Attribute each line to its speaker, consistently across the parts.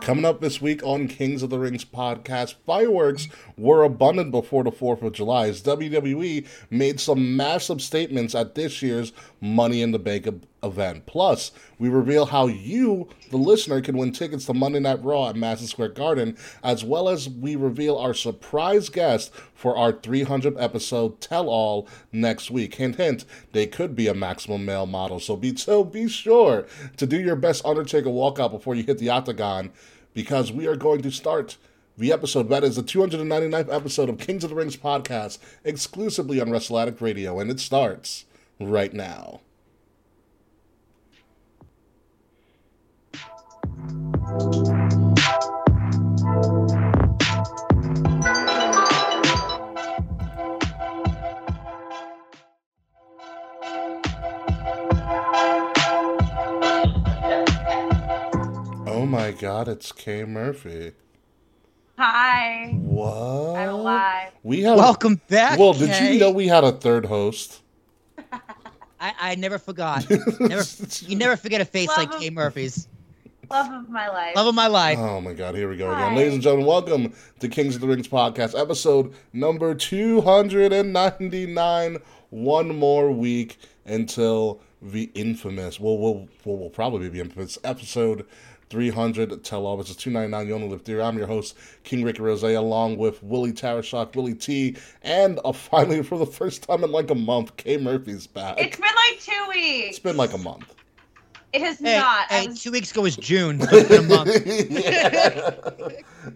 Speaker 1: Coming up this week on Kings of the Rings podcast, fireworks were abundant before the 4th of July as WWE made some massive statements at this year's Money in the Bank e- event. Plus, we reveal how you, the listener, can win tickets to Monday Night Raw at Madison Square Garden, as well as we reveal our surprise guest for our 300th episode tell all next week. Hint, hint, they could be a maximum male model. So be, so be sure to do your best Undertaker walkout before you hit the octagon because we are going to start the episode. That is the 299th episode of Kings of the Rings podcast, exclusively on WrestleAddict Radio, and it starts right now. Oh my God, it's Kay Murphy.
Speaker 2: Hi.
Speaker 1: What?
Speaker 2: I'm alive.
Speaker 1: We have
Speaker 3: Welcome back.
Speaker 1: Well, did
Speaker 3: Kay.
Speaker 1: you know we had a third host?
Speaker 3: I, I never forgot. never, you never forget a face like
Speaker 2: Love
Speaker 3: Kay
Speaker 2: him.
Speaker 3: Murphy's.
Speaker 2: Love of my life.
Speaker 3: Love of my life.
Speaker 1: Oh my God, here we go again.
Speaker 2: Hi.
Speaker 1: Ladies and gentlemen, welcome to Kings of the Rings podcast, episode number 299. One more week until the infamous, well, will will will probably be the infamous episode 300 tell all. This is 299. You only live theory. I'm your host, King Ricky Rose, along with Willie Tarashok, Willie T, and uh, finally, for the first time in like a month, Kay Murphy's back.
Speaker 2: it's been like two
Speaker 1: it's
Speaker 2: weeks.
Speaker 1: been like a month.
Speaker 2: It has
Speaker 3: Hey,
Speaker 2: not. I
Speaker 3: hey,
Speaker 2: was-
Speaker 3: two weeks ago was June. It's been a month.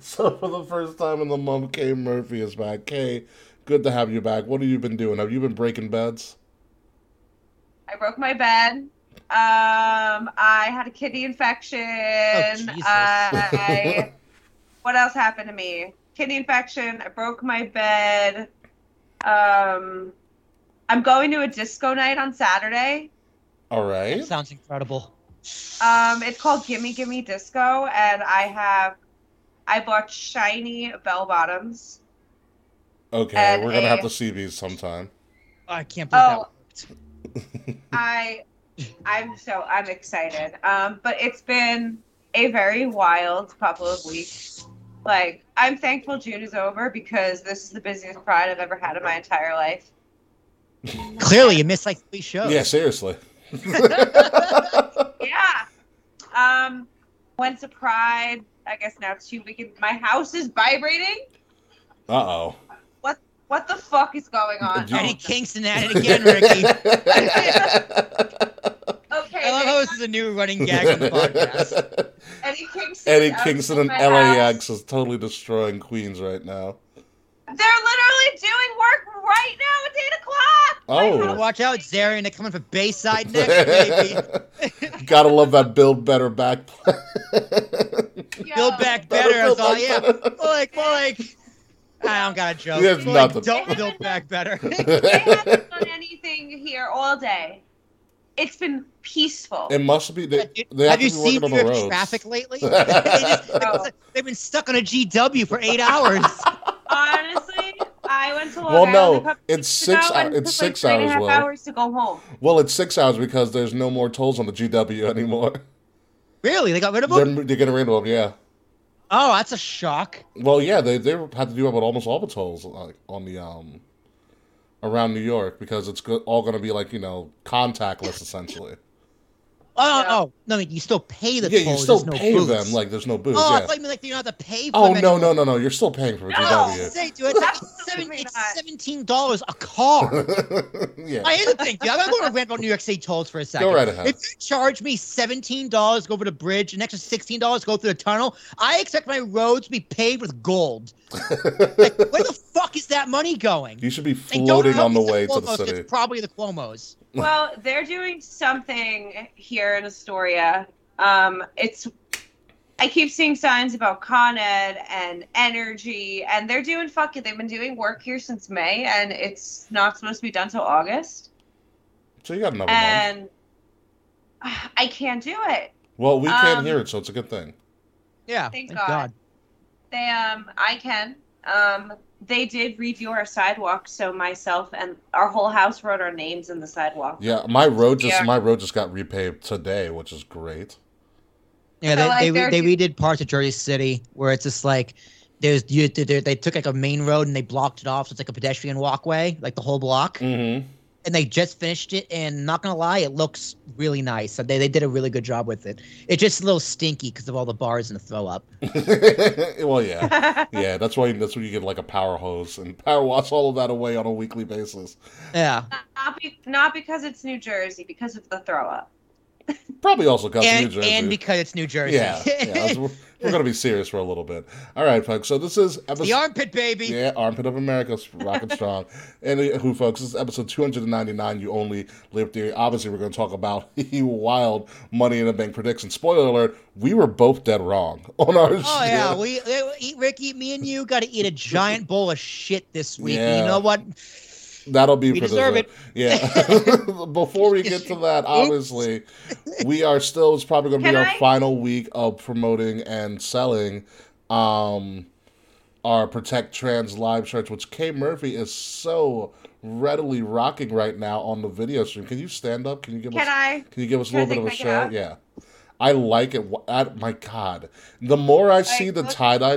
Speaker 1: so for the first time in the month, Kay Murphy is back. Kay, good to have you back. What have you been doing? Have you been breaking beds?
Speaker 2: I broke my bed. Um, I had a kidney infection.
Speaker 3: Jesus.
Speaker 2: I, what else happened to me? Kidney infection. I broke my bed. Um, I'm going to a disco night on Saturday.
Speaker 1: All right.
Speaker 3: Sounds incredible.
Speaker 2: Um, it's called Gimme Gimme Disco, and I have, I bought shiny bell bottoms.
Speaker 1: Okay,
Speaker 2: And
Speaker 1: we're gonna
Speaker 2: a-
Speaker 1: have to see these sometime.
Speaker 3: I can't believe that
Speaker 2: Oh.
Speaker 3: worked.
Speaker 2: I I'm so I'm excited. Um, but it's been a very wild couple of weeks. Like I'm thankful June is over because this is the busiest pride I've ever had in my entire life.
Speaker 3: Clearly, you missed like three shows.
Speaker 1: Yeah, seriously.
Speaker 2: Yeah. Um went to Pride. I guess now it's two weekends. My house is vibrating.
Speaker 1: Uh oh.
Speaker 2: What the fuck is going on? Oh,
Speaker 1: Do you-
Speaker 3: Eddie Kingston at it again, Ricky. I love how
Speaker 2: Okay.
Speaker 3: this is a new running gag on the podcast.
Speaker 2: Eddie Kingston.
Speaker 1: Eddie
Speaker 2: is
Speaker 1: Kingston and
Speaker 2: outside my house.
Speaker 1: LAX is totally destroying Queens right now.
Speaker 2: They're literally doing work right now. It's eight o'clock.
Speaker 1: Oh.
Speaker 3: Gotta watch out, Zarian. They're coming for Bayside next, baby.
Speaker 1: Gotta love that build better back.
Speaker 3: Build
Speaker 2: Yo.
Speaker 3: back better. I was
Speaker 1: Build
Speaker 3: all,
Speaker 1: Back
Speaker 3: yeah.
Speaker 1: Better.
Speaker 3: Mike, Mike. I don't got a joke.
Speaker 1: There's
Speaker 3: Mike,
Speaker 1: nothing.
Speaker 3: Don't build back better.
Speaker 2: they haven't done anything here all day. It's been peaceful.
Speaker 1: It must be they, they have,
Speaker 3: Have you
Speaker 1: to be working
Speaker 3: seen
Speaker 1: on
Speaker 3: New
Speaker 1: the
Speaker 3: York
Speaker 1: roads.
Speaker 3: traffic lately? They just-
Speaker 2: No.
Speaker 3: They've been stuck on a GW for eight hours.
Speaker 2: Honestly, I went to Long
Speaker 1: Well,
Speaker 2: Island a
Speaker 1: no,
Speaker 2: couple
Speaker 1: it's
Speaker 2: weeks
Speaker 1: six.
Speaker 2: ago,
Speaker 1: hou-
Speaker 2: and it
Speaker 1: It's
Speaker 2: took, like,
Speaker 1: six
Speaker 2: three and a
Speaker 1: hours.
Speaker 2: half
Speaker 1: Will.
Speaker 2: hours to go home.
Speaker 1: Well, it's six hours because there's no more tolls on the GW anymore.
Speaker 3: really? They got rid of
Speaker 1: They're,
Speaker 3: them?
Speaker 1: they're getting rid of them. Yeah.
Speaker 3: Oh, that's a shock.
Speaker 1: Well, yeah, they they had to do it with almost all the tolls like, on the um around New York because it's go- all going to be like you know contactless essentially.
Speaker 3: Oh,
Speaker 2: Yeah.
Speaker 3: oh no, you still pay the
Speaker 1: yeah, you
Speaker 3: tolls,
Speaker 1: still
Speaker 3: there's no
Speaker 1: pay
Speaker 3: booths.
Speaker 1: them like there's no booth.
Speaker 3: oh, I
Speaker 1: yeah.
Speaker 3: thought you meant like you don't have to pay for
Speaker 1: oh
Speaker 3: them
Speaker 1: no
Speaker 3: anymore.
Speaker 1: no no no! You're still paying for a
Speaker 3: Oh,
Speaker 1: GW.
Speaker 3: say, dude, it's like seven,
Speaker 2: Absolutely
Speaker 3: it's
Speaker 2: not.
Speaker 3: seventeen dollars a car.
Speaker 1: yeah.
Speaker 3: I didn't think. dude. I'm gonna go to rant about New York City tolls for a second.
Speaker 1: right ahead.
Speaker 3: If you charge me seventeen dollars to go over the bridge, an extra sixteen dollars to go through the tunnel, I expect my roads to be paved with gold. like, where the fuck is that money going?
Speaker 1: You should be
Speaker 3: And don't
Speaker 1: floating
Speaker 3: tell
Speaker 1: on
Speaker 3: me
Speaker 1: the
Speaker 3: it's
Speaker 1: way to the
Speaker 3: Cuomo's,
Speaker 1: city.
Speaker 3: It's probably the Cuomo's.
Speaker 2: Well, they're doing something here in Astoria. Um, it's I keep seeing signs about Con Ed and energy, and they're doing fucking. They've been doing work here since May, and it's not supposed to be done till August.
Speaker 1: So you got another month.
Speaker 2: And uh, I can't do it.
Speaker 1: Well, we can't
Speaker 2: um,
Speaker 1: hear it, so it's a good thing.
Speaker 3: Yeah.
Speaker 2: Thank
Speaker 3: thank
Speaker 2: God.
Speaker 3: God.
Speaker 2: They um I can. Um they did redo our sidewalk, so myself and our whole house wrote our names in the sidewalk.
Speaker 1: Yeah, my road just
Speaker 2: Yeah.
Speaker 1: my road just got repaved today, which is great.
Speaker 3: Yeah,
Speaker 2: So,
Speaker 3: they,
Speaker 2: like,
Speaker 3: they,
Speaker 2: they're
Speaker 3: they
Speaker 2: ju-
Speaker 3: redid parts of Jersey City where it's just like there's you they- they they took like a main road and they blocked it off so it's like a pedestrian walkway like the whole block
Speaker 1: Mm-hmm.
Speaker 3: and they just finished it and not gonna lie it looks really nice so they, they did a really good job with it it's just a little stinky because of all the bars and the throw up
Speaker 1: well, yeah, yeah. That's why. That's where you get like a power hose and power wash all of that away on a weekly basis.
Speaker 3: yeah
Speaker 2: not, be- not because it's New Jersey, because of the throw up.
Speaker 1: Probably also comes from New
Speaker 3: and,
Speaker 1: Jersey.
Speaker 3: and because it's New Jersey
Speaker 1: yeah, yeah. that's- We're, we're gonna be serious for a little bit. All right, folks. So this is episode.
Speaker 3: the armpit baby
Speaker 1: Yeah, Armpit of America, rocking strong. And uh, who, folks, this is episode 299, You Only Live Theory. Obviously, we're going to talk about wild Money in the Bank prediction. Spoiler alert, we were both dead wrong on our
Speaker 3: Oh yeah, we eh, eat Ricky. Me and you got to eat a giant bowl of shit this week. And
Speaker 1: Yeah.
Speaker 3: You know what?
Speaker 1: That'll be
Speaker 3: We
Speaker 1: for
Speaker 3: deserve
Speaker 1: this one. Yeah. Before we get to that, obviously, we are still. It's probably going to be
Speaker 2: Can
Speaker 1: our
Speaker 2: I-
Speaker 1: final week of promoting and selling um, our Protect Trans live shirts, which Kay Murphy is so readily rocking right now on the video stream. Can you stand up? Can you give
Speaker 2: Can
Speaker 1: us?
Speaker 2: I?
Speaker 1: Can you give us a
Speaker 2: Can I
Speaker 1: little bit of a
Speaker 2: take
Speaker 1: show?
Speaker 2: my cap?
Speaker 1: Yeah. I like it. Wh- I, my God. The more I see the
Speaker 2: let's-
Speaker 1: tie dye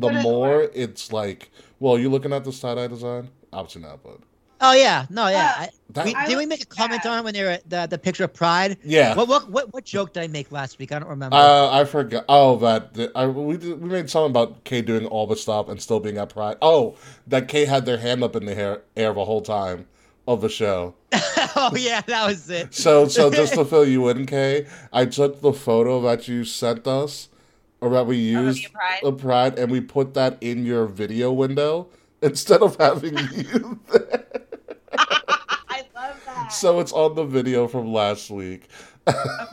Speaker 2: let's
Speaker 1: the
Speaker 2: put it
Speaker 1: more it's like, well, you looking at this tie dye design? Obviously not, but.
Speaker 3: Oh yeah, no yeah.
Speaker 1: That,
Speaker 3: I, we,
Speaker 2: I
Speaker 3: did we
Speaker 2: was
Speaker 3: make a comment
Speaker 2: sad.
Speaker 3: on it when they were at the, the picture of Pride?
Speaker 1: yeah.
Speaker 3: What, what what what joke did I make last week? I don't remember.
Speaker 1: Uh, I forgot. Oh, that that- I, we did, we made something about Kay doing all the stuff and still being at Pride. Oh, that Kay had their hand up in the hair, air the whole time of the show.
Speaker 3: oh yeah, that was it.
Speaker 1: So, so just to fill you in, Kay, I took the photo that you sent us or that we used
Speaker 2: Olivia Pride?
Speaker 1: of Pride, and we put that in your video window instead of having you there.
Speaker 2: I love that.
Speaker 1: So it's on the video from last week.
Speaker 2: okay,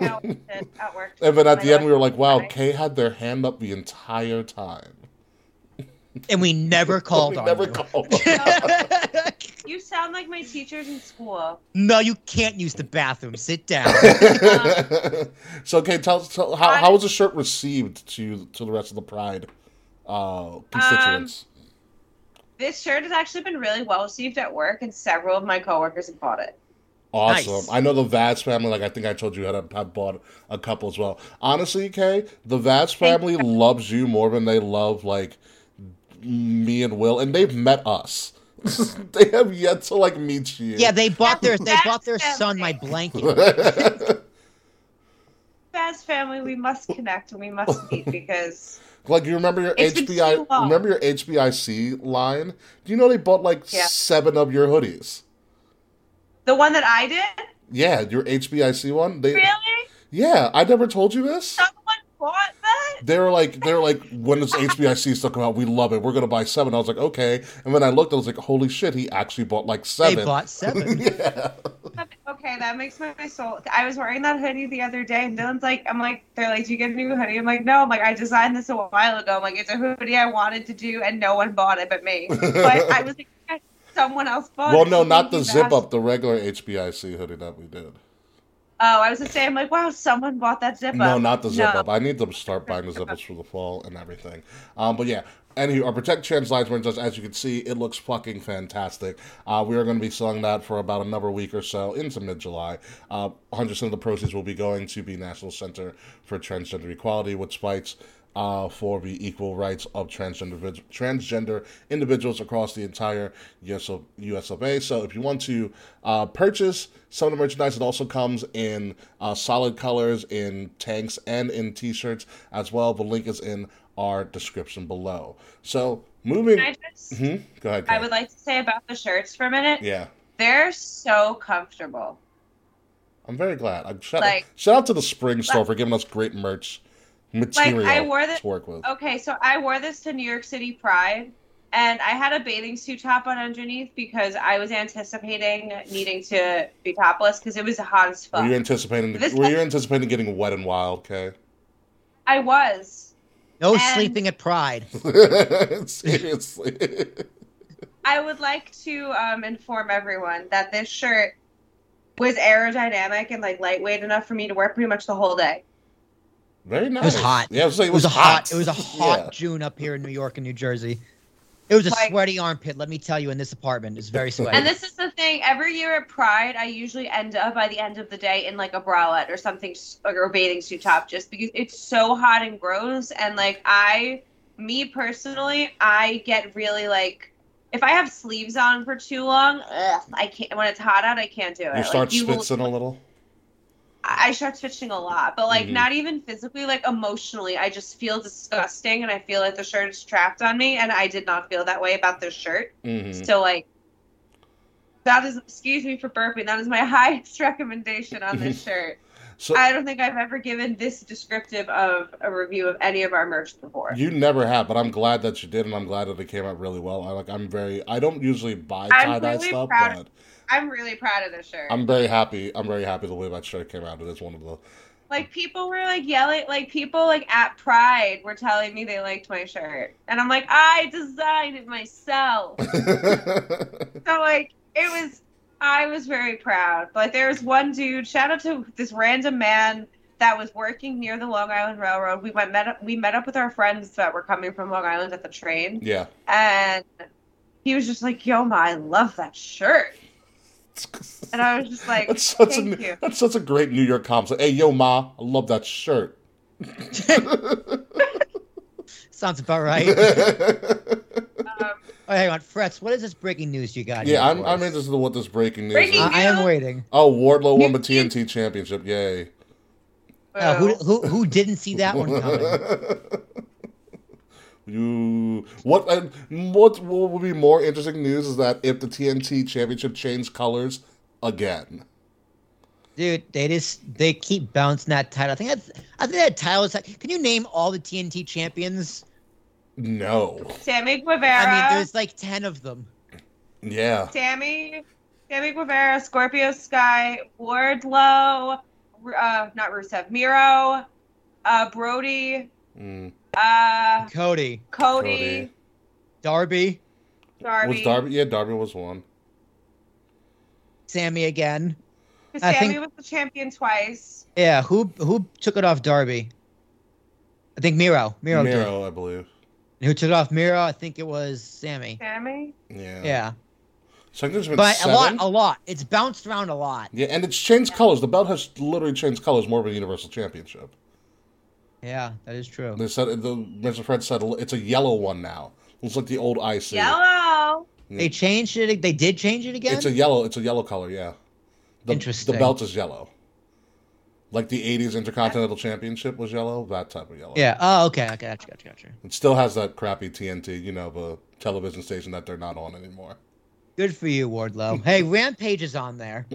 Speaker 2: I'll watch it at work.
Speaker 1: And then at the
Speaker 2: My
Speaker 1: end, we were like, "Wow,
Speaker 2: Pride.
Speaker 1: Kay had their hand up the entire time."
Speaker 3: And we never called
Speaker 1: We
Speaker 3: on
Speaker 1: never
Speaker 3: you.
Speaker 1: called.
Speaker 2: You sound like my teachers in school.
Speaker 3: no, you can't use the bathroom. Sit down.
Speaker 1: so okay, tell, tell how, how was the shirt received to to the rest of the Pride uh, constituents?
Speaker 2: This shirt has actually been really well received at work, and several of my coworkers have bought it.
Speaker 1: awesome.
Speaker 3: nice.
Speaker 1: I know the Vaz family. Like I think I told you, had have bought a couple as well. Honestly, Kay, the Vaz family loves you more than they love like me and Will, and they've met us. they have yet to like meet you.
Speaker 3: yeah, they bought their they
Speaker 2: That's
Speaker 3: bought their son my blanket.
Speaker 2: Faz family, we must connect and we must meet because
Speaker 1: Like you remember your
Speaker 2: It's been too
Speaker 1: HBI,
Speaker 2: long.
Speaker 1: remember your HBIC line? Do you know they bought like
Speaker 2: Yeah.
Speaker 1: seven of your hoodies?
Speaker 2: the one that I did,
Speaker 1: Yeah, your HBIC one. They,
Speaker 2: really,
Speaker 1: Yeah, I never told you this.
Speaker 2: someone bought that.
Speaker 1: They were like, they were like, when does HBIC stuff come out? We love it. We're gonna buy seven. I was like, okay. And when I looked, I was like, holy shit, he actually bought like
Speaker 3: They
Speaker 1: seven.
Speaker 3: bought seven.
Speaker 1: yeah.
Speaker 2: Okay, that makes my, my soul. I was wearing that hoodie the other day, and Dylan's like, I'm like, they're like, do you get a new hoodie? I'm like, no. I'm like, I designed this a while ago. I'm like, it's a hoodie I wanted to do, and no one bought it but me. But I was like, someone else bought
Speaker 1: Well,
Speaker 2: it.
Speaker 1: no, not the
Speaker 2: Thank you,
Speaker 1: zip
Speaker 2: Bash.
Speaker 1: up, the regular HBIC hoodie that we did.
Speaker 2: Oh, I was gonna say, I'm like, wow, someone bought that zip
Speaker 1: No,
Speaker 2: up.
Speaker 1: not the zip up. I need to start buying the zip ups for the fall and everything. Um, but yeah. Anywho, our Protect Trans Lives Matter does, as you can see, it looks fucking fantastic. Uh, we are going to be selling that for about another week or so into mid July. Uh, 100% of the proceeds will be going to the National Center for Transgender Equality, which fights uh, for the equal rights of transgender vid- transgender individuals across the entire US of, US of A. So if you want to uh, purchase some of the merchandise, it also comes in uh, solid colors, in tanks, and in T-shirts as well. The link is in our description below. So moving.
Speaker 2: Can I just,
Speaker 1: Mhm. Go ahead.
Speaker 2: I
Speaker 1: Kat.
Speaker 2: would like to say about the shirts for a minute.
Speaker 1: yeah.
Speaker 2: They're so comfortable.
Speaker 1: I'm very glad. I'm shout,
Speaker 2: Like-
Speaker 1: shout out to the Spring Store for giving us great merch material
Speaker 2: wore the-
Speaker 1: to work with.
Speaker 2: Okay, so I wore this to New York City Pride, and I had a bathing suit top on underneath because I was anticipating needing to be topless because it was hot as
Speaker 1: Were
Speaker 2: fuck.
Speaker 1: you anticipating?
Speaker 2: This-
Speaker 1: were you anticipating getting wet and wild? Okay.
Speaker 2: I was.
Speaker 3: No
Speaker 2: And-
Speaker 3: sleeping at Pride.
Speaker 1: Seriously.
Speaker 2: I would like to um, inform everyone that this shirt was aerodynamic and like lightweight enough for me to wear pretty much the whole day.
Speaker 1: Very nice.
Speaker 3: was hot.
Speaker 1: Yeah, I was saying,
Speaker 3: It
Speaker 1: it
Speaker 3: was
Speaker 1: was
Speaker 3: a hot.
Speaker 1: hot.
Speaker 3: It was a hot
Speaker 1: Yeah.
Speaker 3: June up here in New York and New Jersey. It was a
Speaker 2: Like-
Speaker 3: sweaty armpit, let me tell you, in this apartment. It's very sweaty.
Speaker 2: And this is the thing. Every year at Pride, I usually end up by the end of the day in like a bralette or something, s- or a bathing suit top, just because it's so hot and gross. And like I, me personally, I get really like, if I have sleeves on for too long, ugh, I can't. When it's hot out, I can't do it.
Speaker 1: You start
Speaker 2: like, you will-
Speaker 1: spitzing a little.
Speaker 2: I I start switching a lot, but like
Speaker 1: Mhm.
Speaker 2: not even physically, like emotionally, I just feel disgusting, and I feel like the shirt is trapped on me, and I did not feel that way about this shirt.
Speaker 1: hmm
Speaker 2: So like that is excuse me for burping. That is my highest recommendation on this
Speaker 1: Mm-hmm.
Speaker 2: shirt.
Speaker 1: So
Speaker 2: I don't think I've ever given this descriptive of a review of any of our merch before.
Speaker 1: you never have, but I'm glad that you did, and I'm glad that it came out really well. I like. I'm very. I don't usually buy
Speaker 2: I'm
Speaker 1: tie dye
Speaker 2: really
Speaker 1: stuff,
Speaker 2: proud
Speaker 1: but
Speaker 2: I'm really proud of this shirt.
Speaker 1: I'm very happy. I'm very happy the way that shirt came out. It is one of the.
Speaker 2: like people were like yelling, like people like at Pride were telling me they liked my shirt, and I'm like, I designed it myself. so like it was i was very proud like there was one dude shout out to this random man that was working near the long island railroad we went met up we met up with our friends that were coming from long island at the train
Speaker 1: yeah.
Speaker 2: and he was just like yo ma i love that shirt and i was just like
Speaker 1: That's such
Speaker 2: thank
Speaker 1: a
Speaker 2: you
Speaker 1: that's such a great New York comp. So, hey, yo, ma, I love that shirt.
Speaker 3: Sounds about right. oh,
Speaker 1: yeah,
Speaker 2: um,
Speaker 3: hang on, Fretz, what is this breaking news you got? here
Speaker 1: I'm
Speaker 3: for
Speaker 1: I'm
Speaker 3: us?
Speaker 1: interested in what this breaking news.
Speaker 2: Breaking-
Speaker 1: is.
Speaker 3: I, I am waiting.
Speaker 1: Oh, Wardlow won
Speaker 2: New-
Speaker 1: the TNT championship. Yay!
Speaker 3: Uh, who,
Speaker 2: boo.
Speaker 3: who who didn't see that one coming?
Speaker 1: You what? And what will be more interesting news is that if the TNT championship changed colors again.
Speaker 3: Dude, they just they keep bouncing that title. I think that's I think that title is like, can you name all the TNT champions?
Speaker 1: No.
Speaker 2: sammy
Speaker 3: I
Speaker 2: guevara
Speaker 3: mean, there's like ten of them.
Speaker 1: Yeah.
Speaker 2: sammy sammy guevara scorpio sky wardlow Ru- uh, not rusev miro uh, brody
Speaker 1: Mm.
Speaker 2: uh
Speaker 3: Cody,
Speaker 2: Cody,
Speaker 3: Darby,
Speaker 2: Darby,
Speaker 1: Was Darby? Yeah, Darby was one.
Speaker 3: Sammy again.
Speaker 2: 'Cause
Speaker 3: I
Speaker 2: Sammy
Speaker 3: think-
Speaker 2: was the champion twice.
Speaker 3: Yeah, who who took it off Darby? I think Miro. Miro. did.
Speaker 1: Miro, I believe.
Speaker 3: And who took it off Miro? I think it was Sammy.
Speaker 2: Sammy.
Speaker 1: Yeah.
Speaker 3: Yeah,
Speaker 1: So I think there's been
Speaker 3: but a
Speaker 1: seven.
Speaker 3: lot, a lot. It's bounced around a lot.
Speaker 1: Yeah, and it's changed colors. The belt has literally changed colors more of a universal championship.
Speaker 3: Yeah, that is true.
Speaker 1: They said the Mr. Fred said it's a yellow one now. Looks like the old IC.
Speaker 2: Yellow.
Speaker 3: They changed it. They did change it again.
Speaker 1: It's a yellow. It's a yellow color. Yeah. The,
Speaker 3: Interesting.
Speaker 1: The belt is yellow. Like the '80s Intercontinental Championship was yellow. That type of yellow.
Speaker 3: yeah. Oh, okay. Okay. Gotcha. Gotcha. Gotcha.
Speaker 1: It still has that crappy TNT, you know, the television station that they're not on anymore.
Speaker 3: Good for you, Wardlow. Hey, Rampage is on there.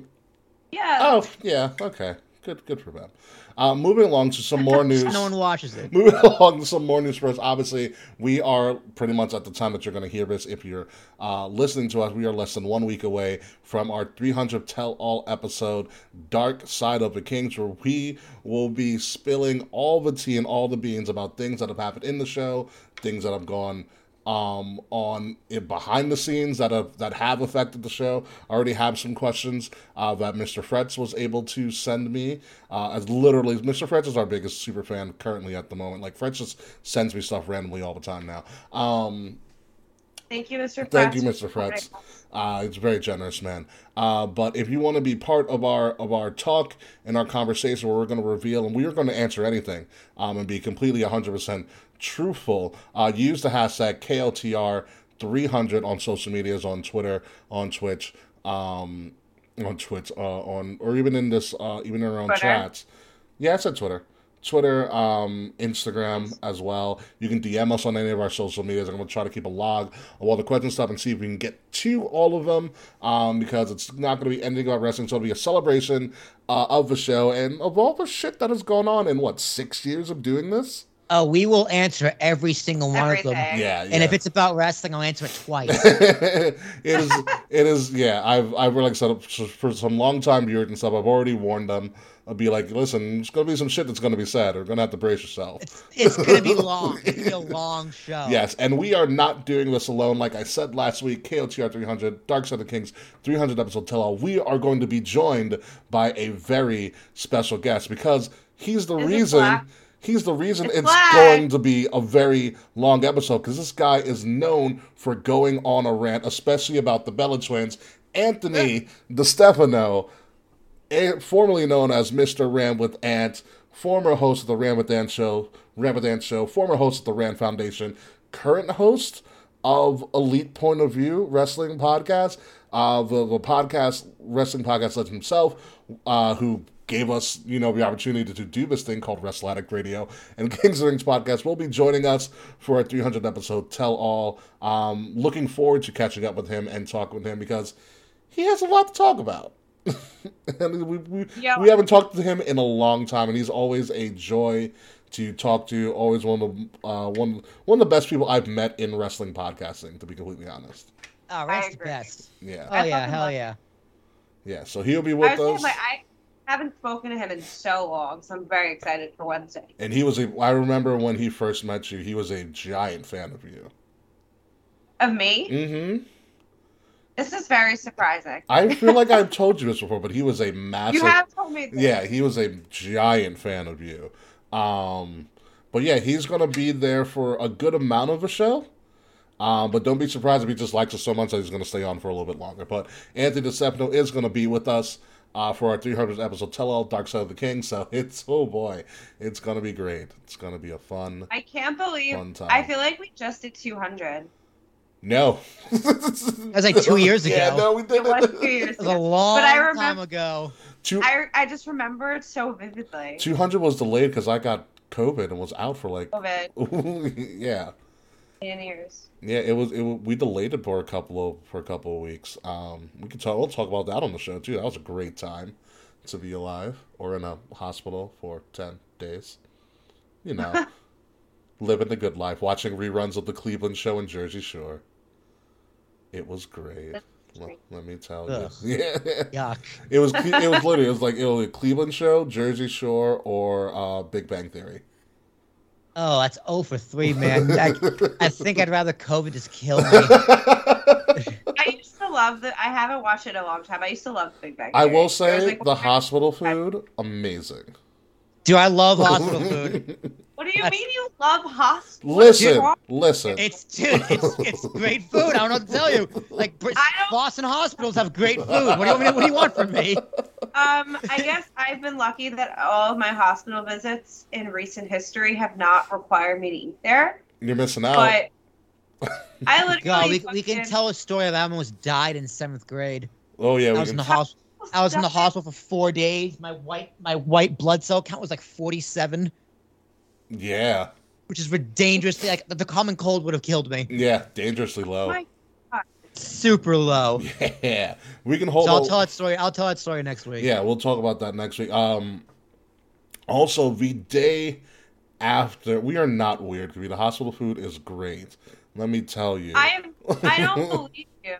Speaker 2: Yeah.
Speaker 1: Oh yeah, okay, good, good for them. Uh, moving along to some more news.
Speaker 3: No one watches it.
Speaker 1: Moving along to some more news first. Obviously, we are pretty much at the time that you're going to hear this. If you're uh, listening to us, we are less than one week away from our 300 tell all episode, Dark Side of the Kings, where we will be spilling all the tea and all the beans about things that have happened in the show, things that have gone um on it behind the scenes that have that have affected the show i already have some questions uh that mr fretz was able to send me uh as literally mr fretz is our biggest super fan currently at the moment like fretz just sends me stuff randomly all the time now um
Speaker 2: Thank you, Mr.
Speaker 1: Thank
Speaker 2: Fratz.
Speaker 1: you, Mr. Fretz. Uh, it's very generous, man. Uh, but if you want to be part of our of our talk and our conversation, where we're going to reveal and we are going to answer anything, um, and be completely 100% truthful, uh, use the hashtag KLTR300 on social medias, on Twitter, on Twitch, um, on Twitch, uh, on or even in this, uh, even in our own
Speaker 2: Twitter?
Speaker 1: chats. Yeah, I said Twitter. Twitter, um, Instagram as well. You can DM us on any of our social medias. I'm going to try to keep a log of all the questions stuff and see if we can get to all of them um, because it's not going to be anything about wrestling. So it'll be a celebration uh, of the show and of all the shit that has gone on in what six years of doing this.
Speaker 3: Oh, we will answer every single one of them.
Speaker 2: Everything.
Speaker 1: Yeah,
Speaker 3: And if
Speaker 1: yeah.
Speaker 3: it's about wrestling, I'll answer it twice.
Speaker 1: it is it is yeah i've i've really set up s- for some long time viewers and stuff i've already warned them i'll be like listen there's gonna be some shit that's gonna be said or gonna have to brace yourself
Speaker 3: it's it's gonna be long. It's gonna be a long show.
Speaker 1: Yes, and we are not doing this alone. Like I said last week, KOTR 300, Dark Side of the Kings 300 episode tell all. We are going to be joined by a very special guest because he's the
Speaker 2: Is it
Speaker 1: reason.
Speaker 2: black?
Speaker 1: He's the reason
Speaker 2: It's
Speaker 1: it's
Speaker 2: black.
Speaker 1: going to be a very long episode because this guy is known for going on a rant, especially about the Bella twins. Anthony DiStefano, eh, formerly known as Mr. Ram with Ant, former host of the Ram with Ant show, Ram with Ant show, former host of the Ram Foundation, current host of Elite Point of View Wrestling Podcast, uh, the, the podcast wrestling podcast legend himself, uh, who gave us you know the opportunity to do this thing called Wrestle Addict Radio and Kings of the Rings podcast will be joining us for our 300 episode tell all. Um, looking forward to catching up with him and talking with him because he has a lot to talk about. and we, we,
Speaker 2: Yeah.
Speaker 1: we haven't talked to him in a long time, and he's always a joy to talk to. Always one of the uh, one one of the best people I've met in wrestling podcasting, to be completely honest.
Speaker 3: Oh, that's the
Speaker 2: agree.
Speaker 3: best.
Speaker 1: Yeah,
Speaker 3: Oh
Speaker 2: I
Speaker 3: yeah,
Speaker 2: fucking
Speaker 3: hell
Speaker 2: love-
Speaker 3: yeah.
Speaker 1: yeah. So he'll be
Speaker 2: I
Speaker 1: with
Speaker 2: was saying,
Speaker 1: us,
Speaker 2: like, I haven't spoken to him in so long, so I'm very excited for Wednesday.
Speaker 1: and he was a. I remember when he first met you, he was a giant fan of you.
Speaker 2: Of me,
Speaker 1: Mm-hmm.
Speaker 2: this is very surprising.
Speaker 1: I feel like I've told you this before, but he was a massive.
Speaker 2: you have told me. This.
Speaker 1: Yeah, he was a giant fan of you. Um, but yeah, he's gonna be there for a good amount of the show. Um, but don't be surprised if he just likes us so much that he's gonna stay on for a little bit longer. But Anthony DeSepno is gonna be with us uh, for our 300th episode, Tell All Dark Side of the King. So it's oh boy, it's gonna be great. It's gonna be a fun
Speaker 2: I can't believe.
Speaker 1: fun time.
Speaker 2: I feel like we just did 200.
Speaker 1: no,
Speaker 3: That was like two years ago.
Speaker 1: yeah, no, we
Speaker 2: It
Speaker 1: did
Speaker 2: was two
Speaker 1: it.
Speaker 2: years
Speaker 3: That was a
Speaker 2: ago.
Speaker 3: long
Speaker 2: I
Speaker 3: time
Speaker 2: remember-
Speaker 3: ago.
Speaker 1: Two,
Speaker 2: I, I just remember it so vividly.
Speaker 1: 200 was delayed because I got COVID and was out for like
Speaker 2: COVID,
Speaker 1: yeah.
Speaker 2: in years.
Speaker 1: Yeah, it was. It wa- we delayed it for a couple of for a couple of weeks. Um, we could talk. We'll talk about that on the show too. That was a great time to be alive or in a hospital for ten days. You know, living the good life, watching reruns of the Cleveland show and Jersey Shore. It was great. Let, let me tell
Speaker 3: Ugh.
Speaker 1: you. Yeah,
Speaker 3: Yuck.
Speaker 1: it was. Cle- It was literally. It was like it was a Cleveland show, Jersey Shore, or uh, Big Bang Theory.
Speaker 3: Oh, that's 0 for 3, man. I, I think I'd rather COVID just kill me.
Speaker 2: I used to love the. I haven't watched it in a long time. I used to love Big Bang.
Speaker 1: I
Speaker 2: Theory.
Speaker 1: will
Speaker 2: There was,
Speaker 1: say
Speaker 2: like,
Speaker 1: the hospital food, amazing.
Speaker 3: Do I love hospital food?
Speaker 2: What do you mean you love hospital?
Speaker 1: Listen,
Speaker 2: Wrong?
Speaker 1: listen.
Speaker 3: It's dude, it's, it's great food. I don't know what to tell you. Like Br-
Speaker 2: I don't-
Speaker 3: Boston hospitals have great food. What do you want me to, What do you want from me?
Speaker 2: Um, I guess I've been lucky that all of my hospital visits in recent history have not required me to eat there.
Speaker 1: You're missing out.
Speaker 2: But I literally
Speaker 3: God, Oh. we, we can
Speaker 2: fucking-
Speaker 3: tell a story of I almost died in seventh grade.
Speaker 1: oh yeah,
Speaker 3: I
Speaker 1: we
Speaker 3: was in
Speaker 1: can-
Speaker 3: the hospital. I was in the hospital for four days. My white my white blood cell count was like forty seven,
Speaker 1: yeah,
Speaker 3: which is dangerous. Like the common cold would have killed me.
Speaker 1: yeah, dangerously low.
Speaker 2: My-
Speaker 3: Super low.
Speaker 1: Yeah, we can hold.
Speaker 3: So I'll
Speaker 1: on-
Speaker 3: tell that story. I'll tell that story next week.
Speaker 1: Yeah, we'll talk about that next week. Um, also the day after we are not weird. 'cause The hospital food is great. Let me tell you.
Speaker 2: I am. I don't believe you.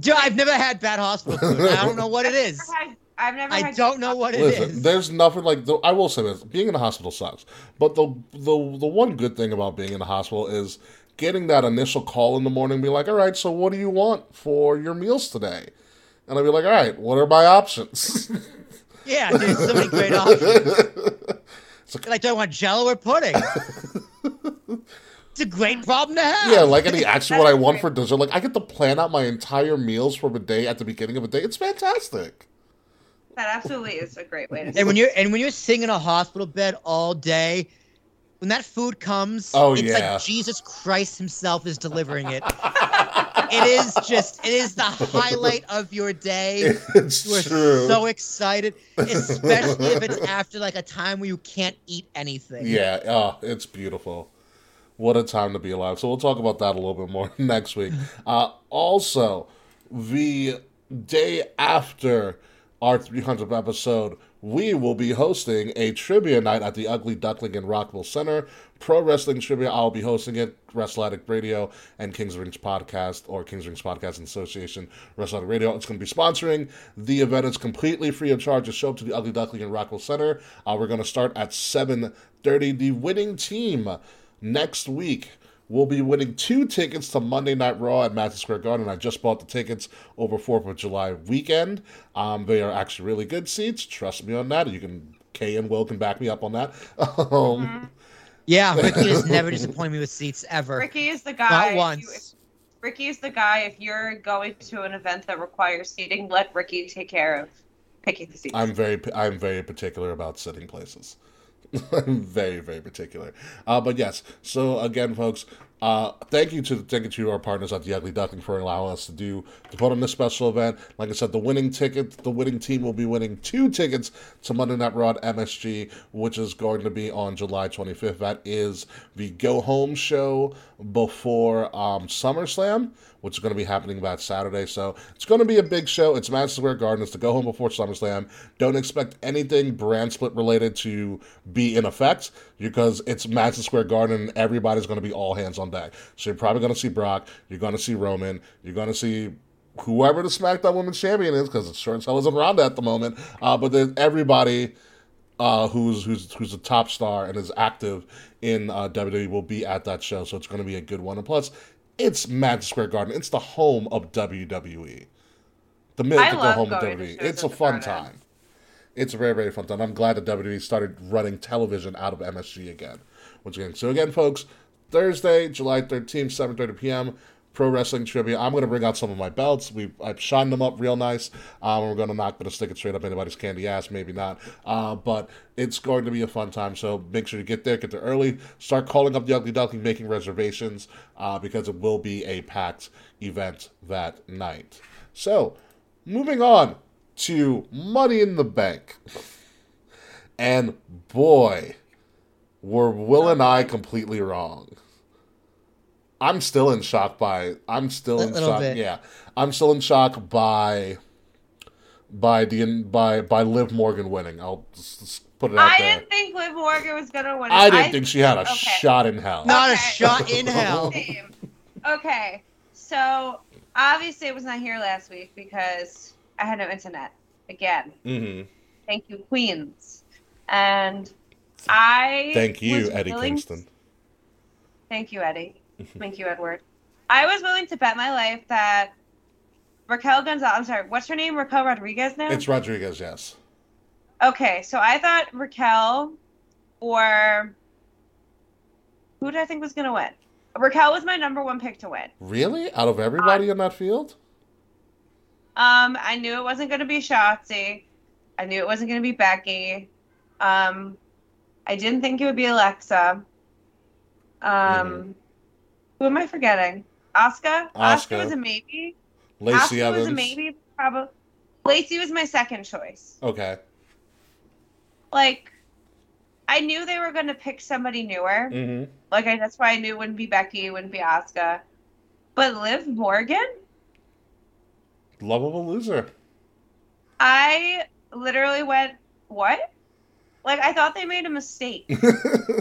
Speaker 3: Dude, I've never had bad hospital food. I don't know what it is.
Speaker 2: I've never had- I've never.
Speaker 3: I
Speaker 2: had-
Speaker 3: don't know what it is.
Speaker 1: Listen, there's nothing like the, I will say this: being in a hospital sucks, but the the the one good thing about being in a hospital is getting that initial call in the morning, and be like, "All right, so what do you want for your meals today?" And I'd be like, "All right, what are my options?"
Speaker 3: Yeah, dude, so many great options. Like, do I want Jello or pudding? it's a great problem to have.
Speaker 1: yeah, like any actually what I want for dessert. Like I get to plan out my entire meals for the day at the beginning of the day. It's fantastic.
Speaker 2: That absolutely is a great way to.
Speaker 3: and when you're and when you're sitting in a hospital bed all day, when that food comes,
Speaker 1: Oh,
Speaker 3: it's
Speaker 1: yeah.
Speaker 3: like Jesus Christ Himself is delivering it. it is just it is the highlight of your day.
Speaker 1: It's
Speaker 3: You are
Speaker 1: true.
Speaker 3: so excited, especially if it's after like a time where you can't eat anything.
Speaker 1: Yeah, oh, it's beautiful. What a time to be alive. So we'll talk about that a little bit more next week. Uh, also, the day after our 300th episode, we will be hosting a trivia night at the Ugly Duckling in Rockville Center. Pro Wrestling Trivia, I'll be hosting it. Wrestletic Radio and Kings of Rings Podcast or Kings of Rings Podcast and Association, Wrestletic Radio. It's going to be sponsoring the event. It's completely free of charge. Just show up to the Ugly Duckling in Rockville Center. Uh, we're going to start at 7.30. The winning team next week we will be winning two tickets to Monday Night Raw at Madison Square Garden. I just bought the tickets over 4th of July weekend. Um, they are actually really good seats. Trust me on that. You can, Kay and Will can back me up on that. Um,
Speaker 3: Yeah, Ricky has never disappointed me with seats ever.
Speaker 2: Ricky is the guy.
Speaker 3: Not
Speaker 2: You,
Speaker 3: once.
Speaker 2: Ricky is the guy. If you're going to an event that requires seating, let Ricky take care of picking the seats.
Speaker 1: I'm very I'm very particular about sitting places. I'm very very particular. Uh, but yes, so again, folks, uh, thank you to thank you to our partners at the Ugly Duckling for allowing us to do to put on this special event. Like I said, the winning ticket, the winning team will be winning two tickets to Monday Night Raw at MSG, which is going to be on July 25th. That is the go home show before um, SummerSlam, which is going to be happening that Saturday. So it's going to be a big show. It's Madison Square Garden. It's the go home before SummerSlam. Don't expect anything brand split related to be in effect because it's Madison Square Garden and everybody's going to be all hands on deck. So you're probably going to see Brock. You're going to see Roman. You're going to see whoever the SmackDown Women's Champion is because it sure as hell isn't Ronda at the moment. Uh, but then everybody uh, who's who's who's a top star and is active in uh, WWE will be at that show, so it's going to be a good one. And plus, it's Madison Square Garden; it's the home of WWE, the
Speaker 2: I
Speaker 1: mythical
Speaker 2: love
Speaker 1: home of
Speaker 2: going to
Speaker 1: WWE.
Speaker 2: shows
Speaker 1: E, It's a
Speaker 2: at the
Speaker 1: fun
Speaker 2: Garden.
Speaker 1: time. It's a very very fun time. I'm glad that WWE started running television out of MSG again. Once again, so again, folks, Thursday, July 13th, 7:30 p.m. Pro wrestling trivia. I'm going to bring out some of my belts. We I've shined them up real nice. Um, we're going to not going to stick it straight up anybody's candy ass, maybe not. Uh, but it's going to be a fun time. So make sure you get there, get there early. Start calling up the Ugly Duckling, making reservations uh, because it will be a packed event that night. So moving on to Money in the Bank, and boy, were Will and I completely wrong. I'm still in shock by I'm still
Speaker 3: A
Speaker 1: in
Speaker 3: little
Speaker 1: shock.
Speaker 3: bit.
Speaker 1: Yeah, I'm still in shock by by the by by Liv Morgan winning. I'll s s- put it out
Speaker 2: I
Speaker 1: there.
Speaker 2: didn't think Liv Morgan was gonna win. it.
Speaker 1: I didn't think she had a
Speaker 2: okay.
Speaker 1: shot in hell.
Speaker 3: Not a
Speaker 2: Okay.
Speaker 3: shot in hell.
Speaker 2: Same. Okay, so obviously it was not here last week because I had no internet. Again,
Speaker 1: hmm
Speaker 2: thank you, Queens, and I.
Speaker 1: Thank you,
Speaker 2: was
Speaker 1: Eddie
Speaker 2: willing-
Speaker 1: Kingston.
Speaker 2: Thank you, Eddie. Thank you, Edward. I was willing to bet my life that Raquel Gonzalez. I'm sorry, what's her name? Raquel Rodriguez now.
Speaker 1: It's Rodriguez. Yes.
Speaker 2: Okay, so I thought Raquel or who did I think was gonna win? Raquel was my number one pick to win.
Speaker 1: Really? Out of
Speaker 2: Uh,
Speaker 1: everybody in that field?
Speaker 2: Um, I knew it wasn't gonna be Shotzi. I knew it wasn't gonna be Becky. Um, I didn't think it would be Alexa. Um,
Speaker 1: Mhm.
Speaker 2: who am I forgetting? Oscar.
Speaker 1: Asuka.
Speaker 2: Oscar was a maybe.
Speaker 1: Lacey
Speaker 2: Asuka
Speaker 1: Evans.
Speaker 2: was a maybe. Probably. Lacey was my second choice.
Speaker 1: Okay.
Speaker 2: Like, I knew they were gonna pick somebody newer.
Speaker 1: hmm
Speaker 2: Like I, that's why I knew it wouldn't be Becky, it wouldn't be Asuka. But Liv Morgan,
Speaker 1: Lovable loser.
Speaker 2: I literally went, what? Like I thought they made a mistake.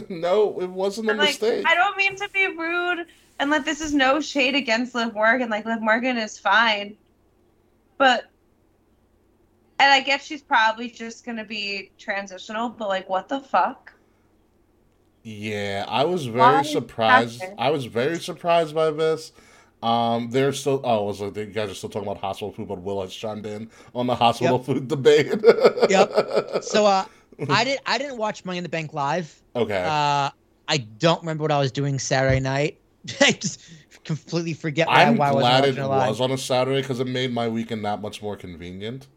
Speaker 1: no, it wasn't a
Speaker 2: I'm like,
Speaker 1: mistake.
Speaker 2: I don't mean to be rude and like this is no shade against Liv Morgan. Like Liv Morgan is fine. But and I guess she's probably just gonna be transitional, but like what the fuck?
Speaker 1: Yeah, I was very
Speaker 2: Why is that
Speaker 1: surprised.
Speaker 2: there?
Speaker 1: I was very surprised by this. Um, they're still. Oh, I was like, you guys are still talking about hospital food, but Will has chimed in on the hospital food debate. yep.
Speaker 3: So uh, I did. I didn't watch Money in the Bank live.
Speaker 1: okay.
Speaker 3: Uh, I don't remember what I was doing Saturday night. I just completely forget why,
Speaker 1: I'm
Speaker 3: why I wasn't
Speaker 1: glad
Speaker 3: watching
Speaker 1: it
Speaker 3: it live.
Speaker 1: was on a Saturday because it made my weekend that much more convenient.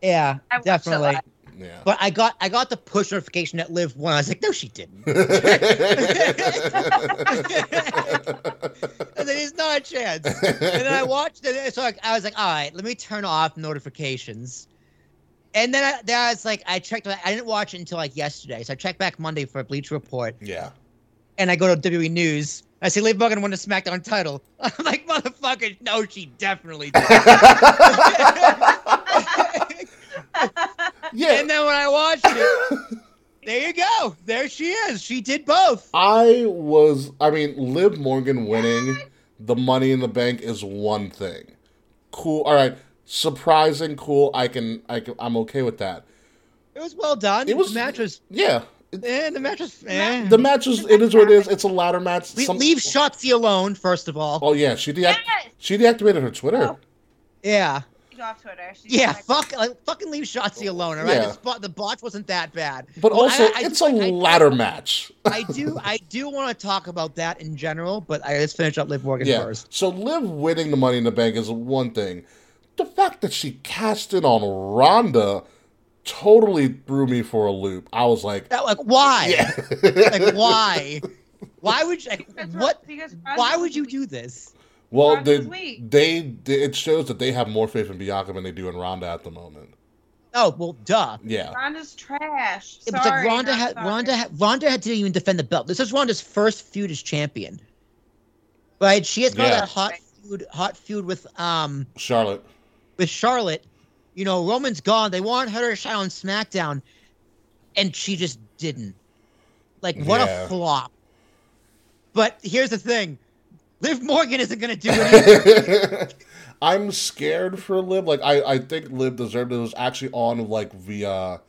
Speaker 3: Yeah,
Speaker 2: I watched it
Speaker 3: definitely.
Speaker 2: live.
Speaker 1: Yeah.
Speaker 3: But I got I got the push notification that Liv won. I was like, no, she didn't. I was like, There's not a chance. and then I watched it. So I, I was like, all right, let me turn off notifications. And then I, then I was like, I checked. I didn't watch it until like yesterday. So I checked back Monday for a Bleach report,
Speaker 1: yeah.
Speaker 3: and I go to WWE News. I see Liv Morgan won the SmackDown title. I'm like, motherfucker, no, she definitely did.
Speaker 1: yeah.
Speaker 3: and then when I watched it, there you go. There she is. She did both.
Speaker 1: I was. I mean, Liv Morgan winning the Money in the Bank is one thing. Cool. All right. Surprising. Cool. I can. I can. I'm okay with that.
Speaker 3: It was well done.
Speaker 1: It was-
Speaker 3: the match was.
Speaker 1: Yeah. It-
Speaker 3: Eh, the match was. Eh.
Speaker 1: The match is. It is what it is. It's a ladder match.
Speaker 3: Le-
Speaker 1: Some-
Speaker 3: leave Shotzi alone, first of all.
Speaker 1: Oh yeah. She deact-
Speaker 2: Yes.
Speaker 1: She deactivated her Twitter.
Speaker 2: Oh.
Speaker 3: Yeah,
Speaker 2: off Twitter. She's
Speaker 3: Yeah,
Speaker 2: like-
Speaker 3: fuck, like, fucking leave Shotzi alone, all right?
Speaker 1: Yeah.
Speaker 3: The, spot, the botch wasn't that bad.
Speaker 1: But
Speaker 3: Well, I-
Speaker 1: also,
Speaker 3: I- I
Speaker 1: it's
Speaker 3: do
Speaker 1: a
Speaker 3: like- I-
Speaker 1: ladder match.
Speaker 3: I do, I do want to talk about that in general, but I let's finish up Liv Morgan
Speaker 1: Yeah.
Speaker 3: first.
Speaker 1: So Liv winning the Money in the Bank is one thing. The fact that she cast in on Ronda totally threw me for a loop. I was like,
Speaker 3: That, like, why?
Speaker 1: yeah.
Speaker 3: Like, why? why would you, like,
Speaker 2: Because Ro-
Speaker 3: what?
Speaker 2: Because
Speaker 3: Why would you do this?
Speaker 1: well,
Speaker 2: Ronda's
Speaker 1: they,
Speaker 2: weak.
Speaker 1: they it shows that they have more faith in Bianca than they do in Ronda at the moment.
Speaker 3: Oh well, duh.
Speaker 1: Yeah.
Speaker 2: Ronda's trash.
Speaker 3: It
Speaker 2: Sorry,
Speaker 3: was like Ronda
Speaker 2: not
Speaker 3: had
Speaker 2: sorry.
Speaker 3: Ronda had Ronda had to even defend the belt. This is Ronda's first feud as champion, right? She has got
Speaker 1: Yeah.
Speaker 3: that hot feud, hot feud with um
Speaker 1: Charlotte.
Speaker 3: with Charlotte. You know, Roman's gone. They want her to shine on SmackDown, and she just didn't. Like, what
Speaker 1: Yeah.
Speaker 3: a flop. But here's the thing: Liv Morgan isn't gonna do anything.
Speaker 1: I'm scared for Liv. Like I, I think Liv deserved it. It was actually on like via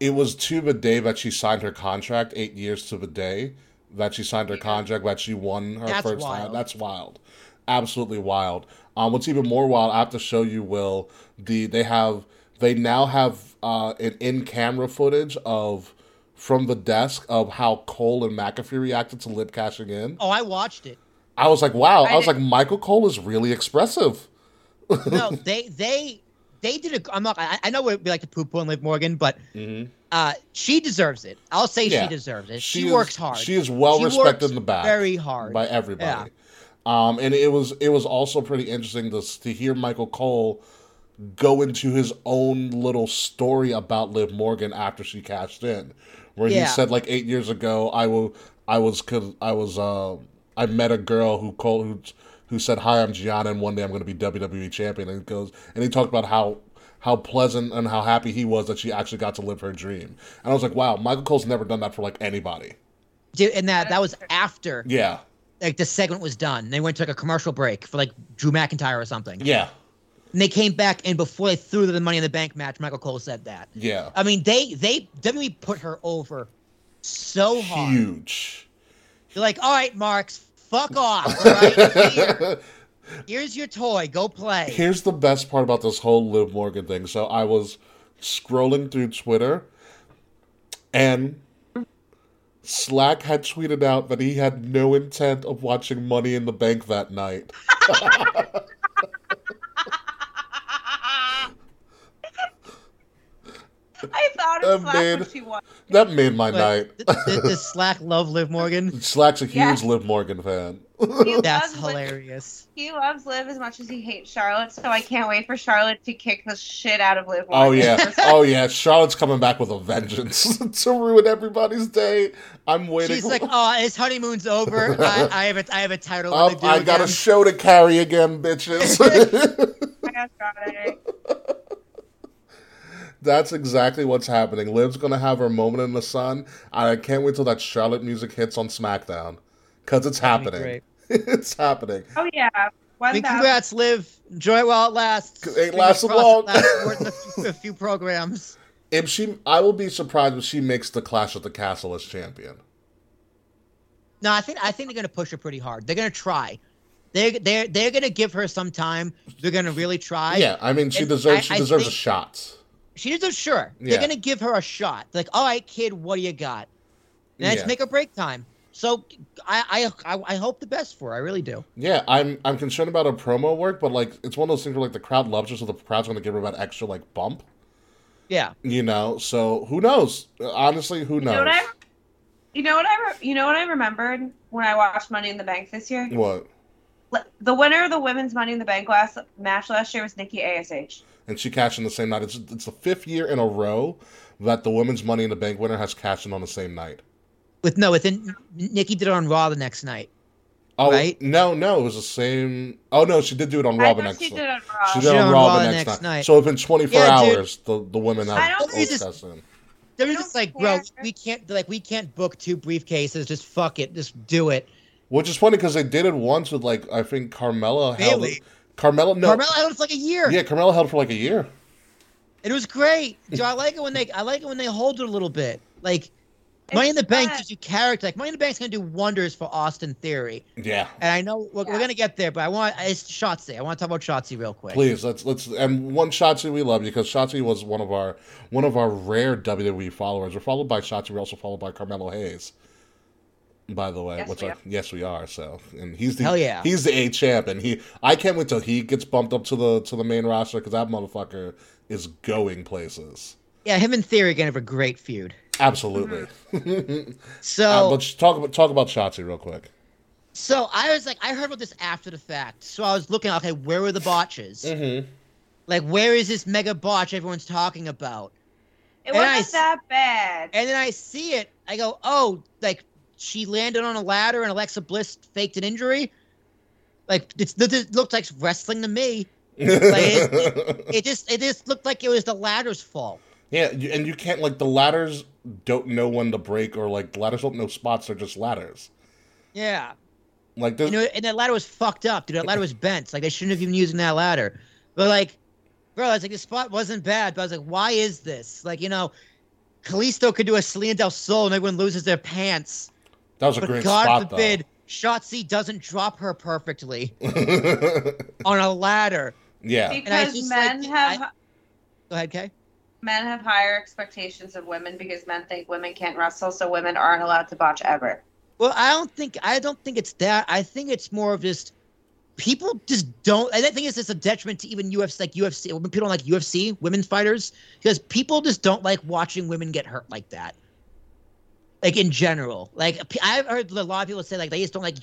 Speaker 1: it was to the day that she signed her contract, eight years to the day that she signed her contract, that she won her
Speaker 3: That's
Speaker 1: first time.
Speaker 3: wild.
Speaker 1: That's wild. Absolutely wild. Um, what's even more wild, I have to show you, Will, the they have they now have uh, an in camera footage of from the desk of how Cole and McAfee reacted to Liv cashing in.
Speaker 3: oh, I watched it.
Speaker 1: I was like, wow. I,
Speaker 2: I
Speaker 1: was like,
Speaker 2: didn't-
Speaker 1: Michael Cole is really expressive.
Speaker 3: No, they they they did. A, I'm not. I, I know we like to poo poo on Liv Morgan, but uh, she deserves it. I'll say
Speaker 1: Yeah.
Speaker 3: she deserves it. She,
Speaker 1: is-
Speaker 3: works hard.
Speaker 1: She is well
Speaker 3: She
Speaker 1: respected
Speaker 3: works
Speaker 1: in the back,
Speaker 3: very hard.
Speaker 1: by everybody. Um, and it was it was also pretty interesting to to hear Michael Cole go into his own little story about Liv Morgan after she cashed in, where he
Speaker 3: Yeah.
Speaker 1: said like eight years ago, I will, I was, could, I was, uh, I met a girl who called who, who said, "Hi, I'm Gianna, and one day I'm going to be WWE champion." And he goes, and he talked about how how pleasant and how happy he was that she actually got to live her dream. And I was like, wow, Michael Cole's never done that for like anybody.
Speaker 3: Dude, and that that was after
Speaker 1: Yeah,
Speaker 3: like the segment was done. They went to like a commercial break for like Drew McIntyre or something.
Speaker 1: yeah,
Speaker 3: And they came back and before they threw the Money in the Bank match, Michael Cole said that.
Speaker 1: yeah,
Speaker 3: I mean, they they WWE put her over so hard.
Speaker 1: huge.
Speaker 3: They're like, all right, Marks, fuck off. All right? Here, here's your toy. Go play.
Speaker 1: Here's the best part about this whole Liv Morgan thing. So I was scrolling through Twitter and Slack had tweeted out that he had no intent of watching Money in the Bank that night.
Speaker 2: I thought
Speaker 1: Uh,
Speaker 2: of Slack
Speaker 1: man.
Speaker 2: when she won.
Speaker 1: That made my night.
Speaker 3: But th- th- does Slack love Liv Morgan?
Speaker 1: Slack's a huge
Speaker 2: Yeah.
Speaker 1: Liv Morgan fan.
Speaker 2: He
Speaker 3: That's
Speaker 2: loves Liv-
Speaker 3: hilarious.
Speaker 2: He loves Liv as much as he hates Charlotte, so I can't wait for Charlotte to kick the shit out of Liv.
Speaker 1: Oh
Speaker 2: Morgan.
Speaker 1: yeah, oh yeah. Charlotte's coming back with a vengeance to ruin everybody's day. I'm waiting.
Speaker 3: She's like, oh, his honeymoon's over. I, I have a I have a title.
Speaker 1: Up,
Speaker 3: to do
Speaker 1: Um, I got a
Speaker 3: again."
Speaker 1: show to carry again, bitches.
Speaker 2: I got Friday.
Speaker 1: That's exactly what's happening. Liv's gonna have her moment in the sun. I can't wait till that Charlotte music hits on SmackDown, cause it's
Speaker 3: That'd be
Speaker 1: happening.
Speaker 3: great.
Speaker 1: it's happening.
Speaker 2: Oh yeah,
Speaker 3: I
Speaker 2: one
Speaker 3: mean,
Speaker 2: thousand.
Speaker 3: congrats, Liv. Enjoy it while it lasts.
Speaker 1: It ain't
Speaker 3: Fingers
Speaker 1: lasted
Speaker 3: crossed it
Speaker 1: long.
Speaker 3: lasts more than a few, a few programs.
Speaker 1: If she, I will be surprised if she makes the Clash at the Castle as champion.
Speaker 3: No, I think I think they're gonna push her pretty hard. They're gonna try. They're they're they're gonna give her some time. They're gonna really try.
Speaker 1: yeah, I mean, she
Speaker 3: and
Speaker 1: deserves.
Speaker 3: I-
Speaker 1: she
Speaker 3: I
Speaker 1: deserves
Speaker 3: think-
Speaker 1: a shot.
Speaker 3: She deserves sure.
Speaker 1: Yeah.
Speaker 3: They're gonna give her a shot. Like, all right, kid, what do you got? And it's
Speaker 1: Yeah.
Speaker 3: make or break time. So I, I I I hope the best for her. I really do.
Speaker 1: Yeah, I'm. I'm concerned about her promo work, but like, it's one of those things where like the crowd loves her, so the crowd's gonna give her that extra like bump.
Speaker 3: Yeah.
Speaker 1: You know, so who knows? Honestly, who
Speaker 2: You know
Speaker 1: knows?
Speaker 2: what I? You know what I? Re- you know what I remembered when I watched Money in the Bank this year.
Speaker 1: What?
Speaker 2: L- The winner of the women's Money in the Bank last match last year was Nikki Ash.
Speaker 1: and she cashed in the same night. It's, it's the fifth year in a row that the women's Money in the Bank winner has cashed in on the same night.
Speaker 3: With no, within Nikki did it on Raw the next night.
Speaker 1: Oh
Speaker 3: Right?
Speaker 1: no, no, it was the same. Oh no, she did do it on
Speaker 2: I
Speaker 1: Raw the
Speaker 2: thought
Speaker 1: next.
Speaker 2: she did
Speaker 1: night.
Speaker 2: on Raw.
Speaker 1: She did it on Raw the next, night. So it's been 24
Speaker 3: Yeah, dude.
Speaker 1: hours. The the women
Speaker 2: I
Speaker 1: have
Speaker 2: don't
Speaker 1: both
Speaker 3: think this-
Speaker 1: cashed in.
Speaker 3: They're
Speaker 2: I
Speaker 3: just
Speaker 2: don't
Speaker 3: like, bro,
Speaker 2: care.
Speaker 3: we can't like we can't book two briefcases. Just fuck it. Just do it.
Speaker 1: Which is funny because they did it once with like I think Carmella held.
Speaker 3: Bailey.
Speaker 1: Carmella, no,
Speaker 3: Carmella held it for like a year.
Speaker 1: yeah, Carmella held for like a year.
Speaker 3: It was great. Do I like it when they I like it when they hold it a little bit. Like Money in the
Speaker 2: It's
Speaker 3: Bank
Speaker 2: fun.
Speaker 3: gives you character. Like Money in the Bank's gonna do wonders for Austin Theory,
Speaker 1: Yeah.
Speaker 3: and I know we're,
Speaker 2: Yeah.
Speaker 3: we're gonna get there, but I want it's Shotzi. I want to talk about Shotzi real quick.
Speaker 1: Please let's let's and one Shotzi we love you because Shotzi was one of our one of our rare WWE followers. We're followed by Shotzi. We're also followed by Carmelo Hayes. By the way,
Speaker 2: Yes,
Speaker 1: what's
Speaker 2: we
Speaker 1: our,
Speaker 2: are.
Speaker 1: yes we are. So and he's the
Speaker 3: Hell yeah.
Speaker 1: he's the A champ and he I can't wait till he gets bumped up to the to the main roster because that motherfucker is going places.
Speaker 3: Yeah, him and Theory are gonna have a great feud.
Speaker 1: Absolutely.
Speaker 2: Mm-hmm.
Speaker 3: So
Speaker 1: Uh, but sh- talk about talk about Shotzi real quick.
Speaker 3: So I was like, I heard about this after the fact. So I was looking, okay, where were the botches?
Speaker 1: Mm-hmm.
Speaker 3: Like, where is this mega botch everyone's talking about?
Speaker 2: It
Speaker 3: And
Speaker 2: wasn't
Speaker 3: I s-
Speaker 2: that bad.
Speaker 3: And then I see it. I go, oh, like she landed on a ladder and Alexa Bliss faked an injury. Like it's, it, it looked like wrestling to me. It just it just looked like it was the ladder's fault.
Speaker 1: yeah, you, and you can't like the ladders don't know when to break or like the ladders don't know spots. They're just ladders.
Speaker 3: Yeah,
Speaker 1: Like
Speaker 3: you
Speaker 1: there's
Speaker 3: know, and that ladder was fucked up, dude. That ladder was bent. Like they shouldn't have even used that ladder. But like, bro, I was like, this spot wasn't bad, but I was like, why is this? Like, you know, Kalisto could do a Selena del Sol and everyone loses their pants.
Speaker 1: that was a
Speaker 3: But
Speaker 1: great
Speaker 3: God
Speaker 1: spot
Speaker 3: forbid, Shotzi doesn't drop her perfectly
Speaker 1: though.
Speaker 3: on a ladder.
Speaker 1: yeah,
Speaker 3: And I
Speaker 2: Because
Speaker 3: just,
Speaker 2: men
Speaker 3: like,
Speaker 2: have
Speaker 3: Go ahead, Kay.
Speaker 2: men have higher expectations of women because men think women can't wrestle, so women aren't allowed to botch ever.
Speaker 3: Well, I don't think I don't think it's that. I think it's more of just people just don't. I think it's just a detriment to even UFC, like UFC. When people don't like UFC women fighters because people just don't like watching women get hurt like that. Like in general, like p- I've heard a lot of people say like they just don't like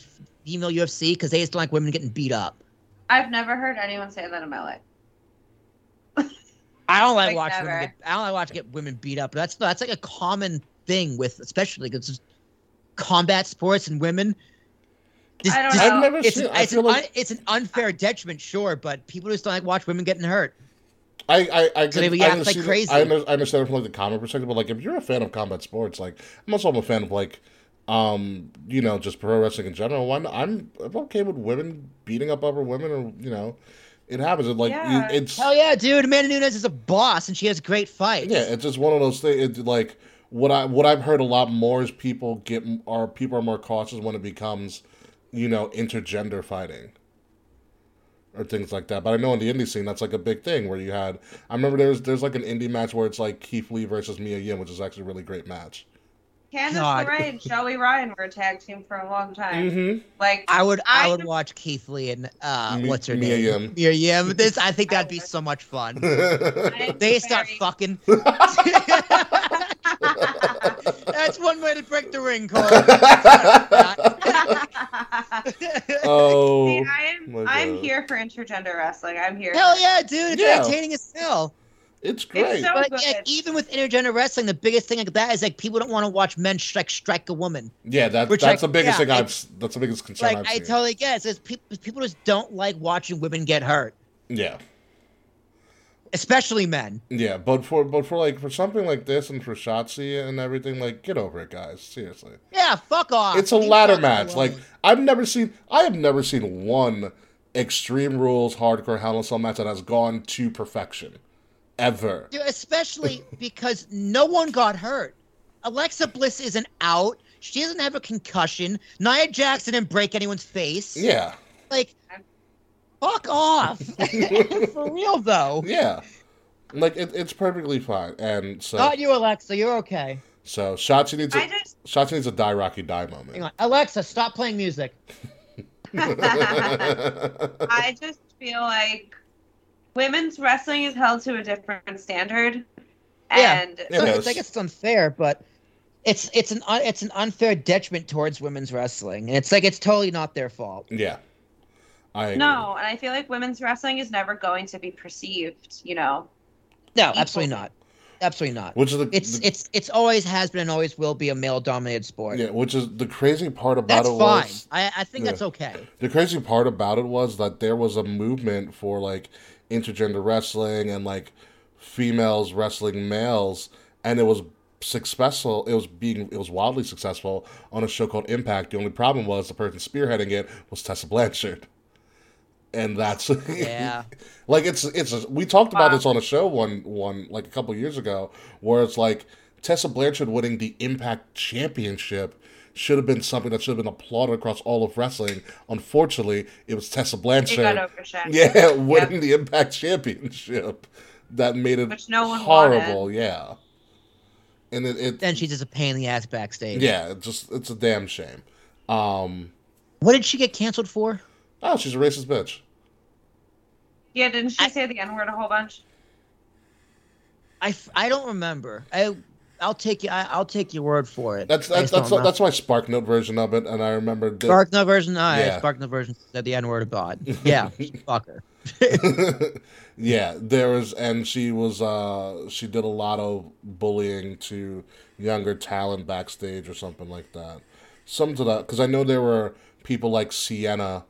Speaker 3: female UFC because they just don't like women getting beat up.
Speaker 2: I've never heard anyone say that in my life.
Speaker 3: I don't like,
Speaker 2: Like,
Speaker 3: watching women
Speaker 2: never.
Speaker 3: get, I don't like watching get women beat up. That's that's like a common thing with especially because combat sports and women. This-
Speaker 2: I don't
Speaker 3: this-
Speaker 2: know.
Speaker 1: I've never
Speaker 3: it's,
Speaker 1: seen.
Speaker 3: an-
Speaker 1: I
Speaker 3: it's, an
Speaker 1: feel like
Speaker 3: un, it's an unfair detriment, sure, but people just don't like watch women getting hurt.
Speaker 1: I I I,
Speaker 3: So they
Speaker 1: can-
Speaker 3: would
Speaker 1: I
Speaker 3: act like
Speaker 1: understand-
Speaker 3: crazy.
Speaker 1: I, under- I understand from like the common perspective, but like if you're a fan of combat sports, like I'm also a fan of like um you know just pro wrestling in general. Why not? I'm I'm okay with women beating up other women, or you know, it happens. It, like
Speaker 2: Yeah.
Speaker 1: you- it's
Speaker 3: Hell yeah, dude! Amanda Nunes is a boss, and she has great fights.
Speaker 1: Yeah, it's just one of those things. It, like what I what I've heard a lot more is people get are people are more cautious when it becomes, you know, intergender fighting. Or things like that, but I know in the indie scene that's like a big thing where you had. I remember there's there's like an indie match where it's like Keith Lee versus Mia Yim, which is actually a really great match.
Speaker 2: Candice
Speaker 3: God.
Speaker 2: LeRae and Joey Ryan were a tag team for a long time.
Speaker 1: Mm-hmm.
Speaker 2: Like
Speaker 3: I would, I,
Speaker 2: I-
Speaker 3: would watch Keith Lee and uh,
Speaker 1: Mi-
Speaker 3: what's her
Speaker 1: Mia
Speaker 3: name?
Speaker 1: Yim.
Speaker 3: Mia Yim. This, I think
Speaker 2: I
Speaker 3: that'd be
Speaker 2: would.
Speaker 3: so much fun.
Speaker 2: I'm
Speaker 3: They start
Speaker 2: very-
Speaker 3: fucking. That's one way to break the ring, Cole.
Speaker 1: oh,
Speaker 2: See, I am,
Speaker 1: my
Speaker 2: I'm
Speaker 1: God.
Speaker 2: here for intergender wrestling. I'm here.
Speaker 3: Hell yeah, dude! It's
Speaker 1: Yeah.
Speaker 3: entertaining as hell.
Speaker 1: it's great.
Speaker 2: so-
Speaker 3: But
Speaker 2: good.
Speaker 3: yeah, even with intergender wrestling, the biggest thing like that is like people don't want to watch men strike strike a woman.
Speaker 1: yeah, that,
Speaker 3: Which,
Speaker 1: that's
Speaker 3: like,
Speaker 1: the biggest
Speaker 3: yeah,
Speaker 1: thing
Speaker 3: I-
Speaker 1: I've. s- That's the biggest concern
Speaker 3: Like
Speaker 1: I've
Speaker 3: I
Speaker 1: seen.
Speaker 3: totally guess. It's people people just don't like watching women get hurt,
Speaker 1: yeah.
Speaker 3: especially men.
Speaker 1: Yeah, but for but for like for something like this and for Shotzi and everything, like get over it, guys. Seriously,
Speaker 3: Yeah, fuck off.
Speaker 1: it's a
Speaker 3: Leave
Speaker 1: ladder
Speaker 3: fucking
Speaker 1: match.
Speaker 3: alone.
Speaker 1: Like I've never seen, I have never seen one Extreme Rules Hardcore Hell in a Cell match that has gone to perfection, ever.
Speaker 3: Dude, especially because no one got hurt. Alexa Bliss isn't out. She doesn't have a concussion. Nia Jackson didn't break anyone's face.
Speaker 1: Yeah,
Speaker 3: Like, fuck off. For real though.
Speaker 1: yeah, like it, it's perfectly fine. And so
Speaker 3: Not you, Alexa. You're okay.
Speaker 1: so Shotzi needs
Speaker 2: I
Speaker 1: a
Speaker 2: just
Speaker 1: Shotzi needs a die Rocky die
Speaker 3: Hang
Speaker 1: moment.
Speaker 3: on, Alexa, stop playing music.
Speaker 2: I just feel like women's wrestling is held to a different standard.
Speaker 3: Yeah.
Speaker 2: And
Speaker 1: Yeah,
Speaker 3: So
Speaker 1: but
Speaker 3: it's like it's unfair, but it's it's an un, it's an unfair detriment towards women's wrestling, and it's like it's totally not their fault.
Speaker 1: yeah, I agree.
Speaker 2: no, and I feel like women's wrestling is never going to be perceived, you know.
Speaker 3: No, absolutely not, absolutely not.
Speaker 1: which is the,
Speaker 3: It's
Speaker 1: the-
Speaker 3: it's it's always has been and always will be a male dominated sport.
Speaker 1: yeah, which is the crazy part about
Speaker 3: That's
Speaker 1: it
Speaker 3: fine.
Speaker 1: was
Speaker 3: I, I think
Speaker 1: Yeah.
Speaker 3: that's okay.
Speaker 1: The crazy part about it was that there was a movement for like intergender wrestling and like females wrestling males, and it was successful. It was being it was wildly successful on a show called Impact. The only problem was the person spearheading it was Tessa Blanchard, and that's
Speaker 3: Yeah.
Speaker 1: like it's it's we talked about
Speaker 2: Wow.
Speaker 1: this on a show one one like a couple years ago where it's like Tessa Blanchard winning the Impact Championship should have been something that should have been applauded across all of wrestling. Unfortunately, it was Tessa
Speaker 2: It
Speaker 1: Blanchard.
Speaker 2: got overshadowed.
Speaker 1: yeah, winning the Impact Championship. That made it
Speaker 2: Which no one
Speaker 1: horrible. Yeah, and it, it
Speaker 3: Then she's just a pain in the ass backstage.
Speaker 1: yeah, it just it's a damn shame. Um,
Speaker 3: What did she get canceled for?
Speaker 1: oh, she's a racist bitch.
Speaker 2: Yeah, didn't she
Speaker 3: I-
Speaker 2: say the N word a whole bunch?
Speaker 3: I, f- I don't remember. I I'll take you. I, I'll take your word for it.
Speaker 1: That's
Speaker 3: I
Speaker 1: that's
Speaker 3: just don't
Speaker 1: that's,
Speaker 3: remember.
Speaker 1: that's my Spark Note version of it, and I remember. that-
Speaker 3: Spark no version. I
Speaker 1: Yeah.
Speaker 3: Spark no version said the N word about. Yeah, fucker.
Speaker 1: yeah, there was, and she was, uh, she did a lot of bullying to younger talent backstage or something like that. Some to that, because I know there were people like Sienna,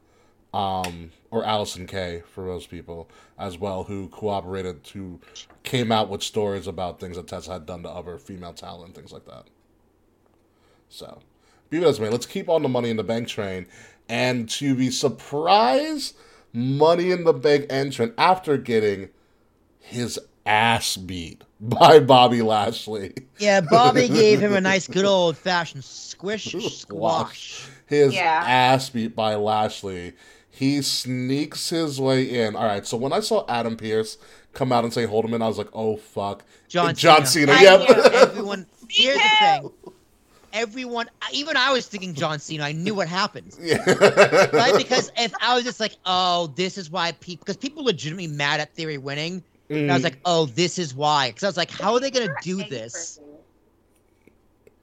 Speaker 1: um, or Allison Kay for those people as well who cooperated, who came out with stories about things that Tessa had done to other female talent, things like that. So, be with us, man. Let's keep on the Money in the Bank train. And to be surprised, Money in the Bank entrant after getting his ass beat by Bobby Lashley.
Speaker 3: Yeah, Bobby gave him a nice, good old fashioned squish
Speaker 1: Squash.
Speaker 3: squash.
Speaker 1: His
Speaker 2: Yeah.
Speaker 1: ass beat by Lashley. He sneaks his way in. All right, so when I saw Adam Pierce come out and say "Hold him in," I was like, "Oh fuck,
Speaker 3: John
Speaker 1: John Cena."
Speaker 3: Cena.
Speaker 2: I
Speaker 1: Yep.
Speaker 2: knew.
Speaker 3: Everyone. Here's the
Speaker 2: too.
Speaker 3: thing. Everyone, even I was thinking John Cena. I knew what happened,
Speaker 1: yeah.
Speaker 3: right? Because if I was just like, "Oh, this is why people," because people legitimately mad at Theory winning, and
Speaker 1: Mm.
Speaker 3: I was like, "Oh, this is why," because I was like, "How are they gonna do this?"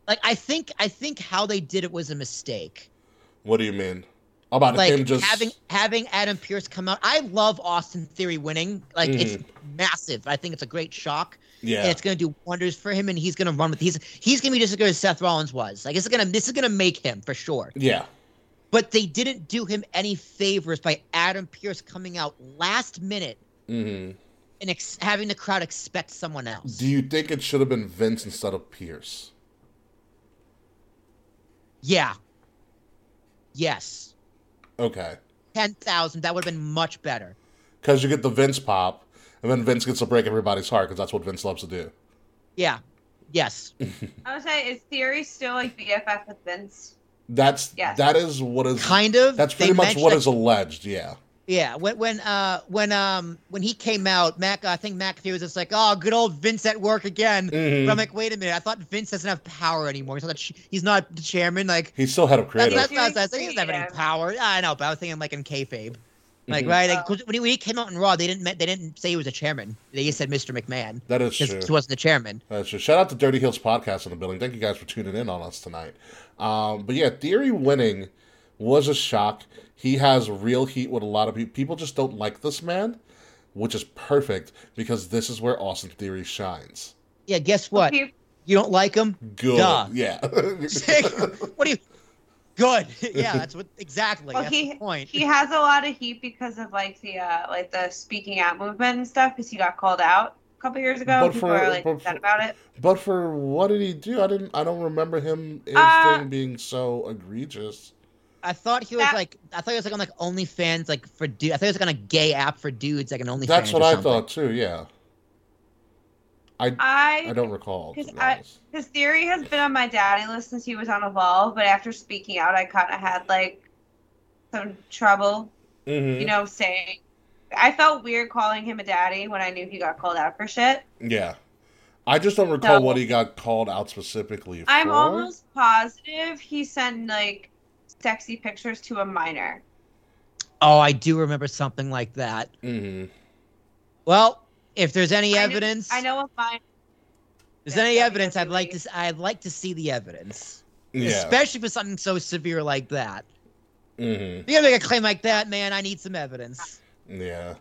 Speaker 3: Like, I think, I think how they did it was a mistake.
Speaker 1: what do you mean about
Speaker 3: like
Speaker 1: him just
Speaker 3: having having Adam Pierce come out. I love Austin Theory winning. Like it's massive. I think it's a great shock.
Speaker 1: Mm-hmm. Yeah,
Speaker 3: And it's gonna do wonders for him, and he's gonna run with he's he's gonna be just as good as Seth Rollins was. Like this is gonna this is gonna make him for sure.
Speaker 1: yeah,
Speaker 3: But they didn't do him any favors by Adam Pierce coming out last minute
Speaker 1: hmm
Speaker 3: and ex- having the crowd expect someone else.
Speaker 1: Do you think it should have been Vince instead of Pierce?
Speaker 3: yeah. Yes.
Speaker 1: Okay.
Speaker 3: Ten thousand. That would have been much better.
Speaker 1: Because you get the Vince pop, and then Vince gets to break everybody's heart because that's what Vince loves to do.
Speaker 3: Yeah. Yes.
Speaker 2: I would say, is Theory still like BFF with Vince?
Speaker 1: That's
Speaker 2: Yes.
Speaker 1: that is what is
Speaker 3: Kind of.
Speaker 1: that's
Speaker 3: They
Speaker 1: pretty much
Speaker 3: mentioned
Speaker 1: what
Speaker 3: that-
Speaker 1: is alleged. Yeah,
Speaker 3: Yeah, when when uh when um when he came out, Mac I think McAfee was just like, oh, good old Vince at work again. But I'm
Speaker 1: Mm-hmm.
Speaker 3: like, wait a minute, I thought Vince doesn't have power anymore. He's not the ch- he's not the chairman. Like
Speaker 1: he's still head of
Speaker 3: that's,
Speaker 1: creative.
Speaker 3: that's what I was I was like, He doesn't have any
Speaker 2: Creative.
Speaker 3: power. Yeah, I know, but I was thinking like in kayfabe, like
Speaker 1: Mhm.
Speaker 3: right? Like, 'cause when, he, when he came out in Raw, they didn't ma- they didn't say he was a chairman. They just said Mr. McMahon
Speaker 1: that is
Speaker 3: because he
Speaker 1: true.
Speaker 3: wasn't the chairman.
Speaker 1: That's true. Shout out to Dirty Hills Podcast in the building. Thank you guys for tuning in on us tonight. Um, but yeah, Theory winning was a shock. He has real heat with a lot of people. People just don't like this man, which is perfect because this is where Austin Theory shines.
Speaker 3: Yeah, guess what?
Speaker 2: Okay,
Speaker 3: You don't like him?
Speaker 1: Good.
Speaker 3: Duh.
Speaker 1: Yeah.
Speaker 3: what do you? Good. yeah, that's what exactly.
Speaker 2: Well,
Speaker 3: that's
Speaker 2: he-
Speaker 3: the point.
Speaker 2: he has a lot of heat because of like the uh, like the speaking out movement and stuff because he got called out a couple years ago.
Speaker 1: But
Speaker 2: and People
Speaker 1: for-
Speaker 2: are like
Speaker 1: but
Speaker 2: upset
Speaker 1: for-
Speaker 2: about it.
Speaker 1: But for what did he do? I didn't. I don't remember him his
Speaker 2: Uh,
Speaker 1: thing being so egregious.
Speaker 3: I thought he was
Speaker 2: That-
Speaker 3: like I thought he was like on like OnlyFans like for dude. I thought he was like on a gay app for dudes like an OnlyFans.
Speaker 1: That's what
Speaker 3: or
Speaker 1: I
Speaker 3: something.
Speaker 1: thought too. Yeah. I I
Speaker 2: I
Speaker 1: don't recall. To
Speaker 2: 'Cause
Speaker 1: be
Speaker 2: I-
Speaker 1: honest.
Speaker 2: his theory has been on my daddy list since he was on Evolve, but after speaking out, I kind of had like some trouble,
Speaker 1: Mhm.
Speaker 2: mm-hmm. you know, saying. I felt weird calling him a daddy when I knew he got called out for shit.
Speaker 1: Mm-hmm. Yeah. I just don't
Speaker 2: No.
Speaker 1: recall what he got called out specifically for.
Speaker 2: I'm almost positive he sent like sexy pictures to a minor.
Speaker 3: Oh, I do remember something like that.
Speaker 1: hmm
Speaker 3: Well, if there's any
Speaker 2: I know-
Speaker 3: evidence,
Speaker 2: I know a minor.
Speaker 3: if there's any
Speaker 2: Yeah,
Speaker 3: evidence, I'd like to
Speaker 2: WWE.
Speaker 3: s- I'd like to see the evidence,
Speaker 1: Yeah.
Speaker 3: especially for something so severe like that.
Speaker 1: hmm
Speaker 3: If you're gonna make a claim like that, man, I need some evidence.
Speaker 1: Yeah.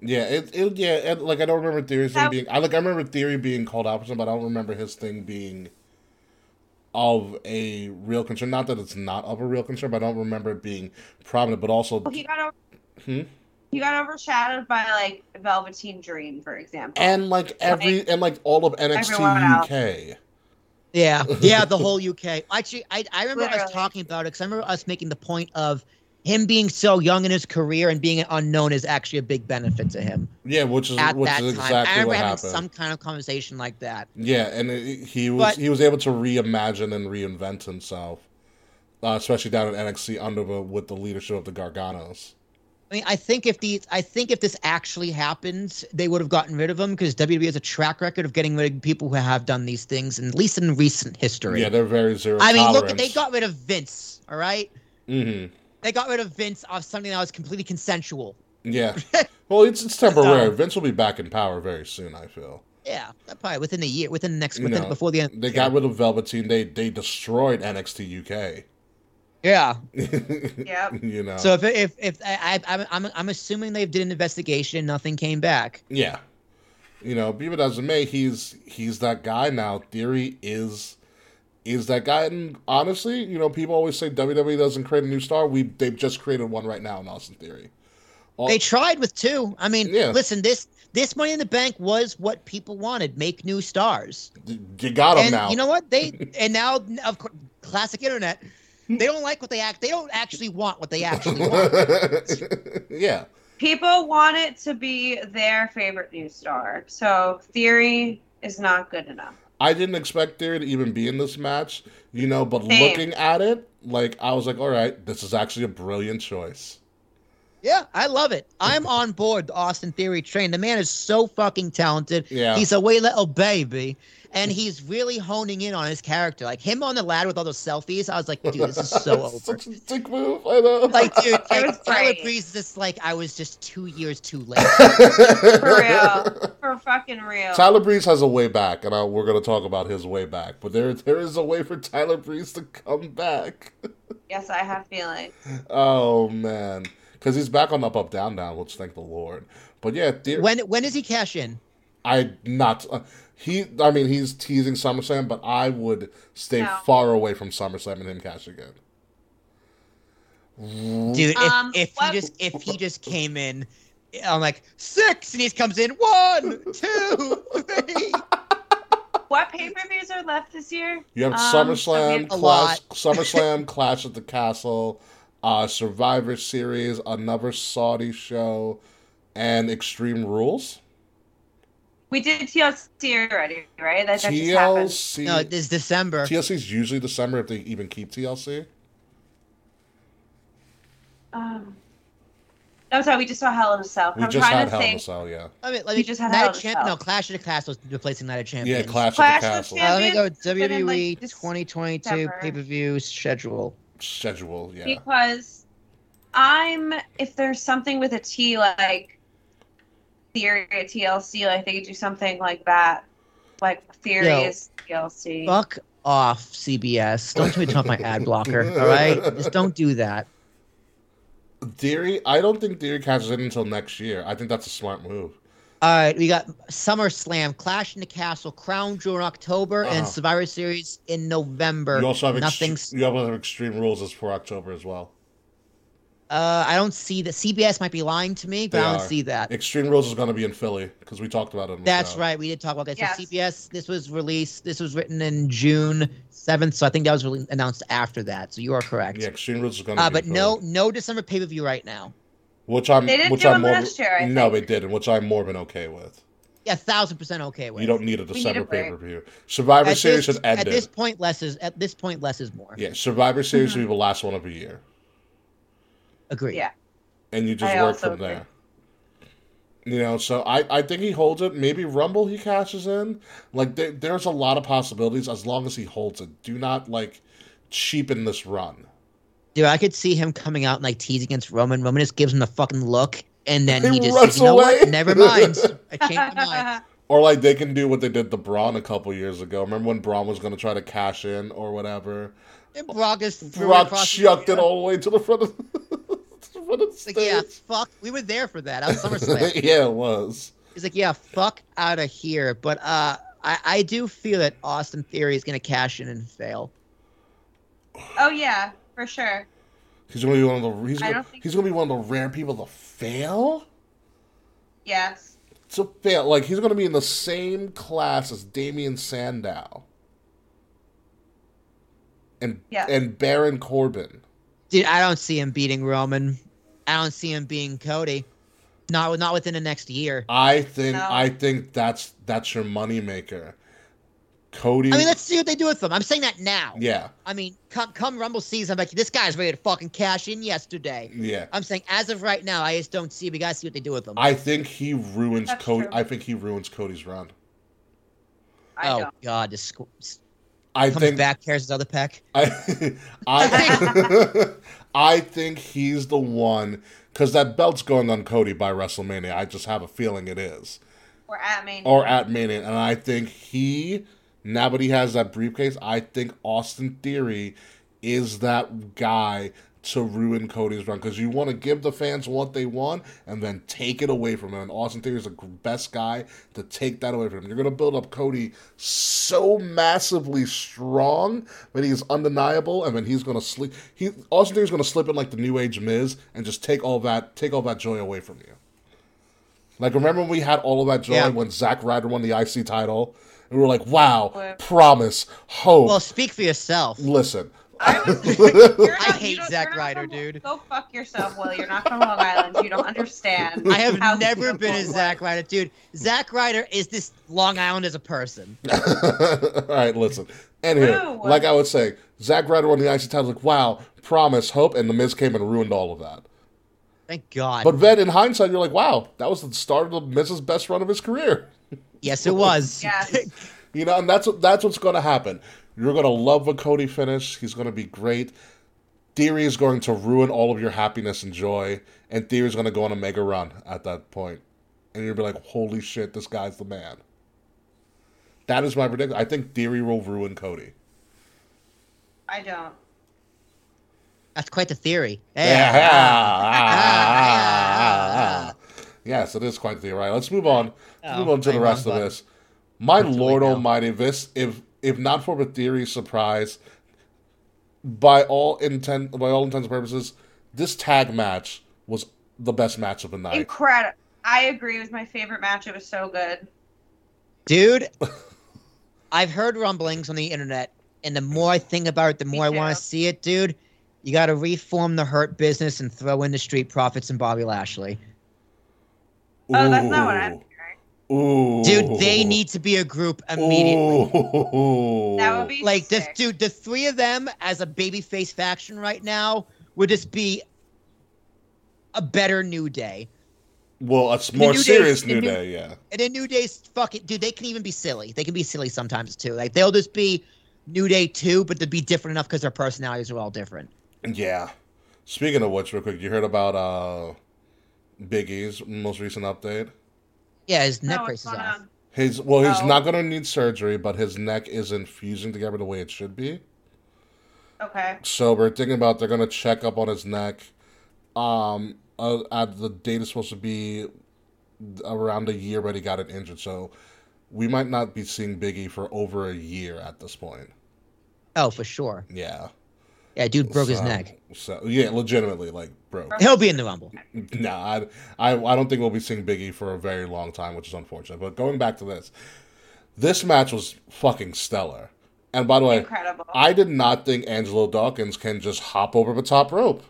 Speaker 1: Yeah. It, it. Yeah. And like I don't remember theory's thing
Speaker 2: That-
Speaker 1: being. I like I remember theory being called out for something, but I don't remember his thing being of a real concern. Not that it's not of a real concern, but I don't remember it being prominent. But also,
Speaker 2: Well, he got over,
Speaker 1: Hmm?
Speaker 2: he got overshadowed by like Velveteen Dream, for example.
Speaker 1: and like every and like all of
Speaker 2: Everyone else.
Speaker 1: NXT UK.
Speaker 3: Yeah, yeah, the whole UK. Actually, I I remember us
Speaker 2: Literally.
Speaker 3: talking about it because I remember us making the point of him being so young in his career and being unknown is actually a big benefit to him
Speaker 1: Yeah, which is
Speaker 3: at
Speaker 1: which
Speaker 3: that
Speaker 1: is
Speaker 3: time.
Speaker 1: exactly
Speaker 3: I remember
Speaker 1: what
Speaker 3: having
Speaker 1: happened.
Speaker 3: some kind of conversation like that.
Speaker 1: Yeah, and it, he was
Speaker 3: But-
Speaker 1: he was able to reimagine and reinvent himself, uh, especially down at NXT under the, with the leadership of the Garganos.
Speaker 3: I mean, I think if these, I think if this actually happens, they would have gotten rid of him because WWE E has a track record of getting rid of people who have done these things, and at least in recent history.
Speaker 1: Yeah, they're very zero.
Speaker 3: I mean,
Speaker 1: tolerance.
Speaker 3: look, they got rid of Vince. All right,
Speaker 1: hmm
Speaker 3: they got rid of Vince of something that was completely consensual.
Speaker 1: Yeah. Well, it's it's temporary.
Speaker 3: So-
Speaker 1: Vince will be back in power very soon. I feel
Speaker 3: Yeah, probably within a year, within the next,
Speaker 1: You
Speaker 3: within
Speaker 1: know,
Speaker 3: before the end.
Speaker 1: they got rid of Velveteen. They they destroyed NXT
Speaker 3: Yeah.
Speaker 1: UK.
Speaker 2: Yep.
Speaker 1: you know.
Speaker 3: So if if if I, I I'm- I'm I'm assuming they did an investigation and nothing came back.
Speaker 1: Yeah. You know, be that as it may, he's he's that guy now. Theory is is that guy and honestly, you know, people always say WWE doesn't create a new star. We they've just created one right now in Austin Theory. All-
Speaker 3: They tried with two. I mean,
Speaker 1: Yeah.
Speaker 3: listen, this this Money in the Bank was what people wanted: make new stars.
Speaker 1: you got him
Speaker 3: and
Speaker 1: now.
Speaker 3: you know what they and now of course, classic internet, they don't like what they act. They don't actually want what they actually want.
Speaker 1: yeah.
Speaker 2: People want it to be their favorite new star. So theory is not good enough.
Speaker 1: I didn't expect Theory to even be in this match, you know, but
Speaker 2: Same.
Speaker 1: looking at it, like I was like, all right, this is actually a brilliant choice.
Speaker 3: yeah, I love it. I'm on board the Austin Theory train. The man is so fucking talented.
Speaker 1: Yeah.
Speaker 3: He's a way little baby, and he's really honing in on his character. Like him on the ladder with all those selfies, I was like, dude, this is so over.
Speaker 1: Such a dick move. I know.
Speaker 3: Like, dude,
Speaker 2: was
Speaker 3: like, Tyler
Speaker 2: great.
Speaker 3: Breeze is just like, I was just two years too late.
Speaker 1: for
Speaker 2: real. For fucking real.
Speaker 1: Tyler Breeze has a way back, and I, we're going to talk about his way back. But there, there is a way for Tyler Breeze to come back.
Speaker 2: yes, I have feelings.
Speaker 1: Oh man, because he's back on up, up, down, down. Let's thank the Lord. But yeah, the,
Speaker 3: when when does he cash in?
Speaker 1: I not uh, he. I mean, he's teasing SummerSlam, but I would stay
Speaker 2: No.
Speaker 1: far away from SummerSlam and him cash again.
Speaker 3: Dude, if,
Speaker 2: Um,
Speaker 3: if he
Speaker 2: what-
Speaker 3: just if he just came in, I'm like six, and he comes in one, two, three.
Speaker 2: What pay per views are left this year?
Speaker 1: You have
Speaker 2: Um, I
Speaker 1: SummerSlam,
Speaker 2: mean,
Speaker 3: a
Speaker 1: Clash, SummerSlam, Clash at the Castle, uh, Survivor Series, another Saudi show, and Extreme Rules.
Speaker 2: We did TLC already, right? That, that just happened.
Speaker 1: TLC.
Speaker 3: No, this December.
Speaker 1: TLC is usually December if they even keep TLC.
Speaker 2: Um, I'm sorry, we just saw Hell in a Cell.
Speaker 1: We
Speaker 2: I'm
Speaker 1: just
Speaker 2: trying
Speaker 1: had
Speaker 2: to
Speaker 1: Hell in a
Speaker 2: think.
Speaker 1: Cell, yeah.
Speaker 3: I mean, let
Speaker 2: He
Speaker 3: me
Speaker 2: just had
Speaker 3: Night
Speaker 2: Hell
Speaker 3: of
Speaker 2: in a
Speaker 3: Champ- No,
Speaker 2: Cell.
Speaker 3: Clash of the Clash was replacing Night of Champions.
Speaker 1: Yeah, Clash,
Speaker 2: Clash of
Speaker 1: at the Castle.
Speaker 2: Champions.
Speaker 3: Uh, let me go E
Speaker 2: Champions, but in, like,
Speaker 3: WWE
Speaker 2: this
Speaker 3: 2022
Speaker 2: December.
Speaker 3: pay per view schedule.
Speaker 1: Schedule, yeah.
Speaker 2: because I'm if there's something with a T like theory at TLC, like they could do something like that. Like theory
Speaker 3: Yo.
Speaker 2: is TLC.
Speaker 3: Fuck off, CBS. Don't tweet off my ad blocker. All right, just don't do that.
Speaker 1: Theory, I don't think Theory catches in until next year. I think that's a smart move.
Speaker 3: All right, we got SummerSlam, Clash in the Castle, Crown Jewel in October,
Speaker 1: Uh-huh.
Speaker 3: and Survivor Series in November.
Speaker 1: You also have, ext-
Speaker 3: nothing's.
Speaker 1: you also have Extreme Rules is for October as well.
Speaker 3: Uh, I don't see that. CBS might be lying to me, but
Speaker 1: They
Speaker 3: I don't
Speaker 1: are.
Speaker 3: see that.
Speaker 1: Extreme Rules is going to be in Philly because we talked about it. on the
Speaker 3: That's
Speaker 1: show.
Speaker 3: right. We did talk about that. So
Speaker 2: Yes.
Speaker 3: CBS, this was released. This was written in June seventh. So I think that was really announced after that. So you are correct.
Speaker 1: Yeah, Extreme Rules is going to
Speaker 3: uh,
Speaker 1: be.
Speaker 3: but
Speaker 1: in
Speaker 3: no,
Speaker 1: Philly,
Speaker 3: no December pay per view right now.
Speaker 1: which I'm
Speaker 2: They didn't
Speaker 1: which
Speaker 2: do
Speaker 1: I'm
Speaker 2: it
Speaker 1: more
Speaker 2: last year, I
Speaker 1: no, they
Speaker 2: think.
Speaker 1: didn't. Which I'm more than okay with.
Speaker 3: Yeah, thousand percent okay with.
Speaker 1: You don't need a
Speaker 2: need a
Speaker 1: December
Speaker 2: break.
Speaker 1: pay per view. Survivor
Speaker 3: At
Speaker 1: Series
Speaker 3: this,
Speaker 1: should
Speaker 3: at
Speaker 1: end
Speaker 3: this
Speaker 1: it.
Speaker 3: point, less is at this point less is more.
Speaker 1: Yeah, Survivor Series
Speaker 2: Mhm.
Speaker 1: will be the last one of the year,
Speaker 3: Agree.
Speaker 2: Yeah.
Speaker 1: and you just
Speaker 2: I
Speaker 1: work
Speaker 2: also
Speaker 1: from there.
Speaker 2: agree.
Speaker 1: You know, so I, I think he holds it. Maybe Rumble he cashes in. Like there, there's a lot of possibilities as long as he holds it. Do not like cheapen this run.
Speaker 3: Dude, I could see him coming out and like tease against Roman. Roman just gives him the fucking look, and then
Speaker 1: He
Speaker 3: he, just
Speaker 1: runs
Speaker 3: says, you know
Speaker 1: away.
Speaker 3: what? Never mind. I changed my mind.
Speaker 1: Or like they can do what they did to Braun a couple years ago. Remember when Braun was going to try to cash in or whatever?
Speaker 3: And Brock is threw
Speaker 1: Brock
Speaker 3: across the
Speaker 1: chucked it
Speaker 3: arena.
Speaker 1: all the way to the front of, to the, front of the
Speaker 3: It's Like, yeah,
Speaker 1: stage.
Speaker 3: fuck. We were there for that. I was SummerSlam.
Speaker 1: yeah, it was.
Speaker 3: He's like, yeah, fuck out of here. But uh, I, I do feel that Austin Theory is going to cash in and fail.
Speaker 2: oh yeah, for sure.
Speaker 1: He's gonna be one of the he's
Speaker 2: I
Speaker 1: gonna,
Speaker 2: don't think-
Speaker 1: he's gonna be one of the rare people to fail.
Speaker 2: Yes.
Speaker 1: To fail, like he's gonna be in the same class as Damian Sandow and
Speaker 2: Yeah.
Speaker 1: Eh, and Baron Corbin.
Speaker 3: Dude, I don't see him beating Roman. I don't see him beating Cody. Not not within the next year.
Speaker 1: I think
Speaker 2: No.
Speaker 1: I think that's that's your moneymaker. Cody
Speaker 3: I mean, let's see what they do with him. I'm saying that now.
Speaker 1: Yeah,
Speaker 3: I mean, come come Rumble season, I'm like, this guy's ready to fucking cash in yesterday.
Speaker 1: yeah.
Speaker 3: I'm saying as of right now, I just don't see. We gotta see what they do with him.
Speaker 1: I think he ruins
Speaker 2: That's
Speaker 1: Cody
Speaker 2: true.
Speaker 1: I think he ruins Cody's run.
Speaker 2: I
Speaker 3: oh
Speaker 2: don't.
Speaker 3: God, this squ- s-
Speaker 1: I
Speaker 3: comes
Speaker 1: think
Speaker 3: back, tears his other peck.
Speaker 1: I, I, I think he's the one because that belt's going on Cody by WrestleMania. I just have a feeling it is,
Speaker 2: Or at Mania.
Speaker 1: or at Mania, and I think he now that he has that briefcase, I think Austin Theory is that guy to ruin Cody's run because you want to give the fans what they want and then take it away from them. And Austin Theory is the g- best guy to take that away from him. You're going to build up Cody so massively strong that he's undeniable, and then he's going to sleep. He Austin Theory's going to slip in like the New Age Miz and just take all that take all that joy away from you. Like remember when we had all of that joy
Speaker 3: Yeah.
Speaker 1: when Zack Ryder won the IC title, and we were like, "Wow,
Speaker 2: What?
Speaker 1: promise, hope."
Speaker 3: Well, speak for yourself.
Speaker 1: Listen,
Speaker 2: I, was, you're not,
Speaker 3: I hate
Speaker 2: you don't-
Speaker 3: Zack
Speaker 2: you're not
Speaker 3: Ryder,
Speaker 2: from-
Speaker 3: dude.
Speaker 2: Go fuck yourself, Will. You're not from Long Island. You don't understand.
Speaker 3: I have
Speaker 2: how
Speaker 3: never
Speaker 2: beautiful
Speaker 3: been a
Speaker 2: it was.
Speaker 3: Zack Ryder, dude. Zack Ryder is this Long Island as a person.
Speaker 1: All right, listen. Anyway,
Speaker 2: Wow.
Speaker 1: like I was saying, Zack Ryder won the IC title. Like, wow, promise, hope, and the Miz came and ruined all of that.
Speaker 3: Thank God.
Speaker 1: But then in hindsight, you're like, wow, that was the start of the Miz's best run of his career.
Speaker 3: yes, it was.
Speaker 2: Yes.
Speaker 1: You know, and that's what that's what's going to happen. You're going to love the Cody finish. He's going to be great. Theory is going to ruin all of your happiness and joy, and Theory is going to go on a mega run at that point, and you'll be like, holy shit, this guy's the man. That is my prediction. I think Theory will ruin Cody.
Speaker 2: I don't.
Speaker 3: That's quite the theory.
Speaker 1: Yeah. yes, it is quite the right. Let's move on. Let's
Speaker 3: Oh,
Speaker 1: move on to
Speaker 3: my
Speaker 1: the rest
Speaker 3: wrong
Speaker 1: of
Speaker 3: button.
Speaker 1: this. My
Speaker 3: That's
Speaker 1: lord
Speaker 3: illegal.
Speaker 1: almighty, this if if not for the theory surprise, by all intent by all intents and purposes, this tag match was the best match of the night.
Speaker 2: Incredible. I agree. It was my favorite match. It was so good.
Speaker 3: Dude, I've heard rumblings on the internet, and the more I think about it, the more I want
Speaker 2: too.
Speaker 3: to see it, dude. You got to reform the Hurt business and throw in the Street Profits and Bobby Lashley.
Speaker 2: Oh, that's not what I'm hearing.
Speaker 1: Ooh. Ooh.
Speaker 3: Dude, they need to be a group immediately.
Speaker 1: Ooh.
Speaker 2: That would be
Speaker 3: Like, this,
Speaker 2: sick.
Speaker 3: dude, the three of them as a babyface faction right now would just be a better New Day.
Speaker 1: well, a more
Speaker 3: New Day-
Speaker 1: serious
Speaker 3: the
Speaker 1: new
Speaker 3: New-
Speaker 1: day, yeah.
Speaker 3: And then New Day's fucking dude, they can even be silly. They can be silly sometimes too. Like they'll just be New Day too, but they'd be different enough because their personalities are all different.
Speaker 1: Yeah. Speaking of which, real quick, you heard about uh Big E's most recent update?
Speaker 3: Yeah, his
Speaker 2: No,
Speaker 3: neck brace
Speaker 2: what's
Speaker 3: is off.
Speaker 2: going on?
Speaker 1: His well, he's
Speaker 2: Oh.
Speaker 1: not going to need surgery, but his neck isn't fusing together the way it should be.
Speaker 2: Okay.
Speaker 1: So we're thinking about they're going to check up on his neck. Um, uh, at the date is supposed to be around a year, but he got it injured, so we might not be seeing Biggie for over a year at this point.
Speaker 3: Oh, for sure.
Speaker 1: Yeah,
Speaker 3: Yeah, dude broke his
Speaker 1: So-
Speaker 3: neck.
Speaker 1: So yeah, legitimately, like broke.
Speaker 3: He'll be in the rumble.
Speaker 1: No, I, I, I don't think we'll be seeing Biggie for a very long time, which is unfortunate. But going back to this, this match was fucking stellar. And by the way,
Speaker 2: Incredible.
Speaker 1: I did not think Angelo Dawkins can just hop over the top rope.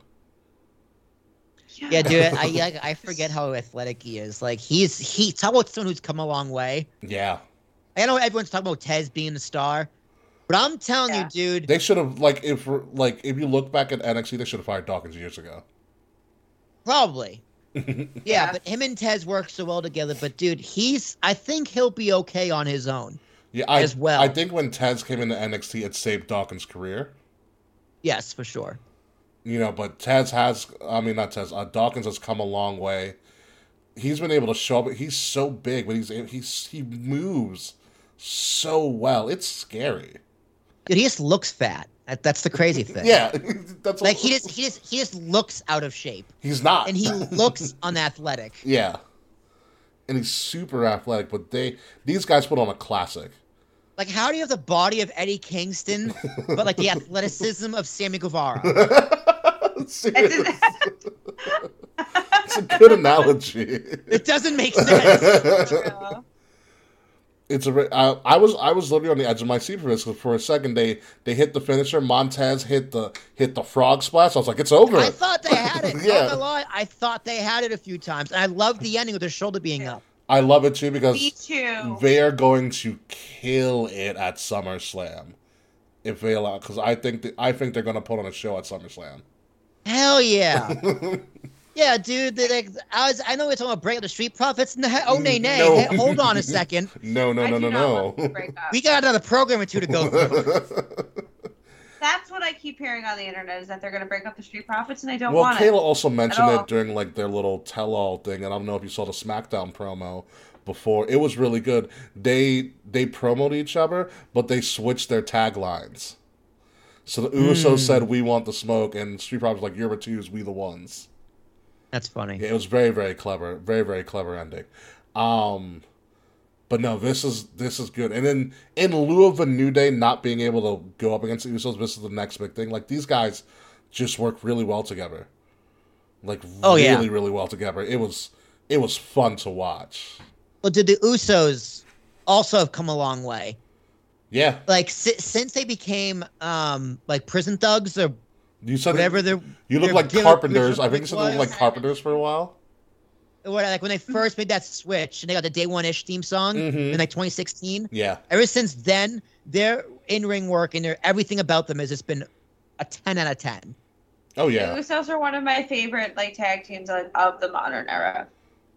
Speaker 3: Yeah, dude, I, I I forget how athletic he is. Like he's he talk about someone who's come a long way.
Speaker 1: Yeah,
Speaker 3: I know everyone's talking about Tez being the star, but I'm telling
Speaker 2: Yeah.
Speaker 3: you, dude,
Speaker 1: they should have like if like if you look back at NXT, they should have fired Dawkins years ago.
Speaker 3: Probably. yeah,
Speaker 2: Yeah.
Speaker 3: but him and Tez work so well together. But dude, he's I think he'll be okay on his own.
Speaker 1: Yeah, I,
Speaker 3: As well.
Speaker 1: I think when Taz came into NXT, it saved Dawkins' career.
Speaker 3: Yes, for sure.
Speaker 1: you know, but Taz has, I mean, not Taz, uh, Dawkins has come a long way. He's been able to show up. He's so big, but he's, he's he moves so well. It's scary.
Speaker 3: Dude, he just looks fat. That, that's the crazy thing.
Speaker 1: Yeah, that's
Speaker 3: Like he just he just he just looks out of shape,
Speaker 1: he's not,
Speaker 3: and he looks unathletic.
Speaker 1: yeah, and he's super athletic. But they these guys put on a classic.
Speaker 3: Like, how do you have the body of Eddie Kingston, but like the athleticism of Sammy Guevara?
Speaker 1: Serious. it's a good analogy.
Speaker 3: It doesn't make sense.
Speaker 2: Yeah.
Speaker 1: It's a. re- I, I was I was literally on the edge of my seat for this 'cause for a second they they hit the finisher. Montez hit the hit the frog splash. I was like, it's over.
Speaker 3: I thought they had it.
Speaker 1: Yeah.
Speaker 3: Not gonna lie, I thought they had it a few times. And I loved the ending with her shoulder being up.
Speaker 1: I love it too
Speaker 2: Me
Speaker 1: because
Speaker 2: too.
Speaker 1: they're going to kill it at SummerSlam if they allow. Because I think that I think they're going to put on a show at SummerSlam.
Speaker 3: Hell yeah. yeah, dude. They, they, I was. I know we were talking about break up the street profits. No, oh nay nay.
Speaker 1: No.
Speaker 3: Hey, hold on a second.
Speaker 1: No, no,
Speaker 2: I
Speaker 1: no,
Speaker 2: do
Speaker 1: no,
Speaker 2: not want to
Speaker 1: no.
Speaker 2: break up.
Speaker 3: We got another program or two to go through.
Speaker 2: That's what I keep hearing on the internet is that they're going to break up the street profits, and I don't
Speaker 1: well,
Speaker 2: want
Speaker 1: Kayla
Speaker 2: it.
Speaker 1: also mentioned
Speaker 2: At
Speaker 1: it
Speaker 2: all.
Speaker 1: during like their little tell-all thing, and I don't know if you saw the SmackDown promo before. It was really good. They they promoted each other, but they switched their taglines. So the Usos
Speaker 3: Mm.
Speaker 1: said, "We want the smoke," and Street Profits was like, "You're the twos, we the ones."
Speaker 3: That's funny.
Speaker 1: Yeah, it was very very clever, very very clever ending. Um, but no, this is this is good. And then in lieu of a New Day not being able to go up against the Usos, this is the next big thing. Like these guys just work really well together. Like
Speaker 3: Oh,
Speaker 1: really
Speaker 3: yeah.
Speaker 1: really well together. It was it was fun to watch.
Speaker 3: Well, did the Usos also have come a long way?
Speaker 1: Yeah,
Speaker 3: Like si- since they became um like prison thugs or
Speaker 1: you said
Speaker 3: whatever they're
Speaker 1: you look
Speaker 3: their
Speaker 1: like
Speaker 3: gimmick
Speaker 1: carpenters.
Speaker 3: was-
Speaker 1: I think you said they look like
Speaker 3: was-
Speaker 1: carpenters for a while.
Speaker 3: what, like when they first made that switch and they got the day one ish theme song
Speaker 1: Mhm.
Speaker 3: in like 2016.
Speaker 1: Yeah,
Speaker 3: Ever since then, their in ring work and their everything about them has just been a 10 out of 10.
Speaker 1: oh
Speaker 2: The
Speaker 1: yeah,
Speaker 2: Usos are one of my favorite like tag teams like, of the modern era,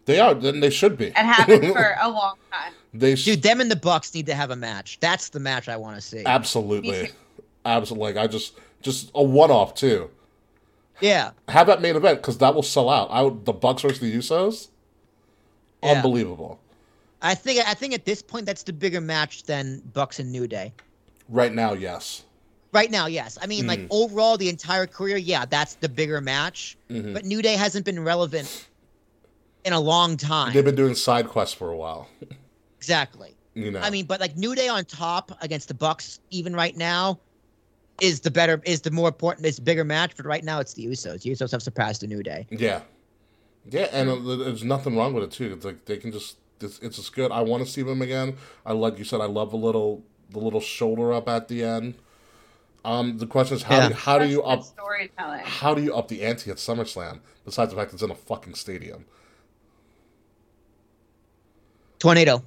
Speaker 1: they are. Then they should be.
Speaker 2: and have been for a long time.
Speaker 1: They sh-
Speaker 3: Dude, them and the Bucks need to have a match. That's the match I want to see.
Speaker 1: absolutely,
Speaker 2: Me
Speaker 1: absolutely. Like I just just a one off too.
Speaker 3: yeah.
Speaker 1: Have that main event because that will sell out. I would, the Bucks versus the Usos,
Speaker 3: Yeah.
Speaker 1: unbelievable
Speaker 3: I think I think at this point that's the bigger match than Bucks and New Day.
Speaker 1: right now. Yes,
Speaker 3: Right now, yes. I mean, like
Speaker 1: Mm.
Speaker 3: overall, the entire career, yeah, that's the bigger match.
Speaker 1: Mhm.
Speaker 3: But New Day hasn't been relevant in a long time.
Speaker 1: they've been doing side quests for a while.
Speaker 3: exactly.
Speaker 1: You know,
Speaker 3: I mean, but like New Day on top against the Bucks, even right now, is the better, is the more important, is the bigger match. But right now, it's the Usos. The Usos have surpassed the New Day.
Speaker 1: yeah, yeah, and uh, there's nothing wrong with it too. It's like they can just it's it's just good. I want to see them again. I like you said. I love the little the little shoulder up at the end. Um, the question is how
Speaker 3: Yeah.
Speaker 1: do, how do you
Speaker 2: Such good
Speaker 1: up
Speaker 2: storytelling?
Speaker 1: how do you up the ante at SummerSlam besides the fact it's in a fucking stadium?
Speaker 3: Tornado.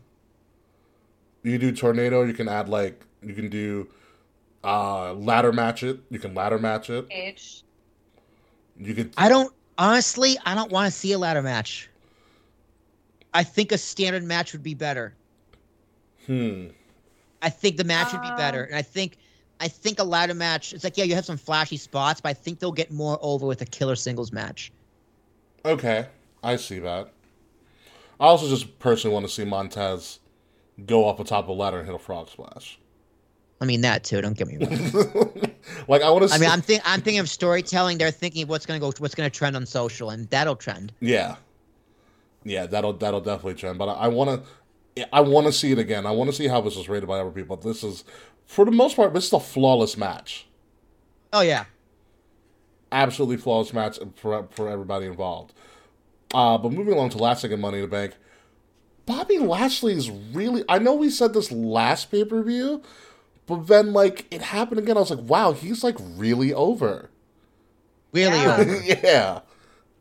Speaker 1: you do tornado you can add like you can do uh ladder match it you can ladder match it
Speaker 2: Cage.
Speaker 1: you could
Speaker 3: I don't honestly. I don't want to see a ladder match. I think a standard match would be better.
Speaker 1: hmm
Speaker 3: I think the match would be better,
Speaker 2: Um,
Speaker 3: and I think I think a ladder match. It's like yeah, you have some flashy spots, but I think they'll get more over with a killer singles match.
Speaker 1: okay i see that i also just personally want to see montez go off the top of a ladder and hit a frog splash
Speaker 3: I mean that too. Don't get me wrong.
Speaker 1: like i want to see
Speaker 3: I mean, I'm think I'm thinking of storytelling. They're thinking of what's gonna go, what's gonna trend on social, and that'll trend.
Speaker 1: yeah yeah that'll that'll definitely trend but i, I want to i want to see it again i want to see how this was rated by other people this is for the most part this is a flawless match
Speaker 3: Oh yeah,
Speaker 1: absolutely flawless match for for everybody involved. Uh, but moving along to last second Money in the Bank, Bobby Lashley is really. I know we said this last pay per view, but then like it happened again. I was like, wow, he's like really over.
Speaker 3: really.
Speaker 2: Yeah.
Speaker 3: over.
Speaker 1: yeah,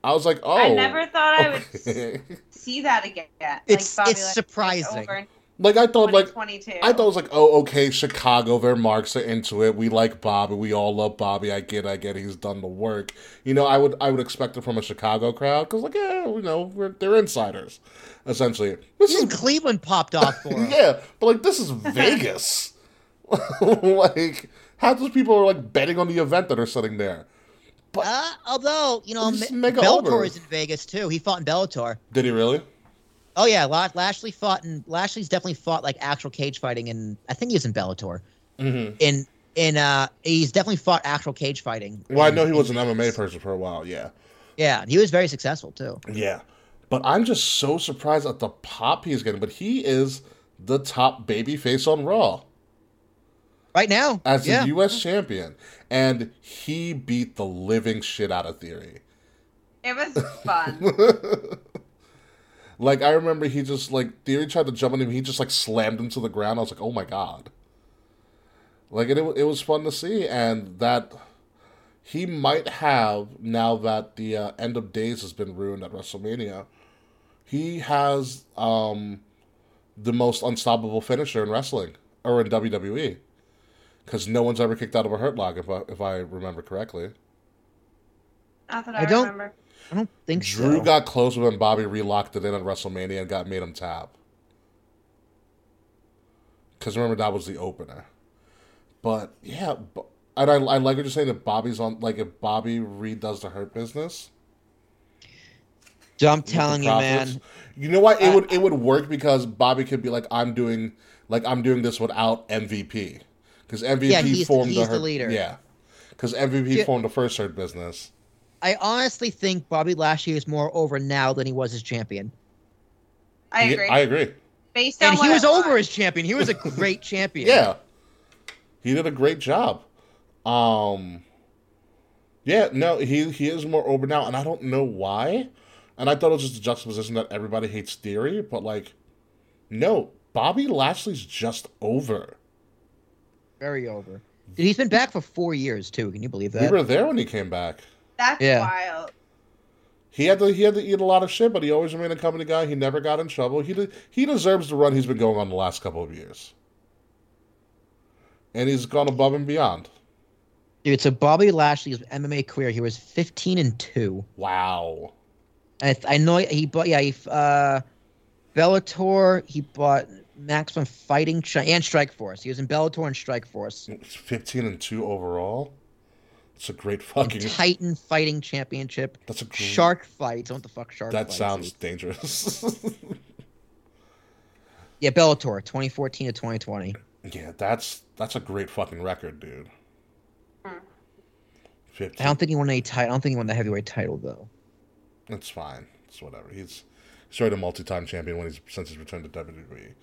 Speaker 1: I was like, oh,
Speaker 2: Uh-huh. I never thought I would s-
Speaker 1: okay.
Speaker 2: see that again. Like,
Speaker 3: It's-
Speaker 2: Bobby
Speaker 3: it's
Speaker 2: Lashley's
Speaker 3: surprising.
Speaker 2: over in
Speaker 1: like I thought like
Speaker 2: 2022.
Speaker 1: I thought it was like, oh, okay, Chicago, their marks are into it. We like Bobby. We all love Bobby. I get, I get. He's done the work. You know, I would, I would expect it from a Chicago crowd because, like, yeah, you know, we're, they're insiders, essentially. This
Speaker 3: Even
Speaker 1: is,
Speaker 3: Cleveland popped off for him.
Speaker 1: yeah, but like, this is Vegas. like, half those people are like betting on the event that are sitting there.
Speaker 3: Uh, although you know,
Speaker 1: Just
Speaker 3: Ma-
Speaker 1: make it
Speaker 3: Bellator
Speaker 1: over.
Speaker 3: is in Vegas too. He fought in Bellator.
Speaker 1: Did he really?
Speaker 3: Oh yeah, La- Lashley fought in. Lashley's definitely fought like actual cage fighting, in I think he was in Bellator.
Speaker 1: Mm-hmm.
Speaker 3: In in uh, he's definitely fought actual cage fighting.
Speaker 1: Well, I
Speaker 3: in-
Speaker 1: know he
Speaker 3: in
Speaker 1: was an MMA
Speaker 3: Vegas.
Speaker 1: person for a while. Yeah.
Speaker 3: Yeah, he was very successful too.
Speaker 1: Yeah. But I'm just so surprised at the pop he's getting. But he is the top baby face on Raw
Speaker 3: Right now,
Speaker 1: as
Speaker 3: yeah,
Speaker 1: the US champion. And he beat the living shit out of Theory.
Speaker 2: it was fun.
Speaker 1: like Like I remember he just like Theory tried to jump on him, he just like slammed him to the ground. I was like, oh my god. Like it, it was fun to see, and that he might have now that the uh, end of days has been ruined at WrestleMania. He has um, the most unstoppable finisher in wrestling or in WWE, because no one's ever kicked out of a Hurt Lock, if I, if I remember correctly.
Speaker 2: Not that
Speaker 3: I
Speaker 2: I,
Speaker 3: don't-
Speaker 2: remember.
Speaker 3: I don't think
Speaker 1: Drew
Speaker 3: so.
Speaker 1: got close when Bobby relocked it in at WrestleMania and got made him tap. Because remember that was the opener. But yeah, b- and I, I like what you're saying that Bobby's on. Like if Bobby redoes the Hurt Business,
Speaker 3: Dude, I'm
Speaker 1: with the
Speaker 3: telling you,
Speaker 1: profits,
Speaker 3: man.
Speaker 1: You know what? It
Speaker 3: I-
Speaker 1: would it would work because Bobby could be like, I'm doing like I'm doing this without MVP because MVP
Speaker 3: he's-
Speaker 1: formed the,
Speaker 3: he's the
Speaker 1: Hurt-
Speaker 3: leader.
Speaker 1: Yeah, because MVP
Speaker 3: Yeah.
Speaker 1: formed the first Hurt Business.
Speaker 3: I honestly think Bobby Lashley is more over now than he was as champion.
Speaker 2: I
Speaker 1: Yeah,
Speaker 2: agree.
Speaker 1: I agree.
Speaker 2: Based on
Speaker 3: And he
Speaker 2: what
Speaker 3: was
Speaker 2: I watched.
Speaker 3: over as champion. He was a great champion.
Speaker 1: Yeah. He did a great job. Um Yeah, no, he he is more over now and I don't know why. And I thought it was just a juxtaposition that everybody hates theory, but like no, Bobby Lashley's just over.
Speaker 3: Very over. Dude, he's been back for four years too. Can you believe
Speaker 1: we
Speaker 3: that?
Speaker 1: were there when he came back.
Speaker 2: That's
Speaker 3: Yeah.
Speaker 2: wild.
Speaker 1: He had to he had to eat a lot of shit, but he always remained a company guy. He never got in trouble. He de- he deserves the run he's been going on the last couple of years. And he's gone above and beyond.
Speaker 3: Dude, so Bobby Lashley's MMA career, he was 15 and two.
Speaker 1: Wow.
Speaker 3: I, I know he bought yeah he uh, Bellator. He bought Maximum Fighting Chi- and Strike Force. He was in Bellator and Strike Force.
Speaker 1: It's 15 and 2 overall. It's a great
Speaker 3: And
Speaker 1: fucking.
Speaker 3: Titan Fighting Championship.
Speaker 1: That's a gr-
Speaker 3: Shark fights. I don't know what the fuck shark.
Speaker 1: That
Speaker 3: fights
Speaker 1: sounds
Speaker 3: is.
Speaker 1: dangerous.
Speaker 3: Yeah, Bellator, 2014 to 2020.
Speaker 1: yeah, that's that's a great fucking record, dude.
Speaker 2: Mm.
Speaker 1: 15.
Speaker 3: I don't think he won any title. I don't think he won the heavyweight title though.
Speaker 1: It's fine. It's whatever. He's he's already a multi-time champion when he's since he's returned to WWE.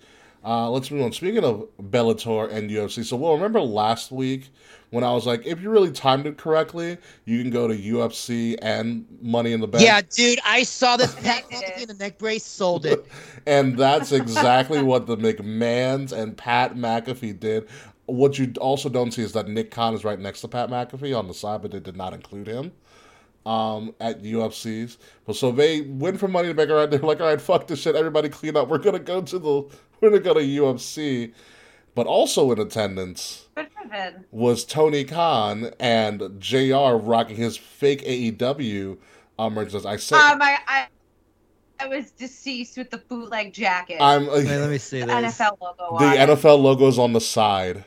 Speaker 1: Uh, let's move on. Speaking of Bellator and UFC, so well, remember last week when I was like, if you really timed it correctly, you can go to UFC and Money in the Bank.
Speaker 3: Yeah, dude, I saw this. Pat
Speaker 2: Connected
Speaker 3: Patterson
Speaker 2: it.
Speaker 3: in the neck brace sold it.
Speaker 1: And that's exactly what the McMahons and Pat McAfee did. What you also don't see is that Nick Khan is right next to Pat McAfee on the side, but they did not include him um, at UFCs. But so they win for Money to Bank. All right, they're like, all right, fuck this shit. Everybody clean up. We're gonna go to the we're gonna go to UFC. But also in attendance
Speaker 2: Good for them.
Speaker 1: was Tony Khan and JR rocking his fake AEW um, merchandise. I said,
Speaker 2: Um, I, I, I was deceased with the bootleg jacket.
Speaker 1: I'm uh,
Speaker 3: Wait, let me see
Speaker 2: the
Speaker 3: this.
Speaker 2: NFL logo.
Speaker 1: the
Speaker 2: on it.
Speaker 1: NFL logo's on the side.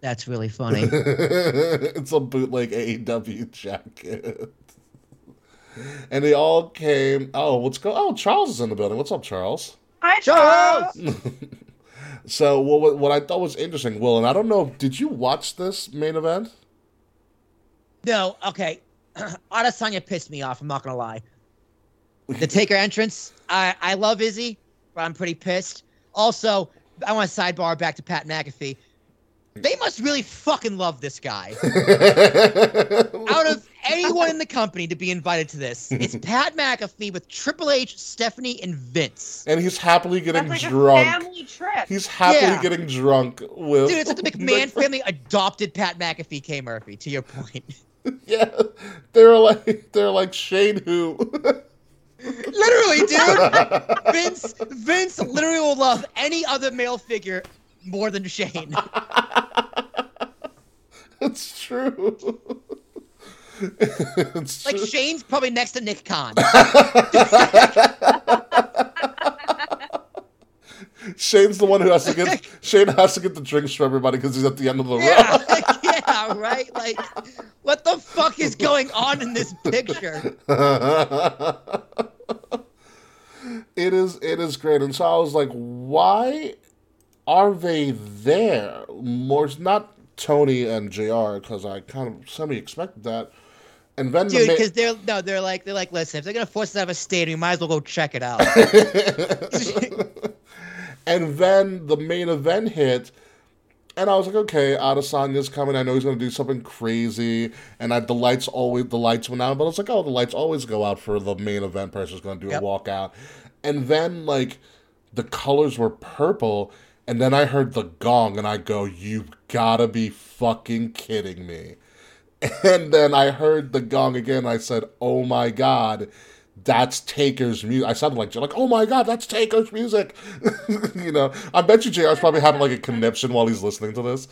Speaker 3: That's really funny.
Speaker 1: it's a bootleg AEW jacket. And they all came. Oh, what's go? Oh, Charles is in the building. What's up, Charles?
Speaker 2: Hi,
Speaker 3: Charles!
Speaker 2: Charles.
Speaker 1: So, what what- what I thought was interesting, Will, and I don't know, did you watch this main event?
Speaker 3: No, okay. Adesanya pissed me off. I'm not gonna lie. The Taker entrance, I I love Izzy, but I'm pretty pissed. Also, I want to sidebar back to Pat McAfee. They must really fucking love this guy. Out of anyone in the company to be invited to this, it's Pat McAfee with Triple H, Stephanie, and Vince.
Speaker 1: and he's happily
Speaker 2: That's
Speaker 1: getting
Speaker 2: like a
Speaker 1: drunk.
Speaker 2: family trip.
Speaker 1: He's happily
Speaker 3: Yeah.
Speaker 1: getting drunk with
Speaker 3: Dude, it's like the McMahon family adopted Pat McAfee, K. Murphy. To your point,
Speaker 1: yeah, they're like they're like Shane who.
Speaker 3: literally, dude. Vince Vince literally will love any other male figure more than Shane.
Speaker 1: It's true. it's
Speaker 3: Like
Speaker 1: true.
Speaker 3: Shane's probably next to Nick Khan.
Speaker 1: Shane's the one who has to get Shane has to get the drinks for everybody because he's at the end of the
Speaker 3: Yeah,
Speaker 1: row.
Speaker 3: like, yeah, right. Like, what the fuck is going on in this picture?
Speaker 1: it is it is great, and so I was like, why are they there? More not Tony and Jr. because I kind of semi expected that, and then
Speaker 3: Dude,
Speaker 1: the ma-
Speaker 3: because they're no, they're like they're like, listen, if they're gonna force us out of a stadium, we might as well go check it out.
Speaker 1: and then the main event hit, And I was like, okay, Adesanya's coming. I know he's going to do something crazy. And I, the lights always the lights went out, but I was like, oh, the lights always go out for the main event. Person's going to do
Speaker 3: Yep.
Speaker 1: a walkout, and then like the colors were purple, and then I heard the gong, and I go, you gotta be fucking kidding me. And then I heard the gong again. I said, "Oh my god, that's Taker's music." I sounded like like, "Oh my god, that's Taker's music." you know, I bet you JR's probably having like a conniption while he's listening to this.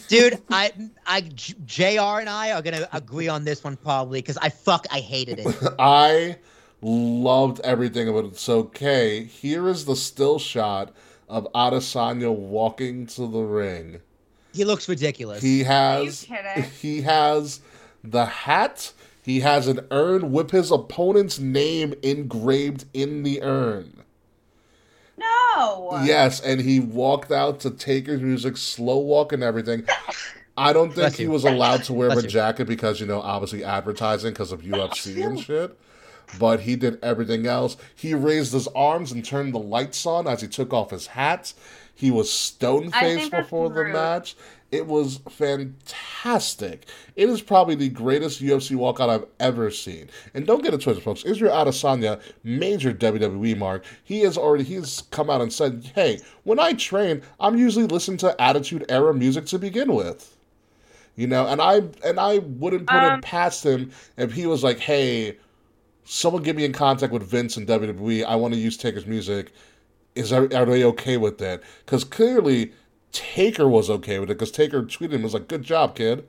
Speaker 3: Dude, I, I, J- Jr. and I are gonna agree on this one probably because I fuck, I hated it.
Speaker 1: I loved everything about it. So, Kay, here is the still shot of Adesanya walking to the ring.
Speaker 3: He looks ridiculous.
Speaker 1: He has
Speaker 2: Are you kidding?
Speaker 1: he has the hat. He has an urn with his opponent's name engraved in the urn.
Speaker 2: No.
Speaker 1: Yes, and he walked out to Taker's music, slow walk and everything. I don't think
Speaker 3: Bless
Speaker 1: he
Speaker 3: you.
Speaker 1: was allowed to wear
Speaker 3: Bless
Speaker 1: a
Speaker 3: you.
Speaker 1: jacket because you know, obviously advertising because of UFC and shit. But he did everything else. He raised his arms and turned the lights on as he took off his hat. He was stone
Speaker 2: I think
Speaker 1: faced
Speaker 2: that's
Speaker 1: before the
Speaker 2: rude.
Speaker 1: match. It was fantastic. It is probably the greatest UFC walkout I've ever seen. And don't get it twisted, folks. Israel Adesanya, major WWE mark, he has already he's come out and said, "Hey, when I train, I'm usually listening to Attitude Era music to begin with." You know, and I and I wouldn't put
Speaker 2: Um,
Speaker 1: it past him if he was like, "Hey, someone get me in contact with Vince and WWE. I want to use Taker's music. Is are, are they okay with that? Because clearly Taker was okay with it. Because Taker tweeted him was like, "Good job, kid."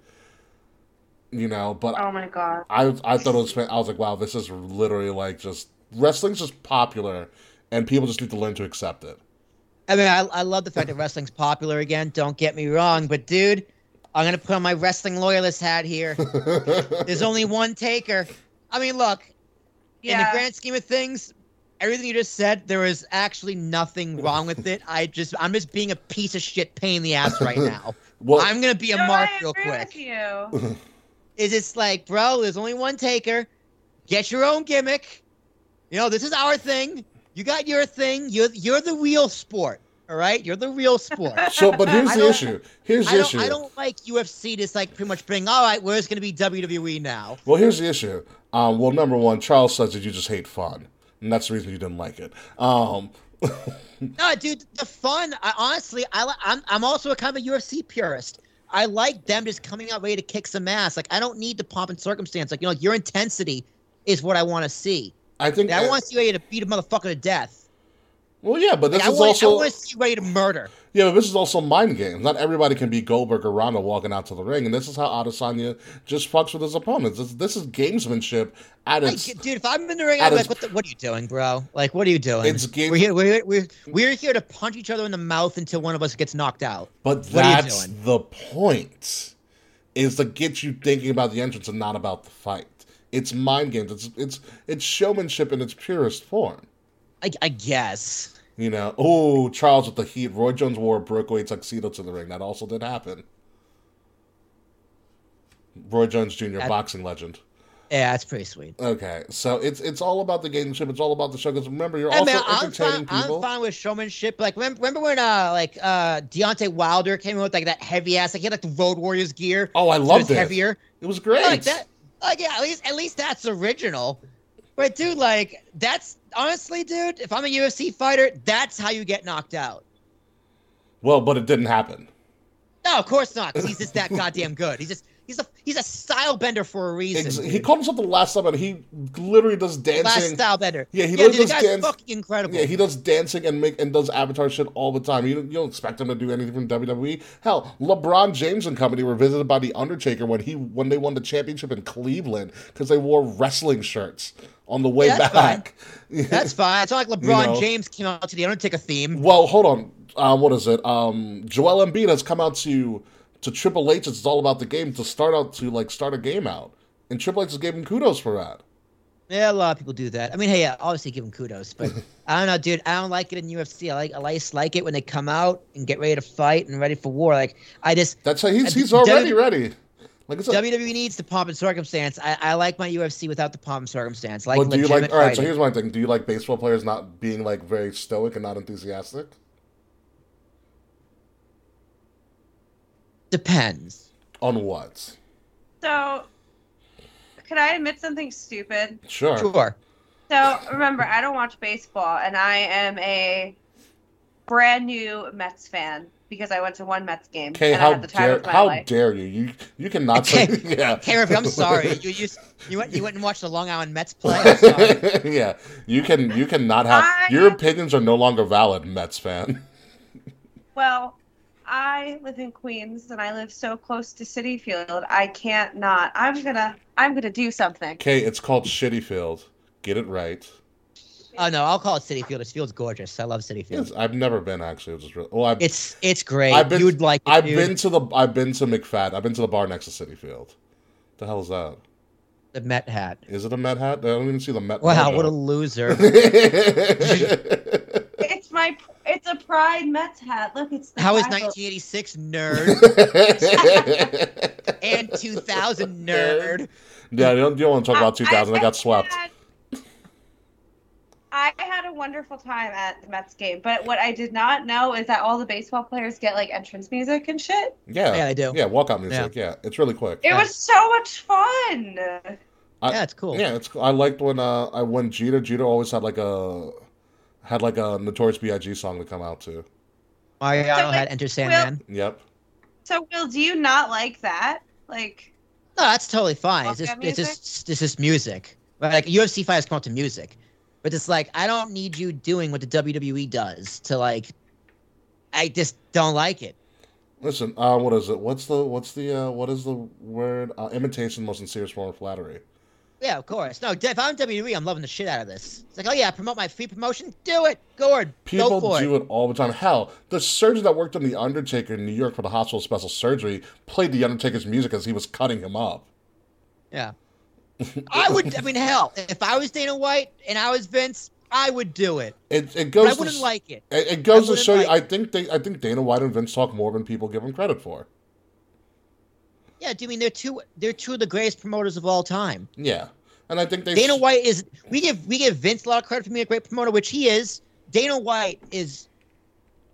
Speaker 1: You know, but
Speaker 2: Oh my god.
Speaker 1: I I thought it was. fan- I was like, "Wow, this is literally like just wrestling's just popular, and people just need to learn to accept it."
Speaker 3: I mean, I, I love the fact that wrestling's popular again. Don't get me wrong, but dude, I'm gonna put on my wrestling loyalist hat here. There's only one taker. I mean, look, in the
Speaker 2: Yeah.
Speaker 3: grand scheme of things, everything you just said, there is actually nothing wrong with it. I just, I'm just being a piece of shit pain in the ass right now.
Speaker 1: well,
Speaker 3: I'm gonna be a
Speaker 2: No,
Speaker 3: mark
Speaker 2: I
Speaker 3: real
Speaker 2: agree
Speaker 3: quick.
Speaker 2: With you.
Speaker 3: is it's like, bro, there's only one taker. Get your own gimmick. You know, this is our thing. You got your thing. You're you're the real sport. All right, you're the real sport.
Speaker 1: so but here's
Speaker 3: I
Speaker 1: the
Speaker 3: don't-
Speaker 1: issue. Here's
Speaker 3: I
Speaker 1: the
Speaker 3: don't,
Speaker 1: issue.
Speaker 3: I don't like UFC. Just like pretty much bring. "Oh, All right, where's going to be WWE now?
Speaker 1: Well, here's the issue. Um, well, number one, Charles says that you just hate fun, and that's the reason you didn't like it. Um,
Speaker 3: No, dude, the fun. I honestly, I li- I'm I'm also a kind of a UFC purist. I like them just coming out ready to kick some ass. Like I don't need the pomp and circumstance. Like you know, like, your intensity is what I want to see.
Speaker 1: I think
Speaker 3: I want to see you ready to beat a motherfucker to death.
Speaker 1: Well, yeah, but this
Speaker 3: Like, I
Speaker 1: is
Speaker 3: want I
Speaker 1: also
Speaker 3: want to see you ready to murder.
Speaker 1: yeah, but this is also mind games. Not everybody can be Goldberg or Ronda walking out to the ring, and this is how Adesanya just fucks with his opponents. This, this is gamesmanship at
Speaker 3: Like,
Speaker 1: its.
Speaker 3: dude, if I'm in the ring,
Speaker 1: that
Speaker 3: I'm
Speaker 1: is-
Speaker 3: like, what, the, what are you doing, bro? Like, what are you doing?
Speaker 1: It's game-
Speaker 3: we're, here, we're, here, we're, we're here to punch each other in the mouth until one of us gets knocked out.
Speaker 1: But
Speaker 3: What are you
Speaker 1: that's the point. Is to get you thinking about the entrance and not about the fight. It's mind games. It's it's it's showmanship in its purest form.
Speaker 3: I, I guess.
Speaker 1: You know, oh, Charles with the heat. Roy Jones wore a breakaway tuxedo to the ring. That also did happen. Roy Jones Jr.,
Speaker 3: That-
Speaker 1: boxing legend.
Speaker 3: Yeah, that's pretty sweet.
Speaker 1: Okay, so it's it's all about the gameship. It's all about the show. Because remember, you're
Speaker 3: Hey,
Speaker 1: also
Speaker 3: man, I'm
Speaker 1: entertaining
Speaker 3: fine,
Speaker 1: people.
Speaker 3: I'm fine with showmanship. Like, remember, remember when uh, like uh, Deontay Wilder came in with like that heavy ass, like he had like the Road Warriors gear.
Speaker 1: Oh, I
Speaker 3: so
Speaker 1: loved
Speaker 3: it's
Speaker 1: it.
Speaker 3: Heavier.
Speaker 1: It was great.
Speaker 3: Like that. Like, yeah, at least at least that's original. But dude, like that's honestly, dude. If I'm a UFC fighter, that's how you get knocked out.
Speaker 1: Well, but it didn't happen.
Speaker 3: No, of course not. 'cause he's just that goddamn good. He's just he's a he's a style bender for a reason.
Speaker 1: Ex- he
Speaker 3: dude.
Speaker 1: called himself the last time, and he literally does
Speaker 3: Last
Speaker 1: dancing.
Speaker 3: style bender.
Speaker 1: Yeah, he
Speaker 3: yeah,
Speaker 1: literally
Speaker 3: dude, the
Speaker 1: does
Speaker 3: guy's
Speaker 1: dance.
Speaker 3: fucking incredible.
Speaker 1: Yeah, he does dancing and make and does avatar shit all the time. You don't, you don't expect him to do anything from WWE. Hell, LeBron James and company were visited by the Undertaker when he when they won the championship in Cleveland because they wore wrestling shirts on the way
Speaker 3: Yeah, that's
Speaker 1: back.
Speaker 3: That's fine. It's not like LeBron
Speaker 1: know.
Speaker 3: James came out to the Undertaker theme.
Speaker 1: well, hold on. Uh, what is it? Um, Joel Embiid has come out to to Triple H. It's all about the game to start out to like start a game out, and Triple H has gave him kudos for that.
Speaker 3: Yeah, a lot of people do that. I mean, hey, yeah, obviously give him kudos, but I don't know, dude. I don't like it in UFC. I like I just like it when they come out and get ready to fight and ready for war. Like I just
Speaker 1: That's how he's
Speaker 3: And
Speaker 1: he's already
Speaker 3: W-
Speaker 1: ready. Like it's a,
Speaker 3: WWE needs the pomp and circumstance. I, I like my UFC without the pomp and circumstance. I Like
Speaker 1: Well, do you like?
Speaker 3: legitimate
Speaker 1: All right. So
Speaker 3: fighting.
Speaker 1: here's my thing. Do you like baseball players not being like very stoic and not enthusiastic?
Speaker 3: depends.
Speaker 1: On what?
Speaker 2: So, could I admit something stupid?
Speaker 1: Sure.
Speaker 3: Sure.
Speaker 2: So, remember, I don't watch baseball, and I am a brand new Mets fan because I went to one Mets game.
Speaker 1: Okay,
Speaker 2: and I
Speaker 1: how
Speaker 2: had the time
Speaker 1: dare
Speaker 2: of my
Speaker 1: how
Speaker 2: life.
Speaker 1: dare you? You you cannot say yeah.
Speaker 3: Carefree, I'm sorry. You you you went you went and watched the Long Island Mets play. I'm sorry.
Speaker 1: yeah, you can you cannot have
Speaker 2: I-
Speaker 1: your opinions are no longer valid, Mets fan.
Speaker 2: Well, I live in Queens, and I live so close to City Field. I can't not. I'm gonna. I'm gonna do something.
Speaker 1: Okay, it's called Shitty Field. Get it right.
Speaker 3: Oh no, I'll call it City Field. This field's gorgeous. I love City Field.
Speaker 1: It's- I've never been actually. It was just really, well, I've
Speaker 3: It's it's great.
Speaker 1: I've been-
Speaker 3: You'd like it.
Speaker 1: I've
Speaker 3: dude.
Speaker 1: been to the I've been to McFad. I've been to the bar next to City Field. The hell is that?
Speaker 3: the Met hat.
Speaker 1: Is it a Met hat? I don't even see the Met.
Speaker 3: Wow,
Speaker 1: logo.
Speaker 3: what a loser.
Speaker 2: It's my. It's a Pride Mets hat. Look, it's. The
Speaker 3: How is
Speaker 2: Bible.
Speaker 3: 1986 nerd and 2000 nerd?
Speaker 1: yeah, you don't, you don't want to talk about 2000. They got swept.
Speaker 2: had- I had a wonderful time at the Mets game, but what I did not know is that all the baseball players get like entrance music and shit.
Speaker 1: Yeah,
Speaker 3: Yeah, I do.
Speaker 1: yeah, walkout music. Yeah, it's really quick.
Speaker 2: It
Speaker 3: Yeah.
Speaker 2: was so much fun.
Speaker 1: I-
Speaker 3: yeah, it's cool.
Speaker 1: Yeah, it's. I liked when uh, I when Jeter. Jeter always had like a had like a Notorious B.I.G. song to come out to.
Speaker 3: Mariano
Speaker 2: So,
Speaker 3: had
Speaker 2: like,
Speaker 3: Enter Sandman.
Speaker 1: Yep.
Speaker 2: So, Will, do you not like that? Like,
Speaker 3: No, that's totally fine. It's
Speaker 2: Walkout
Speaker 3: just, it's
Speaker 2: music?
Speaker 3: just, it's just music. Right? Like UFC fighters come up to music, but it's like I don't need you doing what the WWE does to like. I just don't like it.
Speaker 1: Listen, uh, what is it? What's the what's the uh, what is the word? Uh, imitation, most sincere form of flattery.
Speaker 3: Yeah, of course. No, if I'm WWE, I'm loving the shit out of this. It's like, oh yeah, promote my free promotion. Do it, Gord.
Speaker 1: People
Speaker 3: go for
Speaker 1: do it. all the time. Hell, the surgeon that worked on the Undertaker in New York for the hospital special surgery played the Undertaker's music as he was cutting him up.
Speaker 3: Yeah. I would. I mean, hell, if I was Dana White and I was Vince, I would do it.
Speaker 1: It it
Speaker 3: But I
Speaker 1: goes.
Speaker 3: wouldn't
Speaker 1: to,
Speaker 3: like it.
Speaker 1: It, it goes to
Speaker 3: wouldn't
Speaker 1: show you. I
Speaker 3: like-
Speaker 1: think they. I think Dana White and Vince talk more than people give them credit for.
Speaker 3: Yeah, do you mean they're two? They're two of the greatest promoters of all time.
Speaker 1: Yeah, and I think they.
Speaker 3: Dana White is. We give we give Vince a lot of credit for being a great promoter, which he is. Dana White is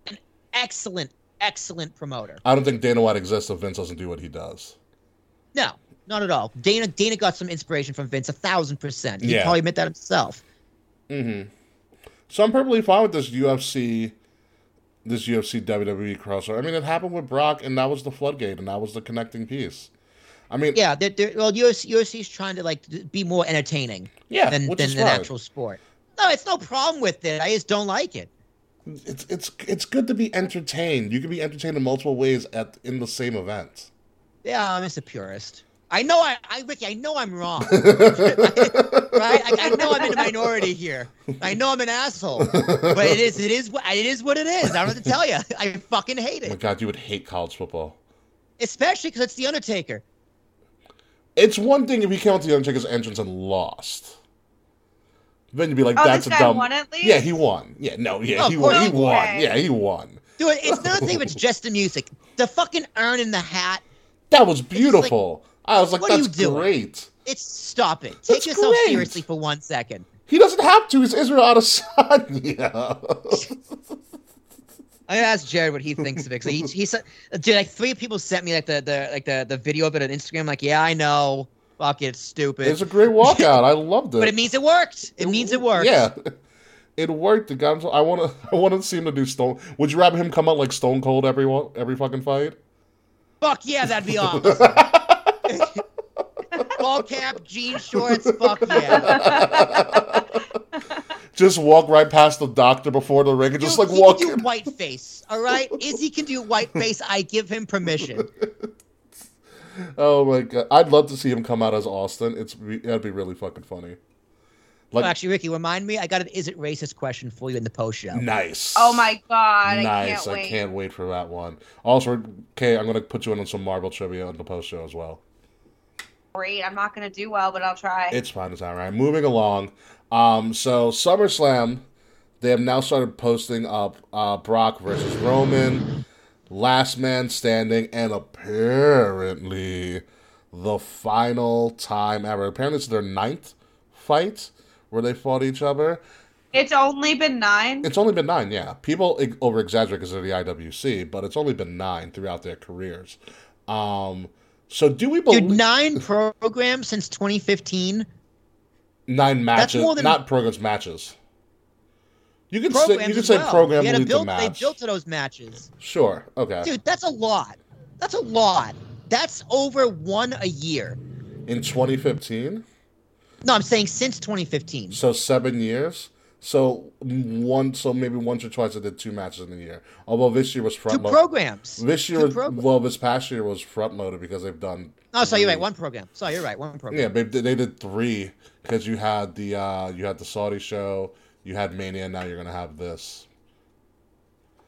Speaker 3: an excellent, excellent promoter.
Speaker 1: I don't think Dana White exists if Vince doesn't do what he does.
Speaker 3: No, not at all. Dana Dana got some inspiration from Vince, a thousand percent. He
Speaker 1: Yeah.
Speaker 3: probably admit that himself.
Speaker 1: Mm-hmm. So I'm perfectly fine with this UFC, this UFC WWE E crossover. I mean, it happened with Brock, and that was the floodgate, and that was the connecting piece. I mean,
Speaker 3: Yeah, they're, they're, well, UFC, UFC's trying to like be more entertaining
Speaker 1: yeah,
Speaker 3: than
Speaker 1: which
Speaker 3: than
Speaker 1: is
Speaker 3: an
Speaker 1: fine.
Speaker 3: actual sport. No, it's no problem with it. I just don't like it.
Speaker 1: It's it's it's good to be entertained. You can be entertained in multiple ways at in the same event.
Speaker 3: Yeah, I'm just a purist. I know I, I Ricky, I know I'm wrong.
Speaker 1: Oh
Speaker 3: right? I, I know I'm in a minority here. I know I'm an asshole, but it is it is what it is what it is. I don't have to tell you. I fucking hate
Speaker 1: Oh my
Speaker 3: it,
Speaker 1: god, you would hate college football.
Speaker 3: especially because it's the Undertaker.
Speaker 1: It's one thing if he came out to the Undertaker's entrance and lost. Then you'd be like,
Speaker 2: oh,
Speaker 1: "That's
Speaker 2: this
Speaker 1: a
Speaker 2: guy
Speaker 1: dumb."
Speaker 2: won at least.
Speaker 1: Yeah, he won. Yeah, no, yeah,
Speaker 3: Oh,
Speaker 1: he
Speaker 3: of
Speaker 1: won. He
Speaker 2: course.
Speaker 1: won.
Speaker 2: Okay.
Speaker 1: Yeah, he won.
Speaker 3: Dude, it's another thing if it's just the music. The fucking urn in the hat.
Speaker 1: That was beautiful. I was like,
Speaker 3: what are you
Speaker 1: that's
Speaker 3: doing?
Speaker 1: great.
Speaker 3: It's stop it. Take
Speaker 1: It's
Speaker 3: yourself
Speaker 1: great.
Speaker 3: seriously for one second.
Speaker 1: He doesn't have to. He's Israel Adesanya.
Speaker 3: I'm gonna ask Jared what he thinks of it. 'cause he, he said, dude, like three people sent me like the, the like the, the video of it on Instagram. Like, yeah, I know. Fuck it, it's stupid.
Speaker 1: it's a great walkout. I loved it.
Speaker 3: but it means it worked. It, means it worked.
Speaker 1: Yeah. It worked. The guy, I want to. I want to see him to do Stone. Would you rather him come out like Stone Cold every wa- every fucking fight?
Speaker 3: Fuck yeah, that'd be awesome. Ball cap, jean shorts. Fuck yeah.
Speaker 1: Just walk right past the doctor before the ring and just
Speaker 3: Dude,
Speaker 1: like
Speaker 3: he
Speaker 1: walk.
Speaker 3: can
Speaker 1: in.
Speaker 3: do white face. All right, Izzy can do white face. I give him permission.
Speaker 1: Oh my god! I'd love to see him come out as Austin. It's re- that'd be really fucking funny.
Speaker 3: Oh,
Speaker 1: Like
Speaker 3: actually, Ricky, remind me. I got an is it racist question for you in the post show.
Speaker 1: nice.
Speaker 2: Oh my god! I
Speaker 1: nice.
Speaker 2: can't wait.
Speaker 1: for that one. Also, okay, I'm gonna put you in on some Marvel trivia on the post show as well.
Speaker 2: Great. I'm not gonna do well, but I'll try.
Speaker 1: It's fine. It's all right. Moving along. Um, so SummerSlam, they have now started posting up uh, Brock versus Roman, Last Man Standing, and apparently the final time ever. Apparently, it's their ninth fight where they fought each other.
Speaker 2: it's only been nine.
Speaker 1: It's only been e-, nine, yeah. People over exaggerate because they're the IWC, but it's only been nine throughout their careers. Um, so do we believe
Speaker 3: Dude, nine programs since 2015.
Speaker 1: nine matches?
Speaker 3: more than-
Speaker 1: not programs, matches. You can say
Speaker 3: Programs
Speaker 1: you can
Speaker 3: as
Speaker 1: say
Speaker 3: well.
Speaker 1: program
Speaker 3: You had to
Speaker 1: lead
Speaker 3: build-
Speaker 1: the match.
Speaker 3: They built to those matches.
Speaker 1: Sure. Okay.
Speaker 3: Dude, that's a lot. That's a lot. That's over one a year.
Speaker 1: In 2015,
Speaker 3: No, I'm saying since 2015.
Speaker 1: so seven years. So one, so maybe once or twice I did two matches in a year. Although this year was
Speaker 3: Two
Speaker 1: front loaded.
Speaker 3: programs.
Speaker 1: This year,
Speaker 3: two
Speaker 1: was,
Speaker 3: programs.
Speaker 1: well, this past year was front loaded because they've done
Speaker 3: Oh, sorry, you're right.
Speaker 1: three.
Speaker 3: One program. Sorry, you're right. One program.
Speaker 1: Yeah, they, they did three because you had the uh, you had the Saudi show, you had Mania, and now you're gonna have this.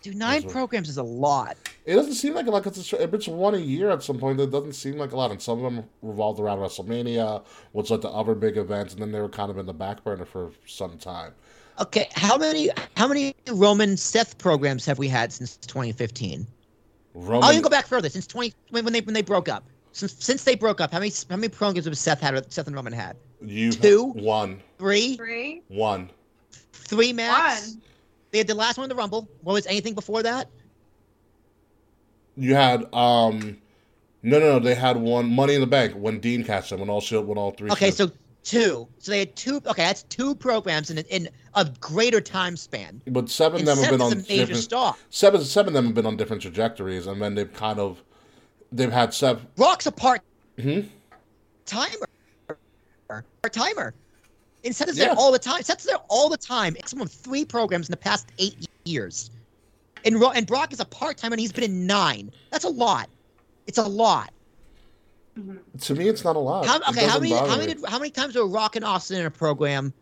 Speaker 3: Dude, nine
Speaker 1: That's what-
Speaker 3: programs is a lot.
Speaker 1: It doesn't seem like a lot. 'cause it's- If it's one a year at some point, it doesn't seem like a lot. And some of them revolved around WrestleMania, what's like the other big events, and then they were kind of in the back burner for some time.
Speaker 3: Okay, how many how many Roman Seth programs have we had since 2015? I'll
Speaker 1: Roman,
Speaker 3: even Oh, go back further. Since 20 when when they when they broke up. Since since they broke up, how many how many programs have Seth had? Seth and Roman had
Speaker 1: you
Speaker 3: two?
Speaker 1: one,
Speaker 3: three,
Speaker 2: Three,
Speaker 1: one.
Speaker 3: three max.
Speaker 2: one.
Speaker 3: They had the last one in the Rumble. What was anything before that?
Speaker 1: You had um, no, no, no. They had one Money in the Bank when Dean cashed them when all shit when all three.
Speaker 3: Okay,
Speaker 1: shows-
Speaker 3: so two. So they had two. Okay, that's two programs in in a greater time span.
Speaker 1: but seven of
Speaker 3: And
Speaker 1: them have
Speaker 3: Seth
Speaker 1: been
Speaker 3: is
Speaker 1: on
Speaker 3: a major
Speaker 1: different-
Speaker 3: star.
Speaker 1: seven seven of them have been on different trajectories, and then they've kind of they've had seven.
Speaker 3: Rock's a part
Speaker 1: Hmm?
Speaker 3: timer. Part timer. And Seth is
Speaker 1: Yeah.
Speaker 3: there all the time. Seth's there all the time. Maximum three programs in the past eight years. And Ro- and Brock is a part timer, and he's been in nine. That's a lot. It's a lot.
Speaker 2: Mhm.
Speaker 1: To me, it's not a lot. Oh,
Speaker 3: How,
Speaker 1: It
Speaker 3: okay, how
Speaker 1: doesn't
Speaker 3: many
Speaker 1: bother
Speaker 3: how
Speaker 1: me.
Speaker 3: many did, how many times were Rock and Austin in a program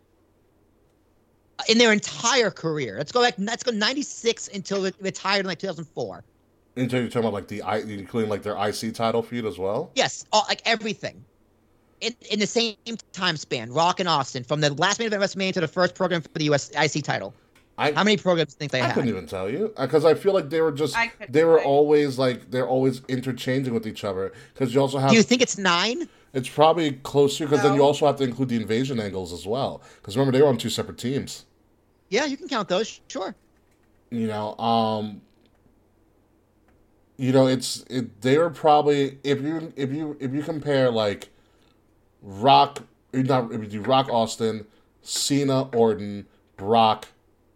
Speaker 3: in their entire career? Let's go back. Let's go ninety six until they retired in like two thousand four.
Speaker 1: Until you're talking about like the I, including like their IC title feud as well.
Speaker 3: Yes, all, like everything in in the same time span. Rock and Austin from the last main event of WrestleMania to the first program for the US IC title.
Speaker 1: I
Speaker 3: How many programs do you think they
Speaker 1: I couldn't
Speaker 3: had?
Speaker 1: even tell you because I feel like they were just
Speaker 2: I couldn't
Speaker 1: they were
Speaker 2: say.
Speaker 1: always like they're always interchanging with each other because you also have
Speaker 3: Do you think it's nine?
Speaker 1: it's probably closer because then you
Speaker 2: No.
Speaker 1: also have to include the invasion angles as well because remember they were on two separate teams.
Speaker 3: Yeah, you can count those. Sure.
Speaker 1: you know um you know it's it, they were probably if you if you if you compare like rock not if you do rock austin cena orton brock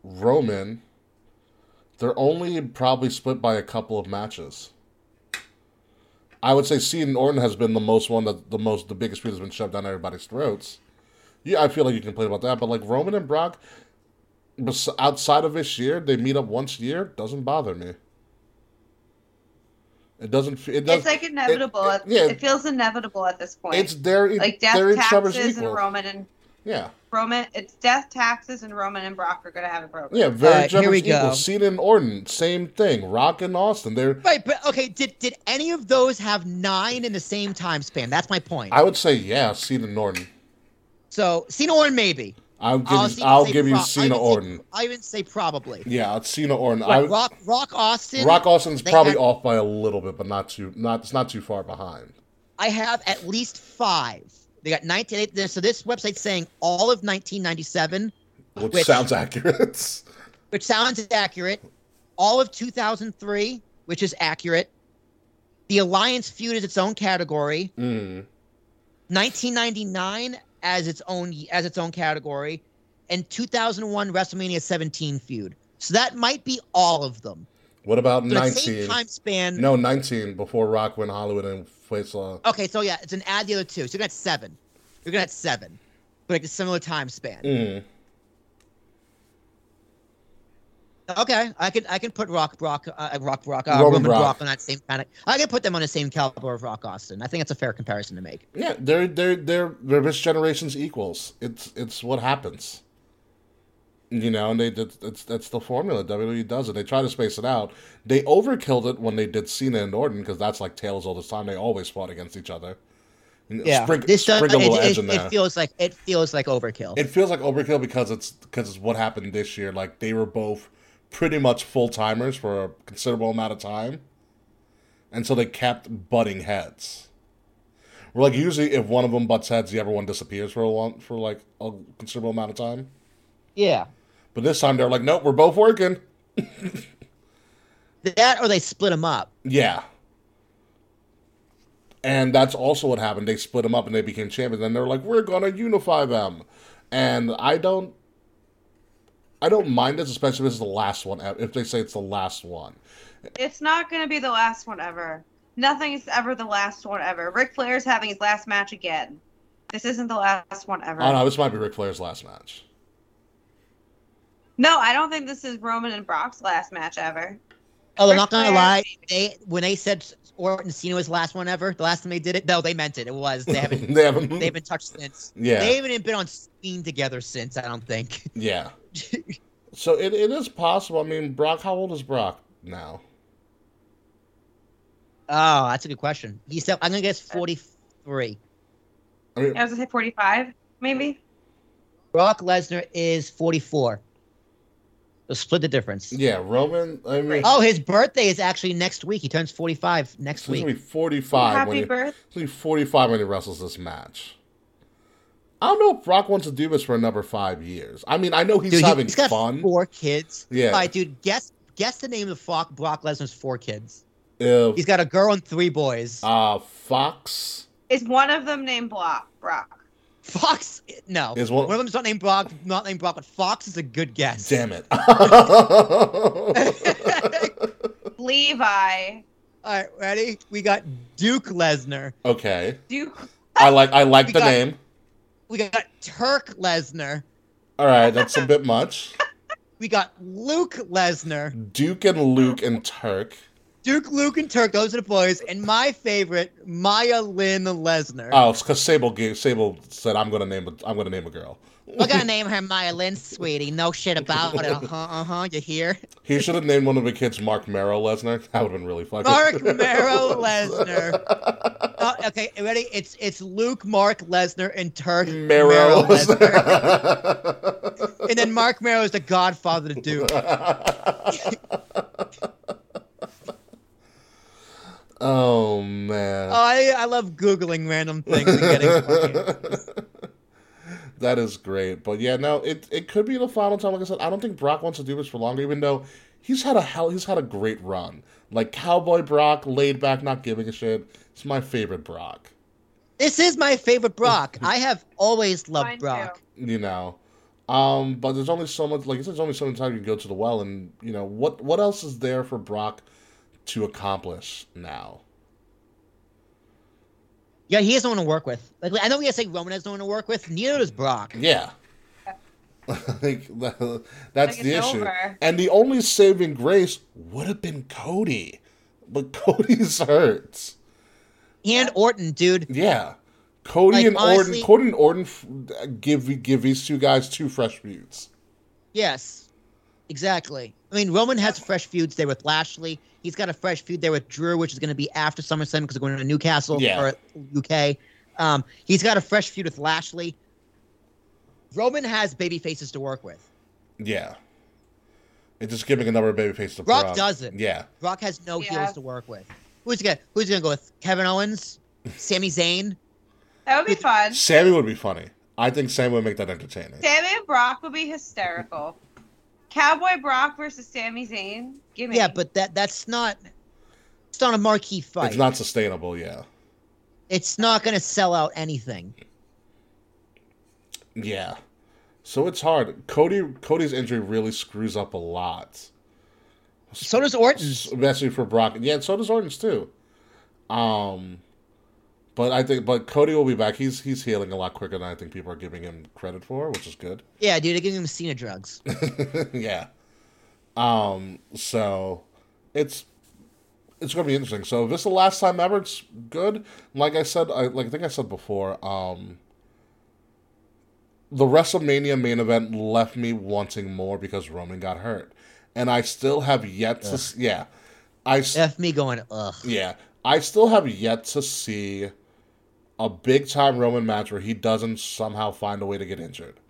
Speaker 1: roman they're only probably split by a couple of matches i would say cena and orton has been the most one that the most the biggest feud has been shoved down everybody's throats yeah i feel like you can complain about that but like roman and brock bes- outside of this year, they meet up once a year. Doesn't bother me. It doesn't. fe- It does.
Speaker 2: It's like inevitable.
Speaker 1: it-
Speaker 2: It,
Speaker 1: yeah.
Speaker 2: it feels inevitable at this point.
Speaker 1: it's their
Speaker 2: like
Speaker 1: they're
Speaker 2: death
Speaker 1: each other's
Speaker 2: taxes and
Speaker 1: equals.
Speaker 2: Roman and
Speaker 1: Yeah,
Speaker 2: Roman. It's death taxes and Roman and Brock are gonna have a program.
Speaker 1: yeah. Very
Speaker 3: Alright, Uh, here
Speaker 1: generous
Speaker 3: we
Speaker 1: equals.
Speaker 3: go.
Speaker 1: Cena and Orton, same thing. Rock and Austin. They're.
Speaker 3: Right, but okay. Did did any of those have nine in the same time span? That's my point.
Speaker 1: I would say yeah, Cena and Orton.
Speaker 3: so Cena Orton maybe.
Speaker 1: I'll give
Speaker 3: I'll
Speaker 1: you.
Speaker 3: even
Speaker 1: I'll
Speaker 3: say
Speaker 1: give you
Speaker 3: pro- I'll
Speaker 1: Cena
Speaker 3: even say-
Speaker 1: Orton.
Speaker 3: I even say probably.
Speaker 1: Yeah, it's Cena Orton. I
Speaker 3: What,
Speaker 1: would,
Speaker 3: Rock, Rock Austin.
Speaker 1: Rock Austin's
Speaker 3: They
Speaker 1: probably
Speaker 3: had-
Speaker 1: off by a little bit, but not too. Not it's not too far behind.
Speaker 3: I have at least five. They got 19. they- So this website's saying all of 1997,
Speaker 1: Which,
Speaker 3: Which-
Speaker 1: sounds accurate.
Speaker 3: which sounds accurate. All of 2003, which is accurate. The Alliance feud is its own category.
Speaker 1: mm.
Speaker 3: 1999 as its own as its own category, and 2001 WrestleMania 17 feud. So that might be all of them.
Speaker 1: What about
Speaker 3: So the same
Speaker 1: nineteen?
Speaker 3: time span.
Speaker 1: No, nineteen before Rock went Hollywood and Faisal.
Speaker 3: Okay, so yeah, it's an add the other two. So you're gonna have seven. You're gonna have seven, but like a similar time span.
Speaker 1: Mm.
Speaker 3: Okay, I can I can put Rock Brock uh, Rock Brock uh,
Speaker 1: Roman
Speaker 3: Roman, Brock.
Speaker 1: Brock.
Speaker 3: on that same kind of. I can put them on the same caliber of Rock Austin. I think that's a fair comparison to make.
Speaker 1: Yeah, they're they're they're they're this generation's equals. It's it's what happens. You know, and they that's that's, that's the formula WWE does it. They try to space it out. They overkilled it when they did Cena and Orton because that's like tails all the time. They always fought against each other. You know, spring,
Speaker 3: this does,
Speaker 1: spring a
Speaker 3: it,
Speaker 1: little edge
Speaker 3: it,
Speaker 1: in there.
Speaker 3: it feels like it feels like overkill.
Speaker 1: It feels like overkill because it's because it's what happened this year. Like they were both pretty much full timers for a considerable amount of time, and so they kept butting heads. We're like usually if one of them butts heads, the other one disappears for a long for like a considerable amount of time.
Speaker 3: yeah,
Speaker 1: But this time they're like, nope, we're both working.
Speaker 3: that or they split them up.
Speaker 1: Yeah, And that's also what happened. They split them up and they became champions. And they're like, we're gonna unify them. And I don't, I don't mind this, especially if it's the last one. ev- If they say it's the last one,
Speaker 2: It's not going to be the last one ever. Nothing is ever the last one ever. Ric Flair's having his last match again. This isn't the last one ever.
Speaker 1: I don't know. This might be Ric Flair's last match.
Speaker 2: No, I don't think this is Roman and Brock's last match ever.
Speaker 3: Oh, I'm
Speaker 2: Ric
Speaker 3: not gonna
Speaker 2: Flair-
Speaker 3: lie. They when they said Orton Cena was the last one ever, the last time they did it, no, they meant it. It was they haven't
Speaker 1: they haven't.
Speaker 3: they haven't touched since.
Speaker 1: yeah,
Speaker 3: They haven't been on screen together since. I don't think.
Speaker 1: yeah. So it, it is possible. I mean, Brock. How old is Brock now?
Speaker 3: Oh, that's a good question. He said, I'm gonna guess 43.
Speaker 1: I mean,
Speaker 2: I was going to say 45, maybe.
Speaker 3: Brock Lesnar is 44. So split the difference.
Speaker 1: yeah, Roman. I mean,
Speaker 3: Oh, his birthday is actually next week. He turns 45 next
Speaker 1: so he's
Speaker 3: week.
Speaker 1: gonna be forty-five when
Speaker 2: Happy
Speaker 1: he,
Speaker 2: birth.
Speaker 1: he's gonna be forty-five when he wrestles this match. I don't know if Brock wants to do this for another five years. I mean, I know he's
Speaker 3: Dude, he-
Speaker 1: having
Speaker 3: he's got
Speaker 1: fun.
Speaker 3: four kids.
Speaker 1: Yeah,
Speaker 3: All right, dude, guess guess the name of Brock, Brock Lesnar's four kids.
Speaker 1: if
Speaker 3: He's got a girl and three boys.
Speaker 1: uh, Fox
Speaker 2: Is one of them named Brock? Brock.
Speaker 3: Fox, no.
Speaker 1: is one,
Speaker 3: One of them's not named Brock, not named Brock, but Fox is a good guess.
Speaker 1: damn it.
Speaker 2: Levi.
Speaker 3: All right, ready? We got Duke Lesnar.
Speaker 1: okay,
Speaker 2: Duke.
Speaker 1: I like I like
Speaker 3: We
Speaker 1: the
Speaker 3: got-
Speaker 1: name.
Speaker 3: We got Turk Lesnar.
Speaker 1: All right, that's a bit much.
Speaker 3: We got Luke Lesnar.
Speaker 1: Duke and Luke and Turk.
Speaker 3: Duke, Luke, and Turk, those are the boys. And my favorite, Maya Lynn Lesnar.
Speaker 1: Oh, it's because Sable gave, Sable said I'm gonna name a, I'm gonna name a girl.
Speaker 3: We're gonna name her Maya Lynn, sweetie. No shit about it. Uh huh, uh huh. You hear?
Speaker 1: He should have named one of the kids Mark Merrow Lesnar. That would have been really fucking.
Speaker 3: Mark Merrow Lesnar. Oh, okay, ready? It's it's Luke, Mark Lesnar, and Turk
Speaker 1: Merrow
Speaker 3: Merrow Lesnar.
Speaker 1: Lesnar.
Speaker 3: and then Mark Merrow is the godfather to Duke.
Speaker 1: oh man.
Speaker 3: Oh, I, I love googling random things and getting. fucking-
Speaker 1: that is great. But yeah, no, it it could be the final time. Like I said, I don't think Brock wants to do this for longer, even though he's had a hell he's had a great run. Like Cowboy Brock, laid back, not giving a shit. It's my favorite Brock.
Speaker 3: This is my favorite Brock. I have always loved
Speaker 2: Mine too.
Speaker 3: Brock.
Speaker 1: You know. Um, but there's only so much like I said, there's only so much time you can go to the well and you know, what what else is there for Brock to accomplish now?
Speaker 3: Yeah, he has no one to work with. Like I know we say Roman has no one to work with. Neither does Brock.
Speaker 1: Yeah. like that- that's
Speaker 2: Like,
Speaker 1: the
Speaker 2: it's
Speaker 1: issue.
Speaker 2: over.
Speaker 1: And the only saving grace would have been Cody. But Cody's hurt.
Speaker 3: And Orton, dude.
Speaker 1: Yeah. Cody
Speaker 3: Like,
Speaker 1: and
Speaker 3: honestly-
Speaker 1: Orton Cody and Orton f- give give these two guys two fresh feuds.
Speaker 3: Yes, exactly. I mean, Roman has fresh feuds there with Lashley. He's got a fresh feud there with Drew, which is going to be after SummerSlam because they're going to Newcastle
Speaker 1: Yeah.
Speaker 3: or UK. Um, he's got a fresh feud with Lashley. Roman has baby faces to work with.
Speaker 1: Yeah. It's just giving another babyface to
Speaker 3: Brock
Speaker 1: Brock.
Speaker 3: doesn't.
Speaker 1: Yeah.
Speaker 3: Brock has no
Speaker 2: Yeah.
Speaker 3: heels to work with. Who's gonna Who's gonna go with Kevin Owens, Sami Zayn?
Speaker 2: That would be fun.
Speaker 1: Sammy would be funny. I think Sammy would make that entertaining.
Speaker 2: Sammy and Brock would be hysterical. Cowboy Brock versus Sami Zayn. Give me.
Speaker 3: Yeah, but that that's not. It's not a marquee fight.
Speaker 1: It's not sustainable, yeah.
Speaker 3: It's not gonna sell out anything.
Speaker 1: Yeah. So it's hard. Cody Cody's injury really screws up a lot.
Speaker 3: So does Orton's.
Speaker 1: especially for Brock. Yeah, and so does Orton's too. Um, but I think but Cody will be back. He's he's healing a lot quicker than I think people are giving him credit for, which is good.
Speaker 3: Yeah, dude, they're giving him Cena drugs.
Speaker 1: yeah. Um. So it's it's gonna be interesting. So if this is the last time ever, it's good. Like I said, I like I think I said before. Um. The WrestleMania main event left me wanting more because Roman got hurt, and I still have yet to. s Yeah, I s-
Speaker 3: F me going ugh.
Speaker 1: yeah, I still have yet to see a big time Roman match where he doesn't somehow find a way to get injured.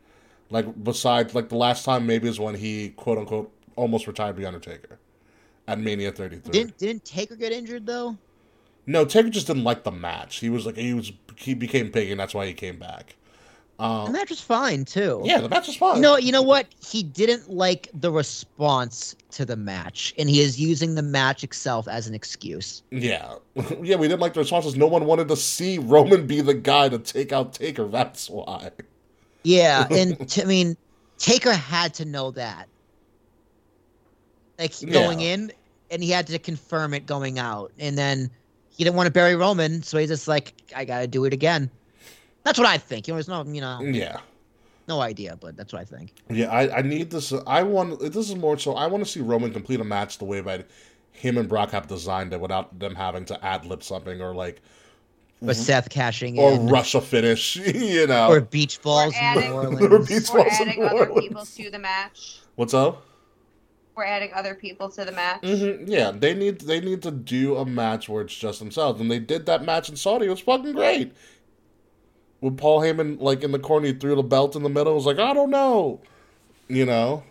Speaker 1: Like besides, like the last time maybe is when he quote unquote almost retired the Undertaker at Mania 33.
Speaker 3: Didn't didn't Taker get injured though?
Speaker 1: no, Taker just didn't like the match. He was like he was he became big and that's why he came back. Uh,
Speaker 3: The match was fine too.
Speaker 1: yeah, the match was fun.
Speaker 3: You know, you know what? He didn't like the response to the match, and he is using the match itself as an excuse.
Speaker 1: Yeah. yeah, we didn't like the responses. No one wanted to see Roman be the guy to take out Taker. That's why.
Speaker 3: Yeah, and t- I mean, Taker had to know that, like
Speaker 1: Yeah.
Speaker 3: going in, and he had to confirm it going out, and then he didn't want to bury Roman, so he's just like, I gotta do it again. That's what I think. You know, there's no, you know,
Speaker 1: Yeah.
Speaker 3: no idea, but that's what I think.
Speaker 1: Yeah, I, I need this. I want this is more so. I want to see Roman complete a match the way that him and Brock have designed it, without them having to ad lib something or like
Speaker 3: But Seth cashing
Speaker 1: Mm-hmm. or
Speaker 3: in,
Speaker 1: rush a finish. You know,
Speaker 3: or beach balls
Speaker 2: Or
Speaker 3: in
Speaker 2: adding-
Speaker 3: New
Speaker 1: Or
Speaker 3: Orleans.
Speaker 1: beach- It's
Speaker 2: We're
Speaker 1: also
Speaker 2: adding
Speaker 1: New
Speaker 2: other
Speaker 1: Orleans.
Speaker 2: people to the match.
Speaker 1: what's up?
Speaker 2: We're adding other people to the match.
Speaker 3: Mm-hmm.
Speaker 1: hmm Yeah, they need they need to do a match where it's just themselves, and they did that match in Saudi. It was fucking great. With Paul Heyman like in the corner, he threw the belt in the middle. It was like I don't know, you know,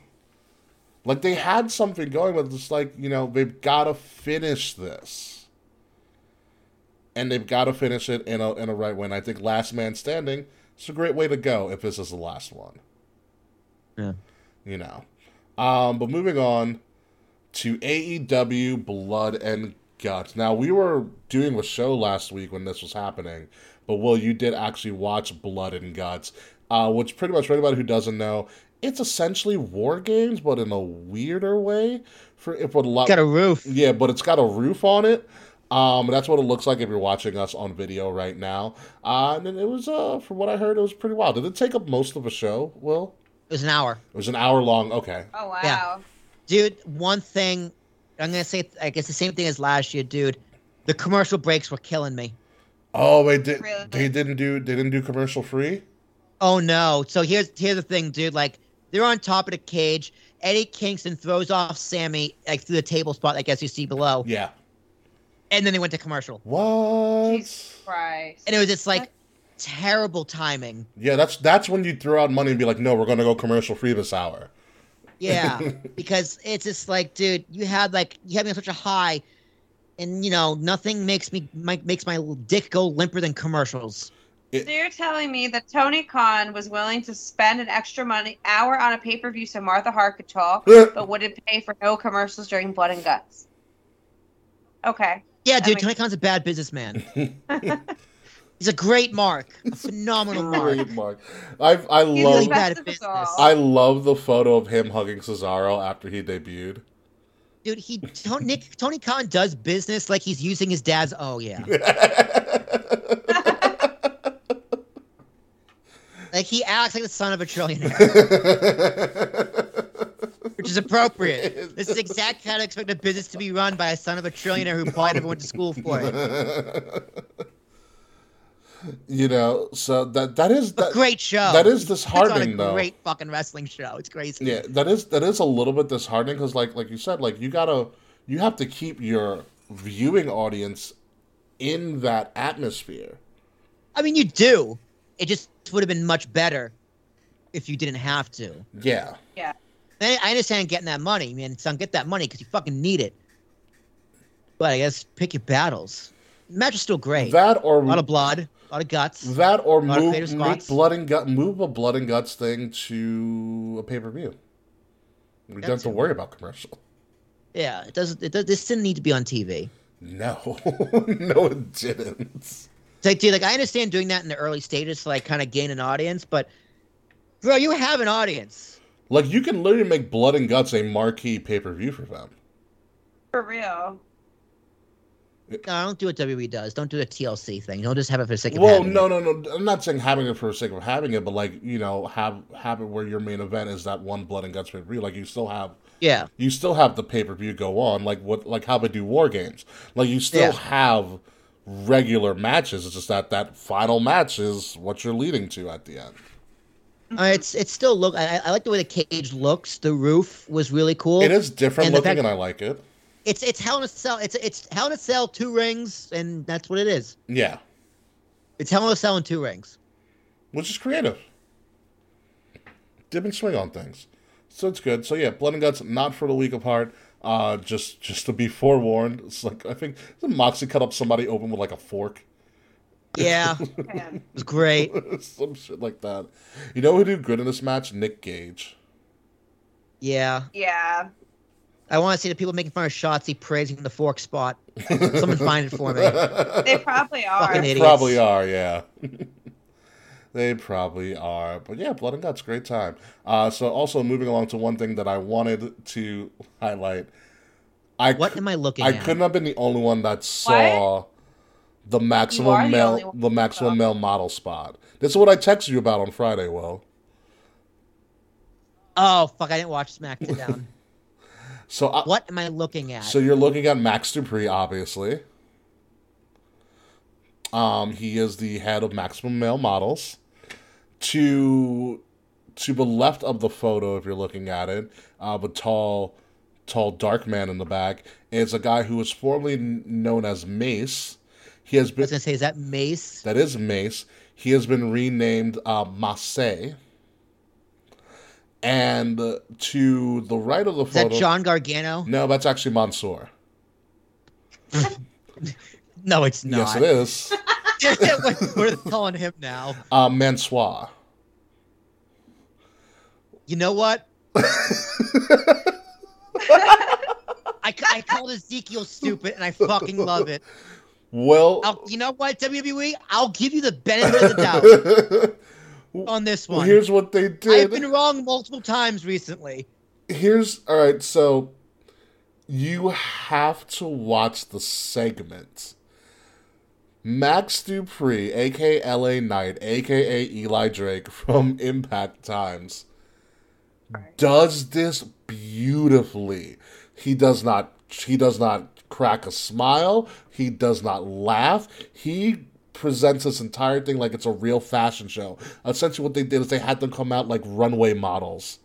Speaker 1: like they had something going, but it's like you know they've got to finish this, and they've got to finish it in a in a right way. And I think Last Man Standing is a great way to go if this is the last one
Speaker 3: Yeah.
Speaker 1: you know. Um, but moving on to AEW Blood and Guts. Now we were doing a show last week when this was happening, but Will, you did actually watch Blood and Guts, uh, which pretty much for anybody who doesn't know, it's essentially war games, but in a weirder way. For if a lot,
Speaker 3: Got a roof.
Speaker 1: yeah, but it's got a roof on it. Um, that's what it looks like if you're watching us on video right now. Uh, and it was, uh, from what I heard, it was pretty wild. Did it take up most of the show? Will
Speaker 3: It was an hour.
Speaker 1: it was an hour long. Okay,
Speaker 2: Oh wow.
Speaker 3: Yeah. dude one thing i'm gonna say i guess the same thing as last year dude the commercial breaks were killing me
Speaker 1: Oh, they did.
Speaker 2: Really?
Speaker 1: They didn't do. They didn't do commercial free.
Speaker 3: oh no so here's here's the thing dude like they're on top of the cage eddie kingston throws off sammy like through the table spot i guess you see below
Speaker 1: Yeah.
Speaker 3: and then they went to commercial
Speaker 1: What?
Speaker 2: Jesus Christ.
Speaker 3: and it was just like terrible timing
Speaker 1: Yeah, that's that's when you throw out money and be like, no, we're gonna go commercial free this hour.
Speaker 3: yeah because it's just like dude you had like you had me on such a high and you know nothing makes me my, makes my dick go limper than commercials
Speaker 2: So you're telling me that Tony Khan was willing to spend an extra money hour on a pay per view so Martha Hart could talk, but wouldn't pay for no commercials during Blood and Guts. Okay.
Speaker 3: Yeah,
Speaker 2: That
Speaker 3: dude,
Speaker 2: makes-
Speaker 3: Tony Khan's a bad businessman. He's a great mark, a phenomenal mark.
Speaker 1: Great mark. I I
Speaker 2: He's
Speaker 1: love
Speaker 2: the
Speaker 3: bad
Speaker 2: best of
Speaker 3: at
Speaker 2: us
Speaker 3: business.
Speaker 2: all.
Speaker 1: I love the photo of him hugging Cesaro after he debuted.
Speaker 3: Dude, he Tony, Nick, Tony Khan does business like he's using his dad's. Oh yeah, like he acts like the son of a trillionaire, which is appropriate. This is exactly how to expect a business to be run by a son of a trillionaire who probably never went to school for it.
Speaker 1: you know, so that that is that,
Speaker 3: Great show.
Speaker 1: that is disheartening
Speaker 3: it's on a
Speaker 1: though.
Speaker 3: Great fucking wrestling show. It's crazy.
Speaker 1: Yeah, that is that is a little bit disheartening because, like, like you said, like you gotta you have to keep your viewing audience in that atmosphere.
Speaker 3: I mean, you do. It just would have been much better if you didn't have to.
Speaker 1: Yeah,
Speaker 3: I, I understand getting that money, man. Son, get that money because you fucking need it. But I guess pick your battles. The match is still great.
Speaker 1: that or
Speaker 3: a lot of blood, a lot of guts.
Speaker 1: that or
Speaker 3: lot of
Speaker 1: move,
Speaker 3: creative
Speaker 1: move
Speaker 3: spots.
Speaker 1: blood and gut move a blood and guts thing to a pay per view. We don't have to
Speaker 3: too.
Speaker 1: worry about commercial.
Speaker 3: Yeah, it doesn't. It does, this didn't need to be on TV.
Speaker 1: No, no, it didn't.
Speaker 3: It's like, dude, like I understand doing that in the early stages to like kind of gain an audience, but bro, you have an audience.
Speaker 1: Like you can literally make blood and guts a marquee pay per view for them.
Speaker 2: For real.
Speaker 3: No, I don't do what WWE does. Don't do the TLC thing. Don't just have it for the sake of
Speaker 1: Well,
Speaker 3: having
Speaker 1: no,
Speaker 3: it.
Speaker 1: no, no. I'm not saying having it for the sake of having it, but like you know, have have it where your main event is that one blood and guts pay per view. Like you still have
Speaker 3: Yeah,
Speaker 1: you still have the pay per view go on. Like what like how they do war games. Like you still
Speaker 3: Yeah.
Speaker 1: have regular matches. It's just that that final match is what you're leading to at the end.
Speaker 3: Uh, it's it's still look. I, I- I like the way the cage looks. The roof was really cool.
Speaker 1: It is different
Speaker 3: And the
Speaker 1: looking,
Speaker 3: fact-
Speaker 1: and I like it.
Speaker 3: It's it's Hell in a Cell. It's it's Hell in a Cell, two rings, and that's what it is.
Speaker 1: Yeah,
Speaker 3: It's Hell in a Cell and two rings.
Speaker 1: which is creative. Dip and swing on things, so it's good. So yeah, blood and guts not for the weak of heart. Uh, just just to be forewarned, it's like I think did Moxie cut up somebody open with like a fork.
Speaker 3: Yeah, it
Speaker 2: Him.
Speaker 3: was great.
Speaker 1: Some shit like that. You know who did good in this match? Nick Gage.
Speaker 3: Yeah,
Speaker 2: Yeah.
Speaker 3: I want to see the people making fun of Shotzi praising the fork spot. Someone find it for me.
Speaker 2: They probably are.
Speaker 3: Fucking
Speaker 1: They
Speaker 3: idiots.
Speaker 1: probably are, yeah. they probably are. But yeah, Blood and Guts, great time. Uh, so also moving along to one thing that I wanted to highlight. I
Speaker 3: What
Speaker 1: cou-
Speaker 3: am I looking
Speaker 1: I
Speaker 3: at?
Speaker 1: couldn't have been the only one that saw the
Speaker 2: are the
Speaker 1: maximum
Speaker 2: only
Speaker 1: male
Speaker 2: one
Speaker 1: the
Speaker 2: that
Speaker 1: maximum
Speaker 2: saw.
Speaker 1: male model spot. This is what I texted you about on Friday, Will.
Speaker 3: Oh fuck! I didn't watch SmackDown.
Speaker 1: So I,
Speaker 3: what am I looking at?
Speaker 1: So you're looking at Max Dupree, obviously. Um, he is the head of Maximum Male Models. To to the left of the photo, if you're looking at it, uh, a tall, tall dark man in the back is a guy who was formerly n- known as Mace. He has
Speaker 3: I
Speaker 1: been
Speaker 3: was gonna say, is that Mace?
Speaker 1: that is Mace. He has been renamed uh, Mace. And uh, to the right of the
Speaker 3: Is
Speaker 1: photo,
Speaker 3: that John Gargano?
Speaker 1: no, that's actually Mansoor.
Speaker 3: No, it's
Speaker 1: Yes,
Speaker 3: not.
Speaker 1: it is.
Speaker 3: What- We're calling him now.
Speaker 1: Uh, Mansoir.
Speaker 3: You know what? I, ca- I called Ezekiel stupid, and I fucking love it.
Speaker 1: Well,
Speaker 3: I'll, you know what, WWE? I'll give you the benefit of the doubt on this
Speaker 1: Well,
Speaker 3: one.
Speaker 1: here's what they
Speaker 3: I've
Speaker 1: did.
Speaker 3: been wrong multiple times recently.
Speaker 1: Here's all right. So you have to watch the segment. Max Dupree, aka LA Knight, aka Eli Drake from Impact Times, does this beautifully. He does not he does not crack a smile, he does not laugh. He presents this entire thing like it's a real fashion show. Essentially what they did is they had them come out like runway models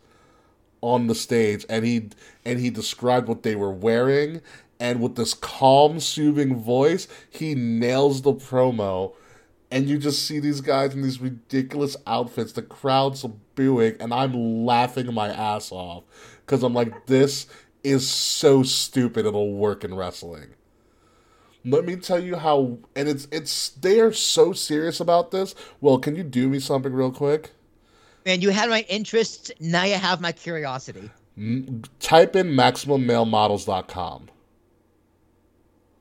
Speaker 1: on the stage and he and he described what they were wearing and with this calm soothing voice he nails the promo and you just see these guys in these ridiculous outfits the crowd's booing and i'm laughing my ass off because i'm like this is so stupid it'll work in wrestling let me tell you how and it's it's they are so serious about this well can you do me something real quick
Speaker 3: Man, you had my interest. Now you have my curiosity.
Speaker 1: M- type in maximummaleModels.com.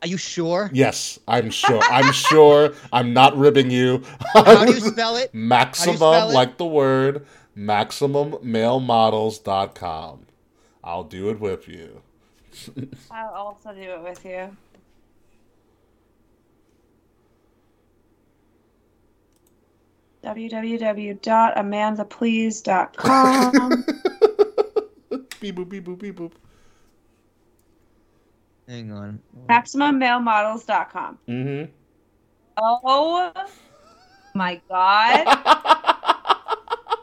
Speaker 3: Are you sure?
Speaker 1: Yes, I'm sure. I'm sure. I'm not ribbing you.
Speaker 3: How do you spell it?
Speaker 1: maximum,
Speaker 3: how do you spell it?
Speaker 1: like the word, maximummaleModels.com. I'll do it with you.
Speaker 2: I'll also do it with you. www.amandaplease.com.
Speaker 1: Beep boop, beep boop, beep boop.
Speaker 3: Hang on.
Speaker 2: MaximumMaleModels.com.
Speaker 1: Mm-hmm.
Speaker 2: Oh my god.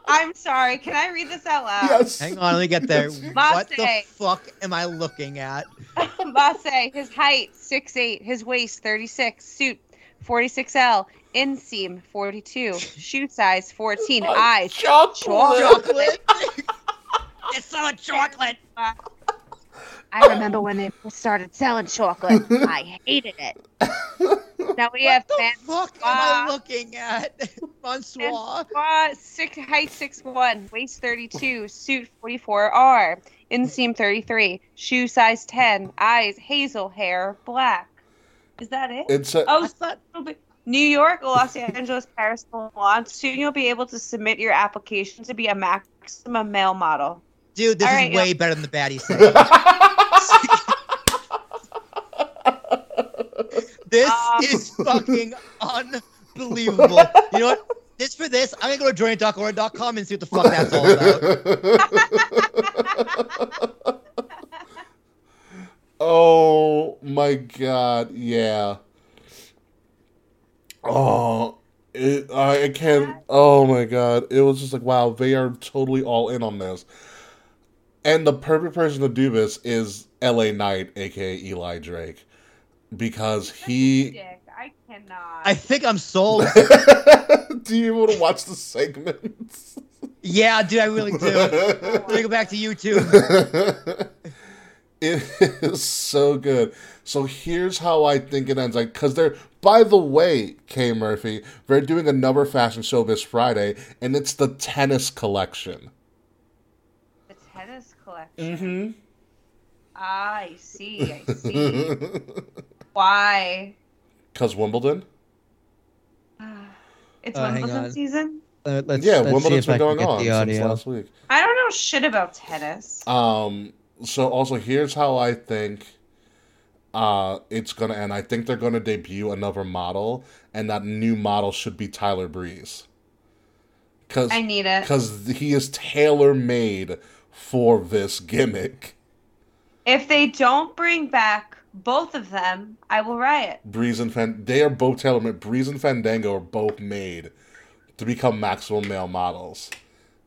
Speaker 2: I'm sorry. Can I read this out loud?
Speaker 1: yes.
Speaker 3: Hang on, let me get there. what the
Speaker 2: Maste.
Speaker 3: fuck am I looking at?
Speaker 2: Masse, his height six eight, his waist 36, suit 46L, inseam 42, shoe size 14, eyes
Speaker 1: Chocolate.
Speaker 3: Oh, Chocolate. it's not chocolate.
Speaker 2: I remember when they first started selling chocolate. I hated it. Now we have
Speaker 3: What the
Speaker 2: man
Speaker 3: fuck am I
Speaker 2: Francois.
Speaker 3: looking at? Francois.
Speaker 2: uh, six, height six one, waist 32, suit 44R, inseam 33, shoe size 10, eyes hazel hair black. Is that it?
Speaker 1: It's a,
Speaker 2: Oh, so it'll be- New York, Los Angeles, Paris, Milan. Soon you'll be able to submit your application to be a maximum male model.
Speaker 3: Dude, this
Speaker 2: All
Speaker 3: is
Speaker 2: right,
Speaker 3: way better than the baddie segment. This
Speaker 2: Um.
Speaker 3: is fucking unbelievable. You know what? This for this, I'm gonna go to joining.org.com and see what the fuck that's all about.
Speaker 1: oh my god, yeah. Oh, it, I I can't. Oh my god, it was just like wow, they are totally all in on this. And the perfect person to do this is L.A. Knight, aka Eli Drake, because he.
Speaker 2: Dick, I cannot.
Speaker 3: I think I'm sold.
Speaker 1: do you want to watch the segments?
Speaker 3: yeah, dude, I really do. Let me go back to YouTube.
Speaker 1: It is so good. So here's how I think it ends. Like, because they're, by the way, Kay Murphy, they're doing another fashion show this Friday, and it's the tennis collection.
Speaker 2: The tennis collection.
Speaker 3: Mm-hmm.
Speaker 1: Mm
Speaker 2: Ah, I see. I see.
Speaker 1: hmm.
Speaker 2: Why?
Speaker 1: Because Wimbledon?
Speaker 2: It's
Speaker 3: Oh, hang
Speaker 2: Wimbledon
Speaker 3: on.
Speaker 2: season.
Speaker 3: Uh, let's,
Speaker 1: yeah,
Speaker 3: let's see
Speaker 1: Wimbledon's
Speaker 3: if I
Speaker 1: been
Speaker 3: can
Speaker 1: going
Speaker 3: get
Speaker 1: on
Speaker 3: the
Speaker 1: since
Speaker 3: audio.
Speaker 1: last week.
Speaker 2: I don't know shit about tennis.
Speaker 1: Um, so also here's how I think uh it's gonna end. I think they're gonna debut another model, and that new model should be Tyler Breeze. Cause
Speaker 2: I need it.
Speaker 1: because he is tailor made for this gimmick.
Speaker 2: If they don't bring back both of them, I will riot.
Speaker 1: Breeze and Fan they are both tailor made. Breeze and Fandango are both made to become maximum male models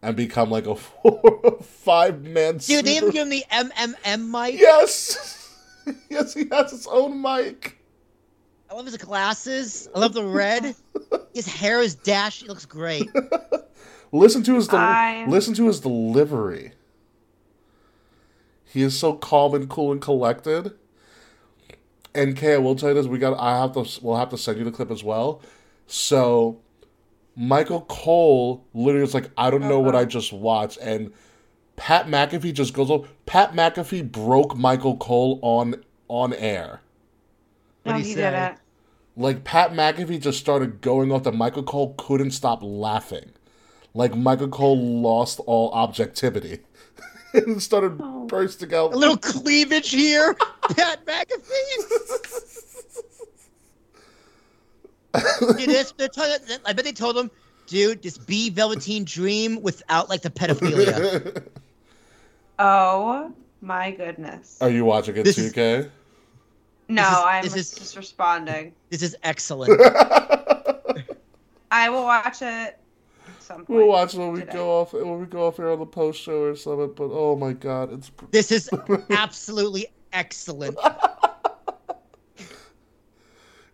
Speaker 1: and become like a four five man
Speaker 3: Dude, they even give him the MMM mic.
Speaker 1: Yes. yes, he has his own mic.
Speaker 3: I love his glasses. I love the red. his hair is dashed. It looks great.
Speaker 1: Listen to his del-
Speaker 2: I-
Speaker 1: listen to his delivery. He is so calm and cool and collected. And Kay, I will tell you this: we got. I have to. We'll have to send you the clip as well. So, Michael Cole literally is like, I don't know what I just watched, and Pat McAfee just goes up. Pat McAfee broke Michael Cole on on air.
Speaker 2: No,
Speaker 3: What'd he
Speaker 2: he
Speaker 3: say?
Speaker 2: did it.
Speaker 1: Like Pat McAfee just started going off that Michael Cole couldn't stop laughing. Like Michael Cole lost all objectivity and started bursting out.
Speaker 3: A little cleavage here. Pat McAfee. Dude, that's- they're telling- I bet they told him, dude, just be Velveteen Dream without like the pedophilia.
Speaker 2: Oh my goodness.
Speaker 1: Are you watching it
Speaker 3: This
Speaker 1: too,
Speaker 3: is-
Speaker 1: Kay?
Speaker 2: no,
Speaker 3: this is-
Speaker 2: I'm
Speaker 3: this is-
Speaker 2: just responding.
Speaker 3: this is excellent.
Speaker 2: I will watch it at some point.
Speaker 1: We'll watch when we
Speaker 2: today.
Speaker 1: go off when we go off here on the post show or something. But oh my god, it's
Speaker 3: This is absolutely excellent.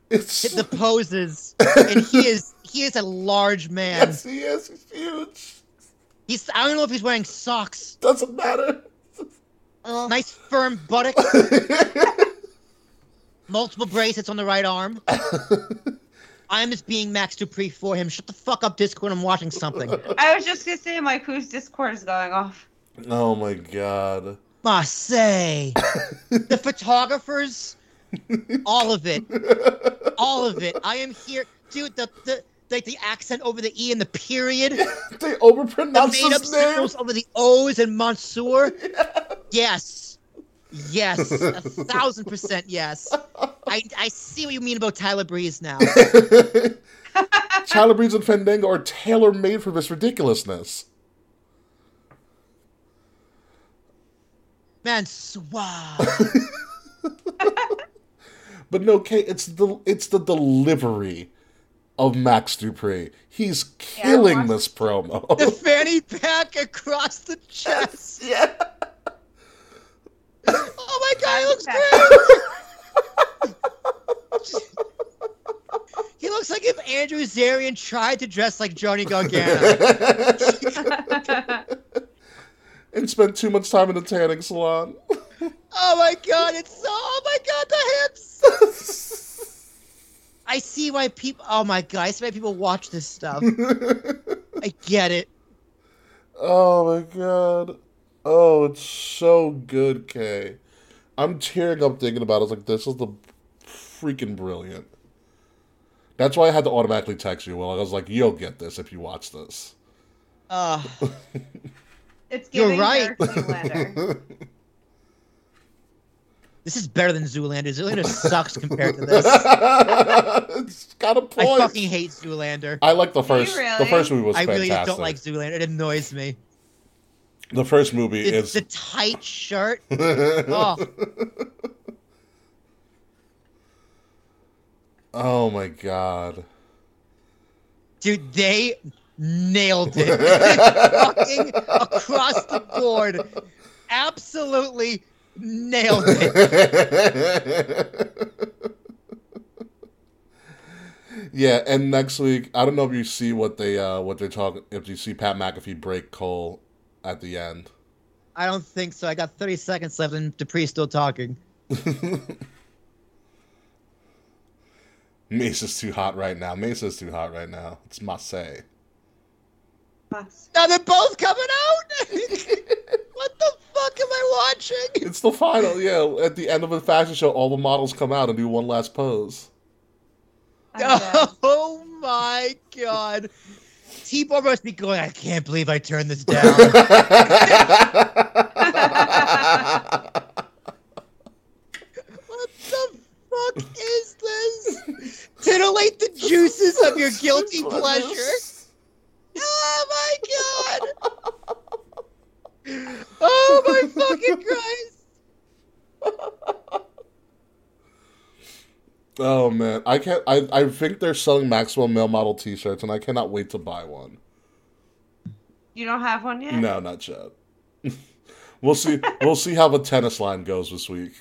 Speaker 1: it's
Speaker 3: The poses, and he is he is a large man.
Speaker 1: yes, he is. He's huge.
Speaker 3: He's I don't know if he's wearing socks.
Speaker 1: Doesn't matter.
Speaker 3: Nice firm buttock, multiple bracelets on the right arm. I'm just being Max Dupree for him. Shut the fuck up, Discord. I'm watching something.
Speaker 2: I was just gonna say, like, whose Discord is going off?
Speaker 1: oh my god.
Speaker 3: Marseille, the photographers, all of it, all of it. I am here, dude. The the like the accent over the e and the period.
Speaker 1: They
Speaker 3: the
Speaker 1: overpronounced
Speaker 3: made up
Speaker 1: his name.
Speaker 3: symbols over the O's and Mansoor? Yes. Yes. A thousand percent yes. I, I see what you mean about Tyler Breeze now.
Speaker 1: Tyler Breeze and Fandango are tailor made for this ridiculousness.
Speaker 3: Mansoor.
Speaker 1: But no, Kate, it's the it's the delivery of Max Dupree. He's
Speaker 2: Yeah, I
Speaker 1: killing
Speaker 2: watched-
Speaker 1: this
Speaker 3: The
Speaker 1: promo.
Speaker 3: fanny pack across the chest.
Speaker 1: yeah.
Speaker 3: Oh my god, he looks great. He looks like if Andrew Zarian tried to dress like Johnny Gargano.
Speaker 1: and spent too much time in the tanning salon.
Speaker 3: Oh my god, it's so. Oh my god, the hips. I see why people. Oh my god, I see why people watch this stuff. I get it.
Speaker 1: oh my god. Oh, it's so good, Kay. I'm tearing up thinking about it. I was like, this is the freaking brilliant. That's why I had to automatically text you, Will. I was like, you'll get this if you watch this.
Speaker 3: Uh,
Speaker 2: it's
Speaker 3: You're
Speaker 2: giving
Speaker 3: right.
Speaker 2: Darcy Leonard.
Speaker 3: this is better than Zoolander. Zoolander sucks compared to this.
Speaker 1: it's got a
Speaker 3: I
Speaker 1: point. I,
Speaker 3: fucking hate Zoolander.
Speaker 1: like the first. The
Speaker 2: really?
Speaker 1: first movie was
Speaker 3: I really
Speaker 1: fantastic.
Speaker 3: just don't like Zoolander. It annoys me.
Speaker 1: the first movie
Speaker 3: The,
Speaker 1: is
Speaker 3: the tight shirt. Oh,
Speaker 1: Oh my god.
Speaker 3: dude, they nailed it. fucking across the board. Absolutely nailed it.
Speaker 1: yeah, and next week, I don't know if you see what they uh what they talk if you see Pat McAfee break Cole at the end.
Speaker 3: I don't think so. I got 30 seconds left, and Dupree's still talking.
Speaker 1: Mesa's too hot right now. Mesa's too hot right now. It's Marseille.
Speaker 3: Now they're both coming out. what the fuck am I watching?
Speaker 1: It's the final. Yeah, at the end of a fashion show, all the models come out and do one last pose.
Speaker 3: Oh my god. T Bar must be going, I can't believe I turned this down. what the fuck is this? Titillate the juices of your guilty pleasure. Oh my god! Oh my fucking Christ!
Speaker 1: Oh man, I can't. I I think they're selling Maxwell male model T-shirts, and I cannot wait to buy one.
Speaker 2: You don't have one yet?
Speaker 1: No, not yet. we'll see. we'll see how the tennis line goes this week.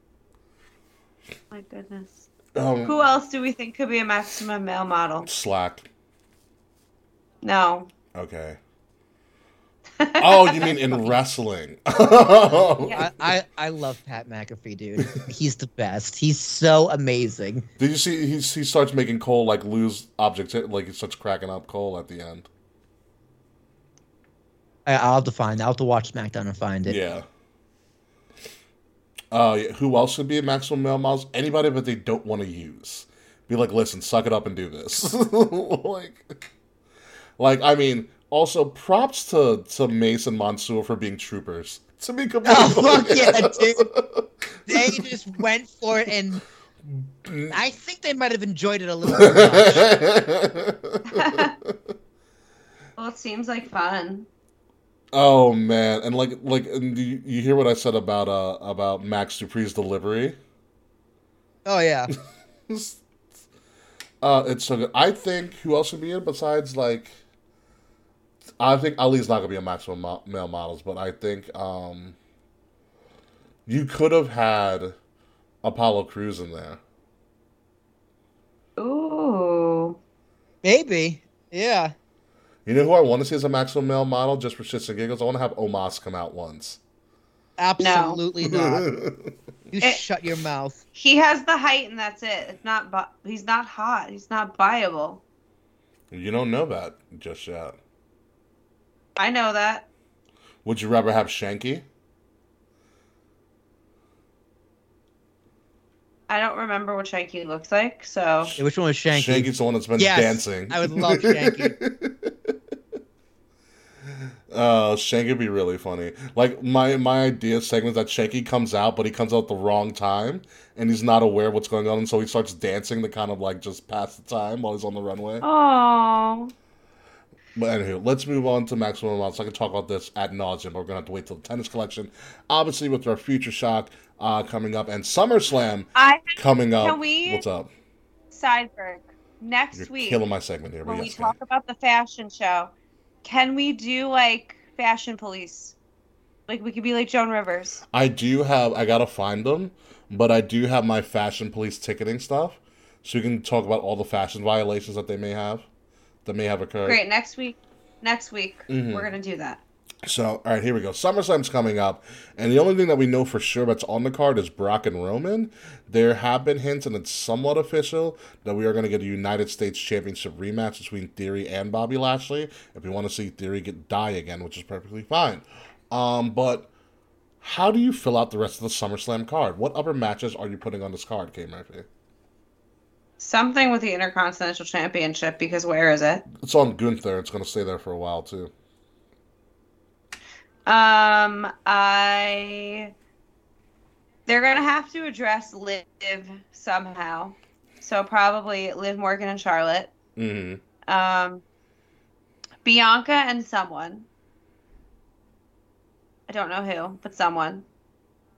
Speaker 2: My goodness.
Speaker 1: um,
Speaker 2: Who else do we think could be a maximum male model?
Speaker 1: slack.
Speaker 2: No.
Speaker 1: Okay. Oh, you mean in wrestling?
Speaker 3: I, I, I love Pat McAfee, dude. He's the best. He's so amazing.
Speaker 1: Did you see? He he starts making Cole like lose objects. Like he starts cracking up Cole at the end.
Speaker 3: I, I'll have to find. I'll have to watch SmackDown and find it.
Speaker 1: Yeah. Uh, yeah, who else would be a maximum male models? Anybody that they don't want to use. Be like, listen, suck it up and do this. like, like I mean, also props to to Mace and Mansoor for being troopers. To be completely
Speaker 3: Oh, fuck yeah,
Speaker 1: honest.
Speaker 3: They just went for it, and I think they might have enjoyed it a little bit. much.
Speaker 2: Well, it seems like fun.
Speaker 1: oh man, and like like and you, you hear what I said about uh about Max Dupree's delivery.
Speaker 3: Oh yeah.
Speaker 1: Uh, it's so good. I think who else would be in it besides like? I think Ali's not gonna be a maximum mo- male models, but I think um, you could have had Apollo Cruz in there.
Speaker 2: Ooh.
Speaker 3: Maybe. Yeah.
Speaker 1: You know who I want to see as a maximum male model just for shits and giggles? I want to have Omos come out once.
Speaker 3: Absolutely not. You shut your mouth.
Speaker 2: He has the height, and that's it. It's not. Bu- he's not hot. He's not buyable.
Speaker 1: you don't know that just yet.
Speaker 2: I know that.
Speaker 1: Would you rather have Shanky?
Speaker 2: I don't remember what Shanky looks like, so
Speaker 3: Hey, which one was Shanky?
Speaker 1: Shanky's the one that's been
Speaker 3: Yes,
Speaker 1: dancing.
Speaker 3: I would love Shanky.
Speaker 1: Oh, Shanky would be really funny. Like my my idea segment is that Shanky comes out, but he comes out at the wrong time, and he's not aware of what's going on, and so he starts dancing to kind of like just pass the time while he's on the runway.
Speaker 2: oh,
Speaker 1: But anywho, let's move on to maximum amounts. I can talk about this ad nauseum, but we're gonna have to wait till the tennis collection, obviously with our future shock uh, coming up and SummerSlam
Speaker 2: I
Speaker 1: coming up.
Speaker 2: Can we-
Speaker 1: Oh, What's up?
Speaker 2: Seidberg next
Speaker 1: You're
Speaker 2: week
Speaker 1: killing my segment here. But
Speaker 2: when we
Speaker 1: yes,
Speaker 2: talk
Speaker 1: ma'am.
Speaker 2: about the fashion show. Can we do like fashion police? Like we could be like Joan Rivers.
Speaker 1: I do have. I gotta find them, but I do have my fashion police ticketing stuff, so you can talk about all the fashion violations that they may have, that may have occurred.
Speaker 2: Great. Next week. Next week
Speaker 1: Mm-hmm.
Speaker 2: we're gonna do that.
Speaker 1: So, all right, here we go. SummerSlam's coming up, and the only thing that we know for sure that's on the card is Brock and Roman. There have been hints, and it's somewhat official, that we are going to get a United States Championship rematch between Theory and Bobby Lashley. If you want to see Theory get die again, which is perfectly fine, um, but how do you fill out the rest of the SummerSlam card? What other matches are you putting on this card, K Murphy?
Speaker 2: Something with the Intercontinental Championship because where is it?
Speaker 1: It's on Gunther. It's going to stay there for a while too.
Speaker 2: Um, I. They're gonna have to address Liv somehow, so probably Liv Morgan and Charlotte,
Speaker 1: Mm-hmm.
Speaker 2: um, Bianca and someone. I don't know who, but someone.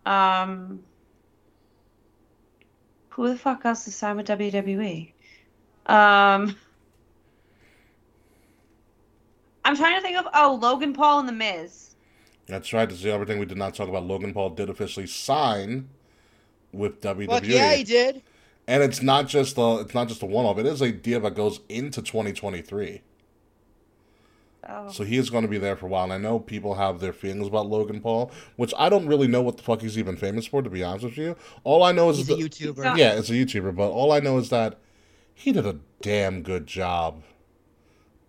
Speaker 2: Um, who the fuck else is signed with WWE? Um, I'm trying to think of oh Logan Paul and the Miz.
Speaker 1: That's right. This is the other thing we did not talk about. Logan Paul did officially sign with WWE,
Speaker 3: Fuck yeah, he did.
Speaker 1: and it's not just a it's not just a one off. It is a deal that goes into 2023.
Speaker 2: Oh.
Speaker 1: So he is going to be there for a while. And I know people have their feelings about Logan Paul, which I don't really know what the fuck he's even famous for, to be honest with you. All I know is
Speaker 3: He's a
Speaker 1: the-
Speaker 3: YouTuber.
Speaker 2: He's not-
Speaker 1: yeah, as a YouTuber, but all I know is that he did a damn good job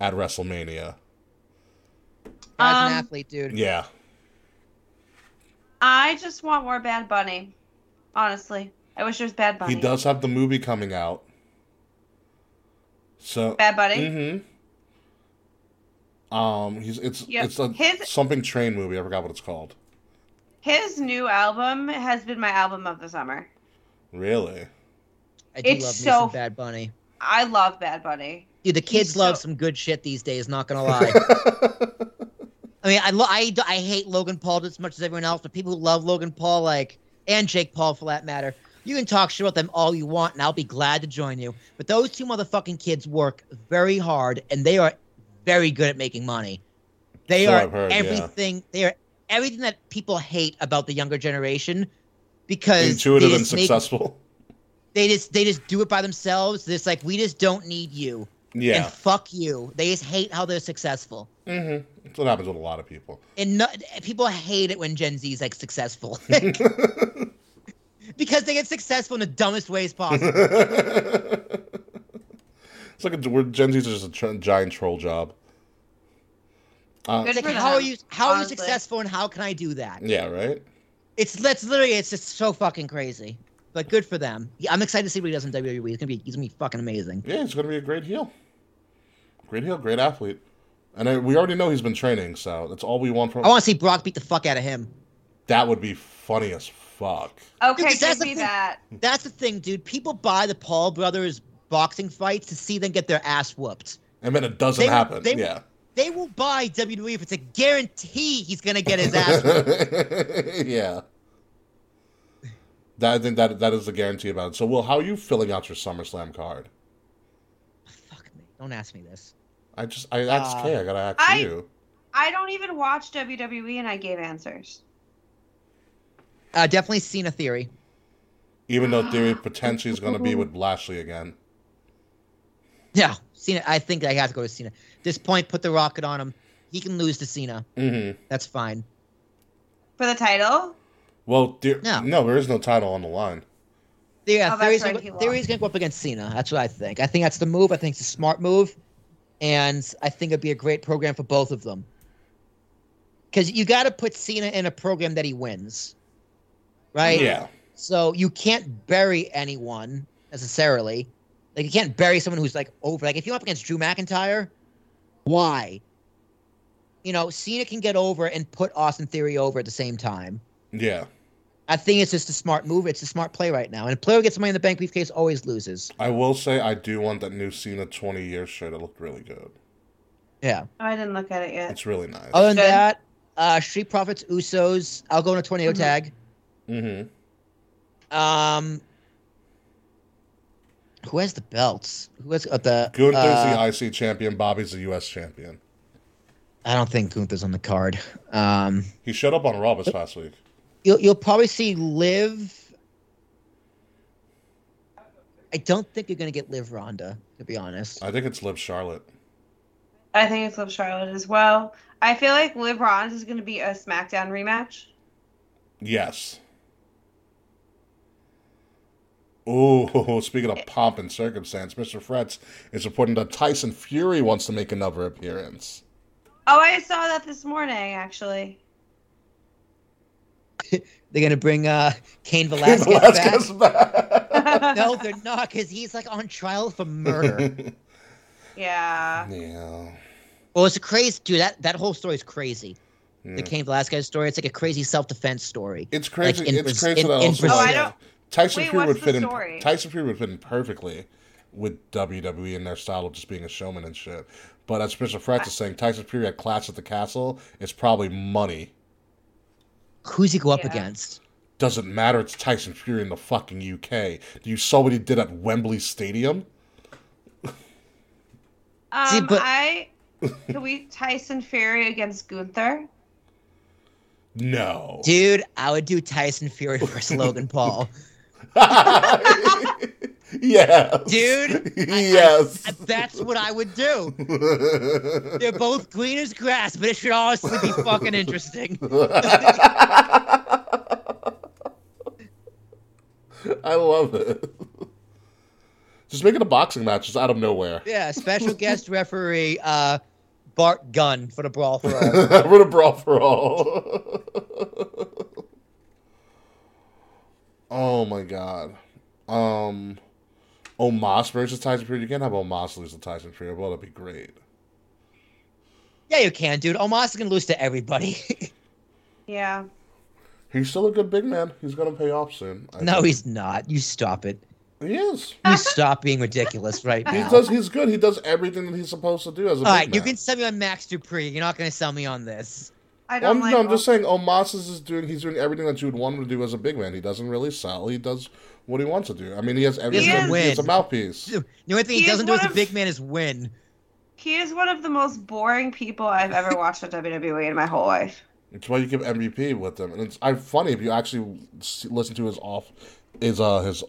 Speaker 1: at WrestleMania.
Speaker 3: Guy's an
Speaker 2: Um,
Speaker 3: athlete, dude.
Speaker 1: Yeah,
Speaker 2: I just want more Bad Bunny. Honestly, I wish there was Bad Bunny.
Speaker 1: he does have the movie coming out. So
Speaker 2: Bad Bunny.
Speaker 1: Mm-hmm. Um, he's it's
Speaker 2: Yep.
Speaker 1: it's a
Speaker 2: His-
Speaker 1: something train movie. I forgot what it's called.
Speaker 2: His new album has been my album of the summer.
Speaker 1: Really?
Speaker 3: I do
Speaker 2: it's
Speaker 3: love me
Speaker 2: so-
Speaker 3: some Bad Bunny.
Speaker 2: I love Bad Bunny.
Speaker 3: Dude, the kids
Speaker 2: so-
Speaker 3: love some good shit these days. Not gonna lie. I mean, I, lo- I do- I hate Logan Paul just as much as everyone else, but people who love Logan Paul, like and Jake Paul for that matter, you can talk shit about them all you want, and I'll be glad to join you. But those two motherfucking kids work very hard, and they are very good at making money. They
Speaker 1: So
Speaker 3: are
Speaker 1: I've heard, yeah.
Speaker 3: everything. They are everything that people hate about the younger generation because
Speaker 1: Intuitive
Speaker 3: they
Speaker 1: and
Speaker 3: just make-
Speaker 1: successful.
Speaker 3: they just they just do it by themselves. It's like we just don't need you, and
Speaker 1: Yeah.
Speaker 3: fuck you. They just hate how they're successful.
Speaker 1: Mm-hmm. That's what happens with a lot of people.
Speaker 3: and no, people hate it when Gen Z is like successful because they get successful in the dumbest ways possible.
Speaker 1: it's like a, we're, Gen Z's are just a tr- giant troll job. Uh,
Speaker 2: Good-
Speaker 3: It's like,
Speaker 2: for
Speaker 3: how are
Speaker 2: them,
Speaker 3: you? How are you
Speaker 2: honestly.
Speaker 3: successful, and how can I do that?
Speaker 1: yeah, right.
Speaker 3: It's that's literally it's just so fucking crazy. But good for them. Yeah, I'm excited to see what he does in WWE. It's gonna be he's gonna be fucking amazing.
Speaker 1: Yeah, he's gonna be a great heel. Great heel, great athlete, and I, we already know he's been training, so that's all we want from.
Speaker 3: I want to see Brock beat the fuck out of him.
Speaker 1: that would be funny as fuck.
Speaker 2: Okay,
Speaker 3: Because that's
Speaker 2: give
Speaker 3: the
Speaker 2: me
Speaker 3: thing.
Speaker 2: that.
Speaker 3: That's the thing, dude. People buy the Paul brothers boxing fights to see them get their ass whooped.
Speaker 1: And then it doesn't
Speaker 3: They-
Speaker 1: happen.
Speaker 3: they-
Speaker 1: yeah.
Speaker 3: They will buy WWE if it's a guarantee he's gonna get his ass. whooped.
Speaker 1: yeah. That, I think that that is the guarantee about it. So, Will, how are you filling out your SummerSlam card?
Speaker 3: fuck me. Don't ask me this.
Speaker 1: I just I asked
Speaker 3: Uh,
Speaker 1: Kay. I gotta ask
Speaker 2: I-
Speaker 1: you.
Speaker 2: I don't even watch WWE, and I gave answers.
Speaker 3: Uh, definitely Cena theory.
Speaker 1: Even though Theory potentially is gonna be with Lashley again.
Speaker 3: No, Cena. I think I have to go to Cena. At this point, put the rocket on him. He can lose to Cena.
Speaker 1: Mm-hmm.
Speaker 3: That's fine.
Speaker 2: For the title,
Speaker 1: Well, Theory, no.
Speaker 3: No.
Speaker 1: there is no title on the line.
Speaker 3: Yeah,
Speaker 2: Oh, that's
Speaker 3: theory's,
Speaker 2: right,
Speaker 3: gonna,
Speaker 2: he
Speaker 3: go-
Speaker 2: lost.
Speaker 3: theory's gonna go up against Cena. That's what I think. I think that's the move. I think it's a smart move, and I think it'd be a great program for both of them. Because you got to put Cena in a program that he wins, right?
Speaker 1: Yeah.
Speaker 3: So you can't bury anyone necessarily. Like you can't bury someone who's like over. Like if you're up against Drew McIntyre, why? You know, Cena can get over and put Austin Theory over at the same time.
Speaker 1: Yeah.
Speaker 3: I think it's just a smart move. It's a smart play right now. And a player who gets money in the bank briefcase always loses.
Speaker 1: I will say I do want that new Cena 20 year shirt. It looked really good.
Speaker 3: Yeah.
Speaker 2: oh, I didn't look at it yet.
Speaker 1: It's really nice.
Speaker 3: Other than
Speaker 2: Okay.
Speaker 3: that, uh Street Profits, Usos. I'll go in a tornado
Speaker 2: Mhm.
Speaker 3: tag.
Speaker 1: mm-hmm.
Speaker 3: Um who has the belts? Who has uh, the
Speaker 1: Gunther's
Speaker 3: uh,
Speaker 1: the IC champion. Bobby's the US champion.
Speaker 3: I don't think Gunther's on the card. Um
Speaker 1: He showed up on Raw this past week.
Speaker 3: you'll you'll probably see Liv. I don't think you're gonna get Liv Ronda, to be honest.
Speaker 1: I think it's Liv Charlotte.
Speaker 2: I think it's Liv Charlotte as well. I feel like Liv Ronda is going to be a SmackDown rematch.
Speaker 1: Yes. Ooh, speaking of pomp and circumstance, Mr. Fretz is reporting that Tyson Fury wants to make another appearance.
Speaker 2: Oh, I saw that this morning actually.
Speaker 3: They're gonna bring uh Kane Velasquez,
Speaker 1: Velasquez back.
Speaker 3: back. no, they're not, because he's like on trial for murder.
Speaker 2: Yeah.
Speaker 1: yeah.
Speaker 3: well, it's a crazy dude. That that whole story is crazy.
Speaker 1: Yeah.
Speaker 3: The Kane Velasquez story. It's like a crazy self-defense story.
Speaker 1: It's crazy.
Speaker 3: in
Speaker 1: it's
Speaker 3: Braz-
Speaker 1: crazy
Speaker 3: in-
Speaker 1: that
Speaker 3: in
Speaker 1: also
Speaker 3: Brazil.
Speaker 2: Oh,
Speaker 1: like,
Speaker 2: I don't.
Speaker 1: Tyson
Speaker 2: Wait,
Speaker 1: Fury would
Speaker 2: what's
Speaker 1: fit
Speaker 2: the
Speaker 1: in.
Speaker 2: story?
Speaker 1: Tyson Fury would fit in perfectly with WWE and their style of just being a showman and shit. But as Mr. Fretz is saying, Tyson Fury at Clash at the Castle is probably money.
Speaker 3: Who's he go up
Speaker 2: Yeah.
Speaker 3: against?
Speaker 1: Doesn't matter. It's Tyson Fury in the fucking UK. You saw what he did at Wembley Stadium.
Speaker 2: Um,
Speaker 3: See, but-
Speaker 2: I can we Tyson Fury against Gunther?
Speaker 1: No.
Speaker 3: Dude, I would do Tyson Fury versus Logan Paul.
Speaker 1: Yes.
Speaker 3: Dude,
Speaker 1: yes.
Speaker 3: That's what I would do. They're both green as grass, but it should honestly be fucking interesting.
Speaker 1: I love it. Just make it a boxing match just out of nowhere.
Speaker 3: Yeah, special guest referee uh, Bart Gunn for the brawl for all.
Speaker 1: We're a brawl for all. oh my god. Um Omos versus Tyson Fury. You can't have Omos lose to Tyson Fury. Well, that'd be great.
Speaker 3: Yeah, you can, dude. Omos is gonna lose to everybody.
Speaker 2: Yeah.
Speaker 1: He's still a good big man. He's gonna pay off soon. I
Speaker 3: no,
Speaker 1: think.
Speaker 3: he's not. You stop it.
Speaker 1: he is.
Speaker 3: You stop being ridiculous right
Speaker 1: He
Speaker 3: now.
Speaker 1: does. He's good. He does everything that he's supposed to do as a
Speaker 3: All
Speaker 1: big
Speaker 3: right,
Speaker 1: man.
Speaker 3: you can sell me on Max Dupree. You're not gonna sell me on this.
Speaker 2: I
Speaker 1: Well,
Speaker 2: don't
Speaker 1: I'm,
Speaker 2: like
Speaker 1: no, I'm
Speaker 2: all-
Speaker 1: just saying Omos is just doing he's doing everything that you would want him to do as a big man. He doesn't really sell. He does what he wants to do. I mean he has every
Speaker 2: He
Speaker 1: ability.
Speaker 3: is-
Speaker 1: He's a mouthpiece.
Speaker 3: The only thing he,
Speaker 2: He is
Speaker 3: doesn't do as
Speaker 2: one
Speaker 3: a
Speaker 2: of-
Speaker 3: big man is win.
Speaker 2: He is one of the most boring people I've ever watched on WWE in my whole life.
Speaker 1: It's why you give MVP with him. And it's I'm funny if you actually s- listen to his off is uh his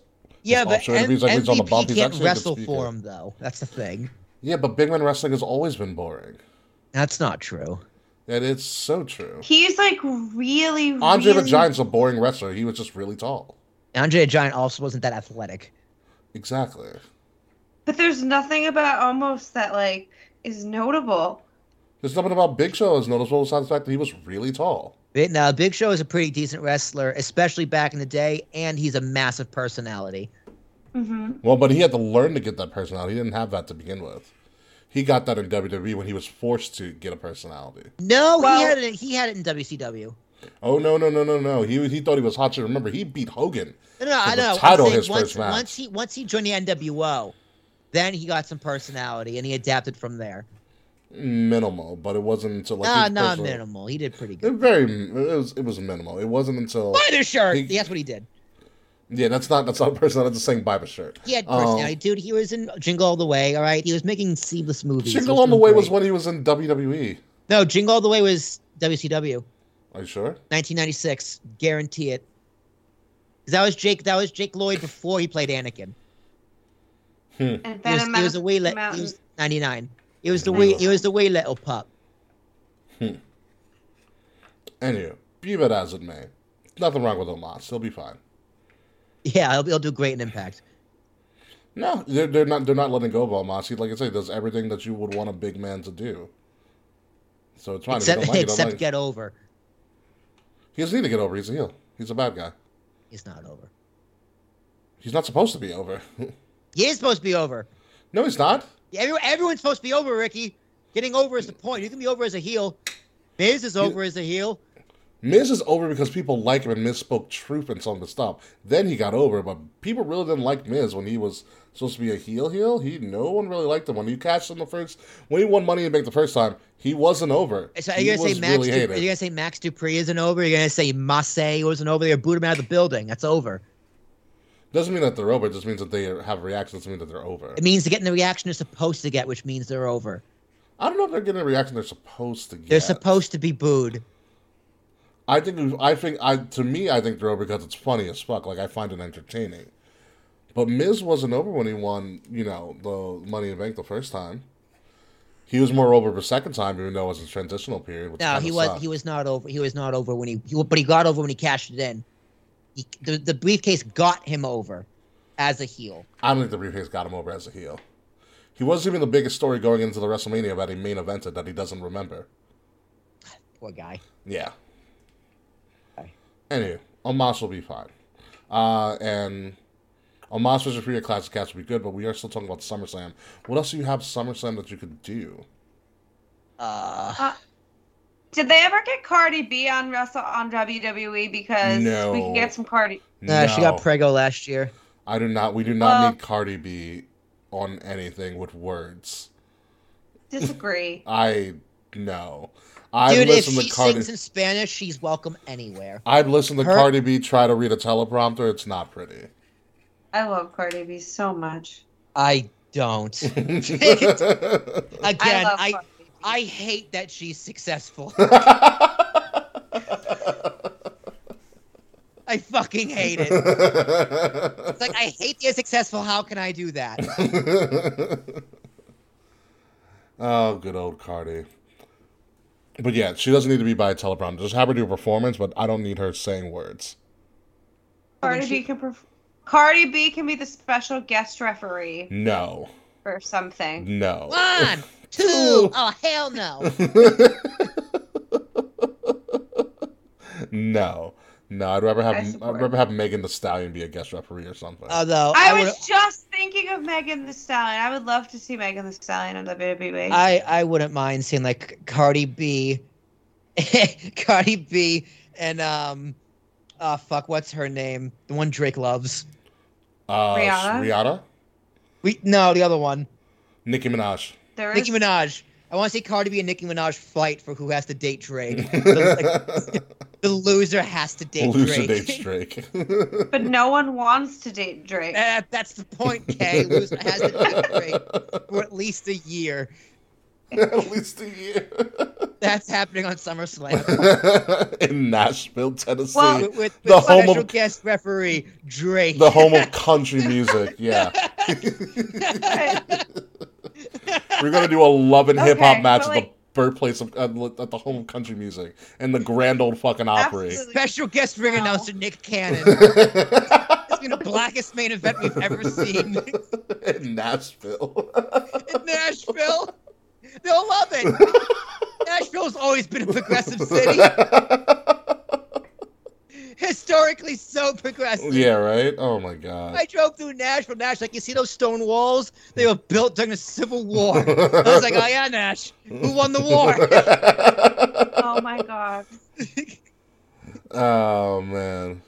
Speaker 3: Yeah,
Speaker 1: It's
Speaker 3: but
Speaker 1: offshore,
Speaker 3: M-
Speaker 1: he's like-
Speaker 3: MVP
Speaker 1: he's on the bump, he's
Speaker 3: can't
Speaker 1: actually a good
Speaker 3: wrestle for
Speaker 1: speaker.
Speaker 3: him though. That's the thing.
Speaker 1: yeah, but big man wrestling has always been boring.
Speaker 3: That's not true.
Speaker 1: And it's so true.
Speaker 2: He's like really,
Speaker 1: Andre the
Speaker 2: really
Speaker 1: Giant's a boring wrestler. He was just really tall.
Speaker 3: Andre the Giant also wasn't that athletic.
Speaker 1: Exactly.
Speaker 2: But there's nothing about almost that like is notable.
Speaker 1: There's nothing about Big Show as noticeable besides the fact that he was really tall.
Speaker 3: But now Big Show is a pretty decent wrestler, especially back in the day, and he's a massive personality.
Speaker 2: hmm
Speaker 1: Well, but he had to learn to get that personality. He didn't have that to begin with. He got that in WWE when he was forced to get a personality.
Speaker 3: No,
Speaker 2: Well-
Speaker 3: he had it. He had it in WCW.
Speaker 1: Oh no no no no no! He he thought he was hot shit. Remember, he beat Hogan.
Speaker 3: No, no, I
Speaker 1: the
Speaker 3: know.
Speaker 1: title
Speaker 3: I'm saying
Speaker 1: his
Speaker 3: once,
Speaker 1: first match.
Speaker 3: once he once he joined the NWO, then he got some personality and he adapted from there.
Speaker 1: Minimal, but it wasn't until like
Speaker 3: Nah,
Speaker 1: his
Speaker 3: nah,
Speaker 1: personal-
Speaker 3: minimal. He did pretty
Speaker 1: It
Speaker 3: good.
Speaker 1: very it was it was minimal. It wasn't until
Speaker 3: Buy the shirt.
Speaker 1: He-
Speaker 3: That's what he did.
Speaker 1: yeah. That's not that's not a personality. That's a saying. Buy a shirt.
Speaker 3: He had
Speaker 1: Um,
Speaker 3: personality, dude. He was in Jingle All the Way. All right, he was making seamless movies. He
Speaker 1: Jingle on the
Speaker 3: doing
Speaker 1: way
Speaker 3: great.
Speaker 1: was when he was in WWE.
Speaker 3: no Jingle All the Way was WCW.
Speaker 1: Are you sure?
Speaker 3: 1996. Guarantee it. 'Cause That was Jake. That was Jake Lloyd before he played Anakin.
Speaker 2: And
Speaker 3: He
Speaker 2: then
Speaker 3: was,
Speaker 2: a
Speaker 3: he was a wee. Li-
Speaker 2: mountain.
Speaker 3: he was 99. He was the wee. He was the wee little pup.
Speaker 1: Anyway, be that as it may, nothing wrong with Omos. He'll be fine.
Speaker 3: Yeah, he'll, he'll do great in Impact.
Speaker 1: No, they're, they're not. They're not letting go of Omos. He, like I say, does everything that you would want a big man to do. So it's fine. If you
Speaker 3: except
Speaker 1: don't like it, don't
Speaker 3: except
Speaker 1: like it.
Speaker 3: get over.
Speaker 1: he doesn't need to get over. He's a heel. He's a bad guy.
Speaker 3: He's not over.
Speaker 1: He's not supposed to be over.
Speaker 3: He is supposed to be over.
Speaker 1: no, he's not.
Speaker 3: Everyone, everyone's supposed to be over, Ricky. Getting over is the point. You can be over as a heel. Miz is over as a heel.
Speaker 1: Miz is over because people like him, and Miz spoke truth and some of the stuff. Then he got over, but people really didn't like Miz when he was supposed to be a heel. Heel. He no one really liked him when he cashed in the first when he won Money in the Bank the first time. He wasn't over.
Speaker 3: So
Speaker 1: he
Speaker 3: you're gonna say
Speaker 1: was
Speaker 3: Max?
Speaker 1: really
Speaker 3: Dupree,
Speaker 1: hated.
Speaker 3: you're gonna say Max Dupree isn't over. You're gonna say Massey wasn't over. They boot him out of the building. That's over.
Speaker 1: Doesn't mean that they're over. It just means that they have reactions. Doesn't mean that they're over.
Speaker 3: It means they're getting the reaction they're supposed to get, which means they're over.
Speaker 1: I don't know if they're getting the reaction they're supposed to get.
Speaker 3: They're supposed to be booed.
Speaker 1: I think. I think. I to me, I think they're over because it's funny as fuck. Like I find it entertaining. But Miz wasn't over when he won. You know the Money in the Bank the first time. He was more over the second time, even though it was a transitional period. Which
Speaker 3: No, he was he was not over. He was not over when he, he but he got over when he cashed it in. He, the, the briefcase got him over as a heel.
Speaker 1: I don't think the briefcase got him over as a heel. He wasn't even the biggest story going into the WrestleMania about a main evented that he doesn't remember.
Speaker 3: Poor guy.
Speaker 1: Yeah.
Speaker 3: Okay.
Speaker 1: Anyway, Omos will be fine. Uh, and Omos versus Rhea Classic Cats will be good, but we are still talking about SummerSlam. What else do you have SummerSlam that you could do?
Speaker 3: Uh,
Speaker 2: Did they ever get Cardi B on Wrestle on WWE? Because
Speaker 1: No.
Speaker 2: we can get some Cardi.
Speaker 3: nah, she got prego last year.
Speaker 1: I do not. We do not
Speaker 2: Well-
Speaker 1: need Cardi B on anything with words.
Speaker 2: Disagree.
Speaker 1: I no. I
Speaker 3: Dude, if
Speaker 1: listen
Speaker 3: she
Speaker 1: to Cardi.
Speaker 3: sings in Spanish, she's welcome anywhere.
Speaker 1: I'd listen to
Speaker 3: her-
Speaker 1: Cardi B try to read a teleprompter. It's not pretty.
Speaker 2: I love Cardi B so much.
Speaker 3: I don't. Again,
Speaker 2: I love
Speaker 3: I
Speaker 2: Cardi B.
Speaker 3: I hate that she's successful. I fuck fucking hate it. It's like I hate the successful. How can I do that?
Speaker 1: oh, good old Cardi. But yeah, she doesn't need to be by a teleprompter. Just have her do a performance, but I don't need her saying words.
Speaker 2: Cardi B can perf- Cardi B can be the special guest referee
Speaker 1: No.
Speaker 2: for something.
Speaker 1: No.
Speaker 3: One, two.
Speaker 1: Two.
Speaker 3: Oh hell no.
Speaker 1: no. No, I'd rather
Speaker 2: I
Speaker 1: have
Speaker 2: support.
Speaker 1: I'd rather have Megan the Stallion be a guest referee or something.
Speaker 3: Although I,
Speaker 2: I
Speaker 3: would,
Speaker 2: was just thinking of Megan the Stallion. I would love to see Megan the Stallion on E. WWE.
Speaker 3: I I wouldn't mind seeing like Cardi B, Cardi B, and um, oh fuck, what's her name? The one Drake loves.
Speaker 1: uh,
Speaker 2: Rihanna?
Speaker 1: Rihanna?
Speaker 3: We no, the other one,
Speaker 1: Nicki Minaj.
Speaker 2: there is
Speaker 3: Nicki Minaj. I want to see Cardi B and Nicki Minaj fight for who has to date Drake. The, like, the loser has to date Drake.
Speaker 1: Elucidates Drake.
Speaker 2: but no one wants to date Drake.
Speaker 3: That- that's the point, Kay. Loser has to date Drake for at least a year.
Speaker 1: At least a year.
Speaker 3: That's happening on SummerSlam. Uh,
Speaker 1: In Nashville, Tennessee.
Speaker 2: Well-
Speaker 3: with, with
Speaker 1: The home
Speaker 3: special
Speaker 1: of-
Speaker 3: guest referee Drake.
Speaker 1: the home of country music. Yeah. We're going to do a love and hip hop
Speaker 2: Okay,
Speaker 1: match
Speaker 2: but
Speaker 1: at the birthplace of uh, at the home of country music and the grand old fucking Opry.
Speaker 2: Absolutely.
Speaker 3: special guest ring
Speaker 2: Wow.
Speaker 3: announcer Nick Cannon. It's been the blackest main event we've ever seen
Speaker 1: In Nashville.
Speaker 3: in Nashville. They'll love it. Nashville's always been a progressive city, historically so progressive.
Speaker 1: yeah, right? Oh my god.
Speaker 3: I drove through Nashville, Nash. Like you see those stone walls? They were built during the Civil War. I was like, oh yeah, Nash. Who won the war? Um,
Speaker 2: oh my god.
Speaker 1: oh man.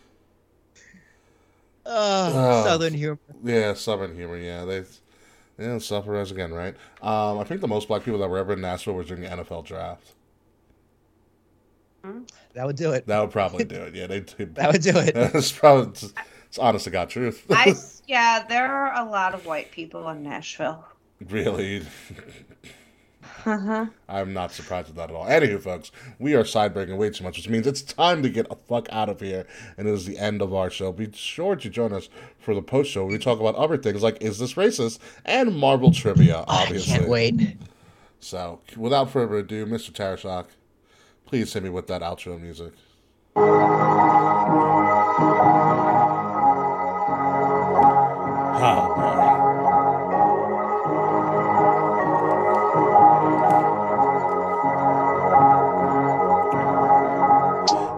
Speaker 3: Oh,
Speaker 1: Oh.
Speaker 3: Southern humor.
Speaker 1: Yeah, Southern humor. Yeah, they. Yeah, suffering again, right? Um, I think the most black people that were ever in Nashville was during the NFL draft.
Speaker 3: That would do it.
Speaker 1: That would probably do it. Yeah, they. did.
Speaker 3: That would do it.
Speaker 1: it's probably it's, it's honest to God truth.
Speaker 2: I s- yeah, there are a lot of white people in Nashville.
Speaker 1: really,
Speaker 2: Uh-huh.
Speaker 1: I'm not surprised at that at all. Anywho, folks, we are sidebreaking way too much, which means it's time to get the fuck out of here. And it is the end of our show. Be sure to join us for the post show. where We talk about other things like is this racist and Marvel trivia. Obviously,
Speaker 3: I can't wait.
Speaker 1: So, without further ado, Mr. Tarashok, please hit me with that outro music. Oh, boy.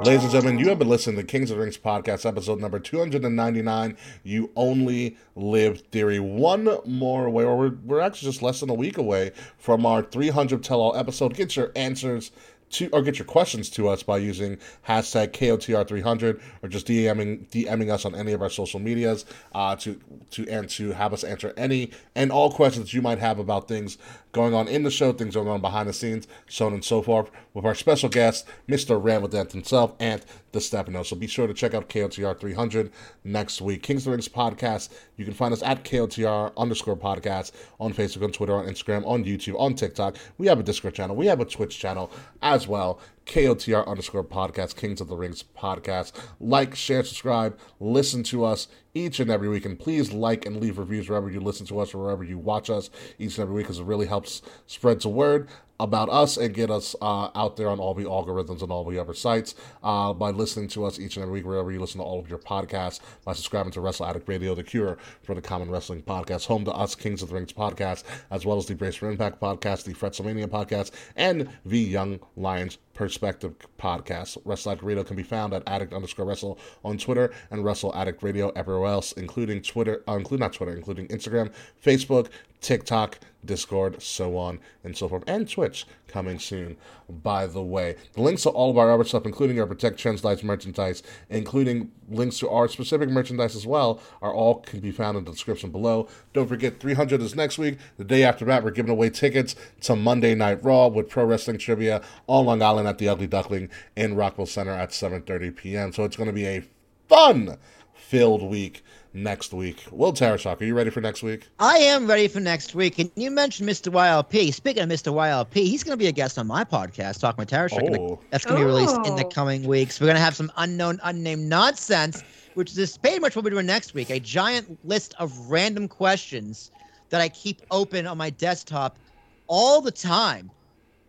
Speaker 1: Ladies and gentlemen, you have been listening to Kings of Rings podcast, episode number 299. You only live theory. One more away, or we're, we're actually just less than a week away from our 300 tell all episode. Get your answers to, or get your questions to us by using hashtag KOTR300 or just DMing, DMing us on any of our social medias uh, to, to, and to have us answer any and all questions you might have about things going on in the show, things going on behind the scenes, so on and so forth, with our special guest, Mr. Ramadant himself, and the Stefano. So be sure to check out KOTR 300 next week. Kings of the Rings podcast. You can find us at KOTR underscore podcast on Facebook, on Twitter, on Instagram, on YouTube, on TikTok. We have a Discord channel. We have a Twitch channel as well. KOTR underscore podcast, Kings of the Rings podcast. Like, share, subscribe, listen to us each and every week. And please like and leave reviews wherever you listen to us or wherever you watch us each and every week because it really helps spread the word about us and get us uh, out there on all the algorithms and all the other sites uh, by listening to us each and every week wherever you listen to all of your podcasts by subscribing to Wrestle Addict Radio, the cure for the common wrestling podcast, home to us Kings of the Rings podcast, as well as the Brace for Impact podcast, the Fretzelmania podcast, and the Young Lions Perspective podcast. Wrestle Addict Radio can be found at addict underscore wrestle on Twitter and Wrestle Addict Radio everywhere else, including Twitter, uh, include not Twitter, including Instagram, Facebook, TikTok, Discord, so on and so forth, and Twitch coming soon, by the way. The links to all of our other stuff, including our Protect Trends Lights merchandise, including links to our specific merchandise as well, are all can be found in the description below. Don't forget, 300 is next week. The day after that, we're giving away tickets to Monday Night Raw with Pro Wrestling Trivia on Long Island at the Ugly Duckling in Rockville Center at 7.30 p.m. So it's going to be a fun filled week next week. Will Tarashok, are you ready for next week?
Speaker 3: I am ready for next week. And you mentioned Mr. YLP. Speaking of Mr. YLP, he's going to be a guest on my podcast, Talk My Terror Strike.
Speaker 1: Oh.
Speaker 3: That's going to be released in the
Speaker 2: Oh.
Speaker 3: coming weeks. We're going to have some unknown, unnamed nonsense which is this pretty much what we're doing next week a giant list of random questions that I keep open on my desktop all the time.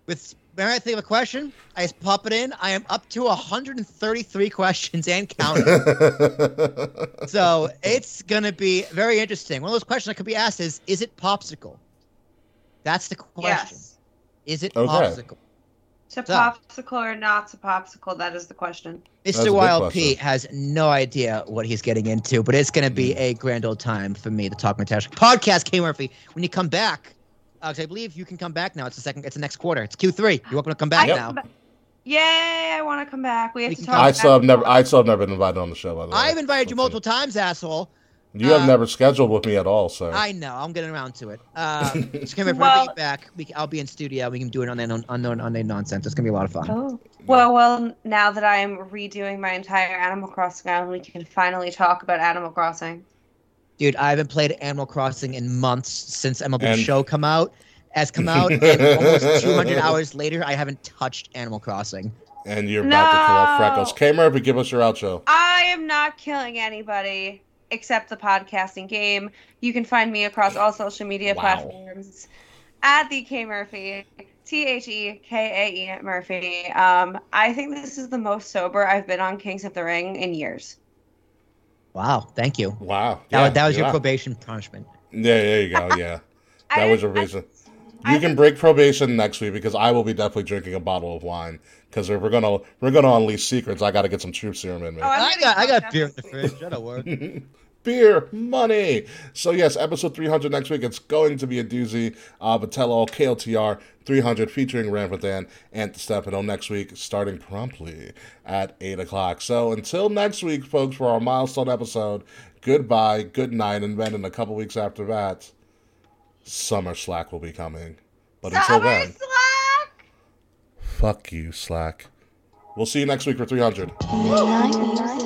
Speaker 3: With when I think of a question, I just pop it in. I am up to 133 questions and counting. so it's gonna be very interesting. One of those questions that could be asked is, "Is it popsicle?" That's the question.
Speaker 2: Yes.
Speaker 3: Is it
Speaker 1: Okay.
Speaker 3: popsicle?
Speaker 2: To
Speaker 3: So-
Speaker 2: popsicle or not to popsicle? That is the question.
Speaker 1: That's a big
Speaker 3: Mr. Wild
Speaker 1: question.
Speaker 3: Pete has no idea what he's getting into, but it's going to
Speaker 1: Mm.
Speaker 3: be a grand old time for me to talk my trash. Podcast, K Murphy, when you come back, uh, 'cause I believe you can come back now. It's the second, it's the next quarter. It's Q3. You're welcome to come back
Speaker 2: I-
Speaker 3: now.
Speaker 2: Yay! I want to come back. We have
Speaker 3: We
Speaker 2: to
Speaker 3: can
Speaker 2: talk.
Speaker 3: come
Speaker 1: I
Speaker 2: about
Speaker 1: still have never. I still have never been invited on the show. By the way,
Speaker 3: I've invited you
Speaker 1: Let's see.
Speaker 3: multiple times, asshole.
Speaker 1: You have
Speaker 3: uh,
Speaker 1: never scheduled with me at all, sir.
Speaker 3: I know. I'm getting around to it. Um, just come
Speaker 2: Well-
Speaker 3: back. We, can- I'll be in studio. We can do it on unknown, unknown, unknown nonsense. It's going to be a lot of fun.
Speaker 2: Oh. Well, well, now that I am redoing my entire Animal Crossing island, we can finally talk about Animal Crossing.
Speaker 3: Dude, I haven't played Animal Crossing in months since MLB
Speaker 1: And-
Speaker 3: Show come out has come out, and almost 200 hours later, I haven't touched Animal Crossing.
Speaker 1: and you're about to kill off
Speaker 2: No.
Speaker 1: Freckles. K Murphy, give us your outro.
Speaker 2: I am not killing anybody except the podcasting game. You can find me across all social media
Speaker 1: Wow.
Speaker 2: platforms at the K Murphy, T H E K A E Murphy. Um, I think this is the most sober I've been on Kings of the Ring in years.
Speaker 3: Wow, thank you.
Speaker 1: Wow,
Speaker 3: That,
Speaker 1: yeah,
Speaker 3: was, that was your
Speaker 1: yeah.
Speaker 3: probation punishment.
Speaker 1: Yeah, there you go. Yeah,
Speaker 2: I-
Speaker 1: that was your
Speaker 2: I-
Speaker 1: reason.
Speaker 2: I
Speaker 1: you can
Speaker 2: just-
Speaker 1: break probation next week because I will be definitely drinking a bottle of wine because we're gonna we're gonna unleash secrets. I got to get some troop serum in me.
Speaker 2: Oh, I'm
Speaker 3: I
Speaker 2: getting
Speaker 3: got, I got
Speaker 2: fucked
Speaker 3: beer in
Speaker 2: up
Speaker 3: the
Speaker 2: this week.
Speaker 3: fridge. That'll work.
Speaker 1: beer money. So yes, episode 300 next week. It's going to be a doozy. Uh, but tell all KLTR 300 featuring Rampathan and Stefano next week, starting promptly at eight o'clock. So until next week, folks, for our milestone episode. Goodbye, good night, and then in a couple weeks after that, summer slack will be coming. But until
Speaker 2: Summer
Speaker 1: then,
Speaker 2: slack!
Speaker 1: fuck you, slack. We'll see you next week for 300.
Speaker 4: Midnight music.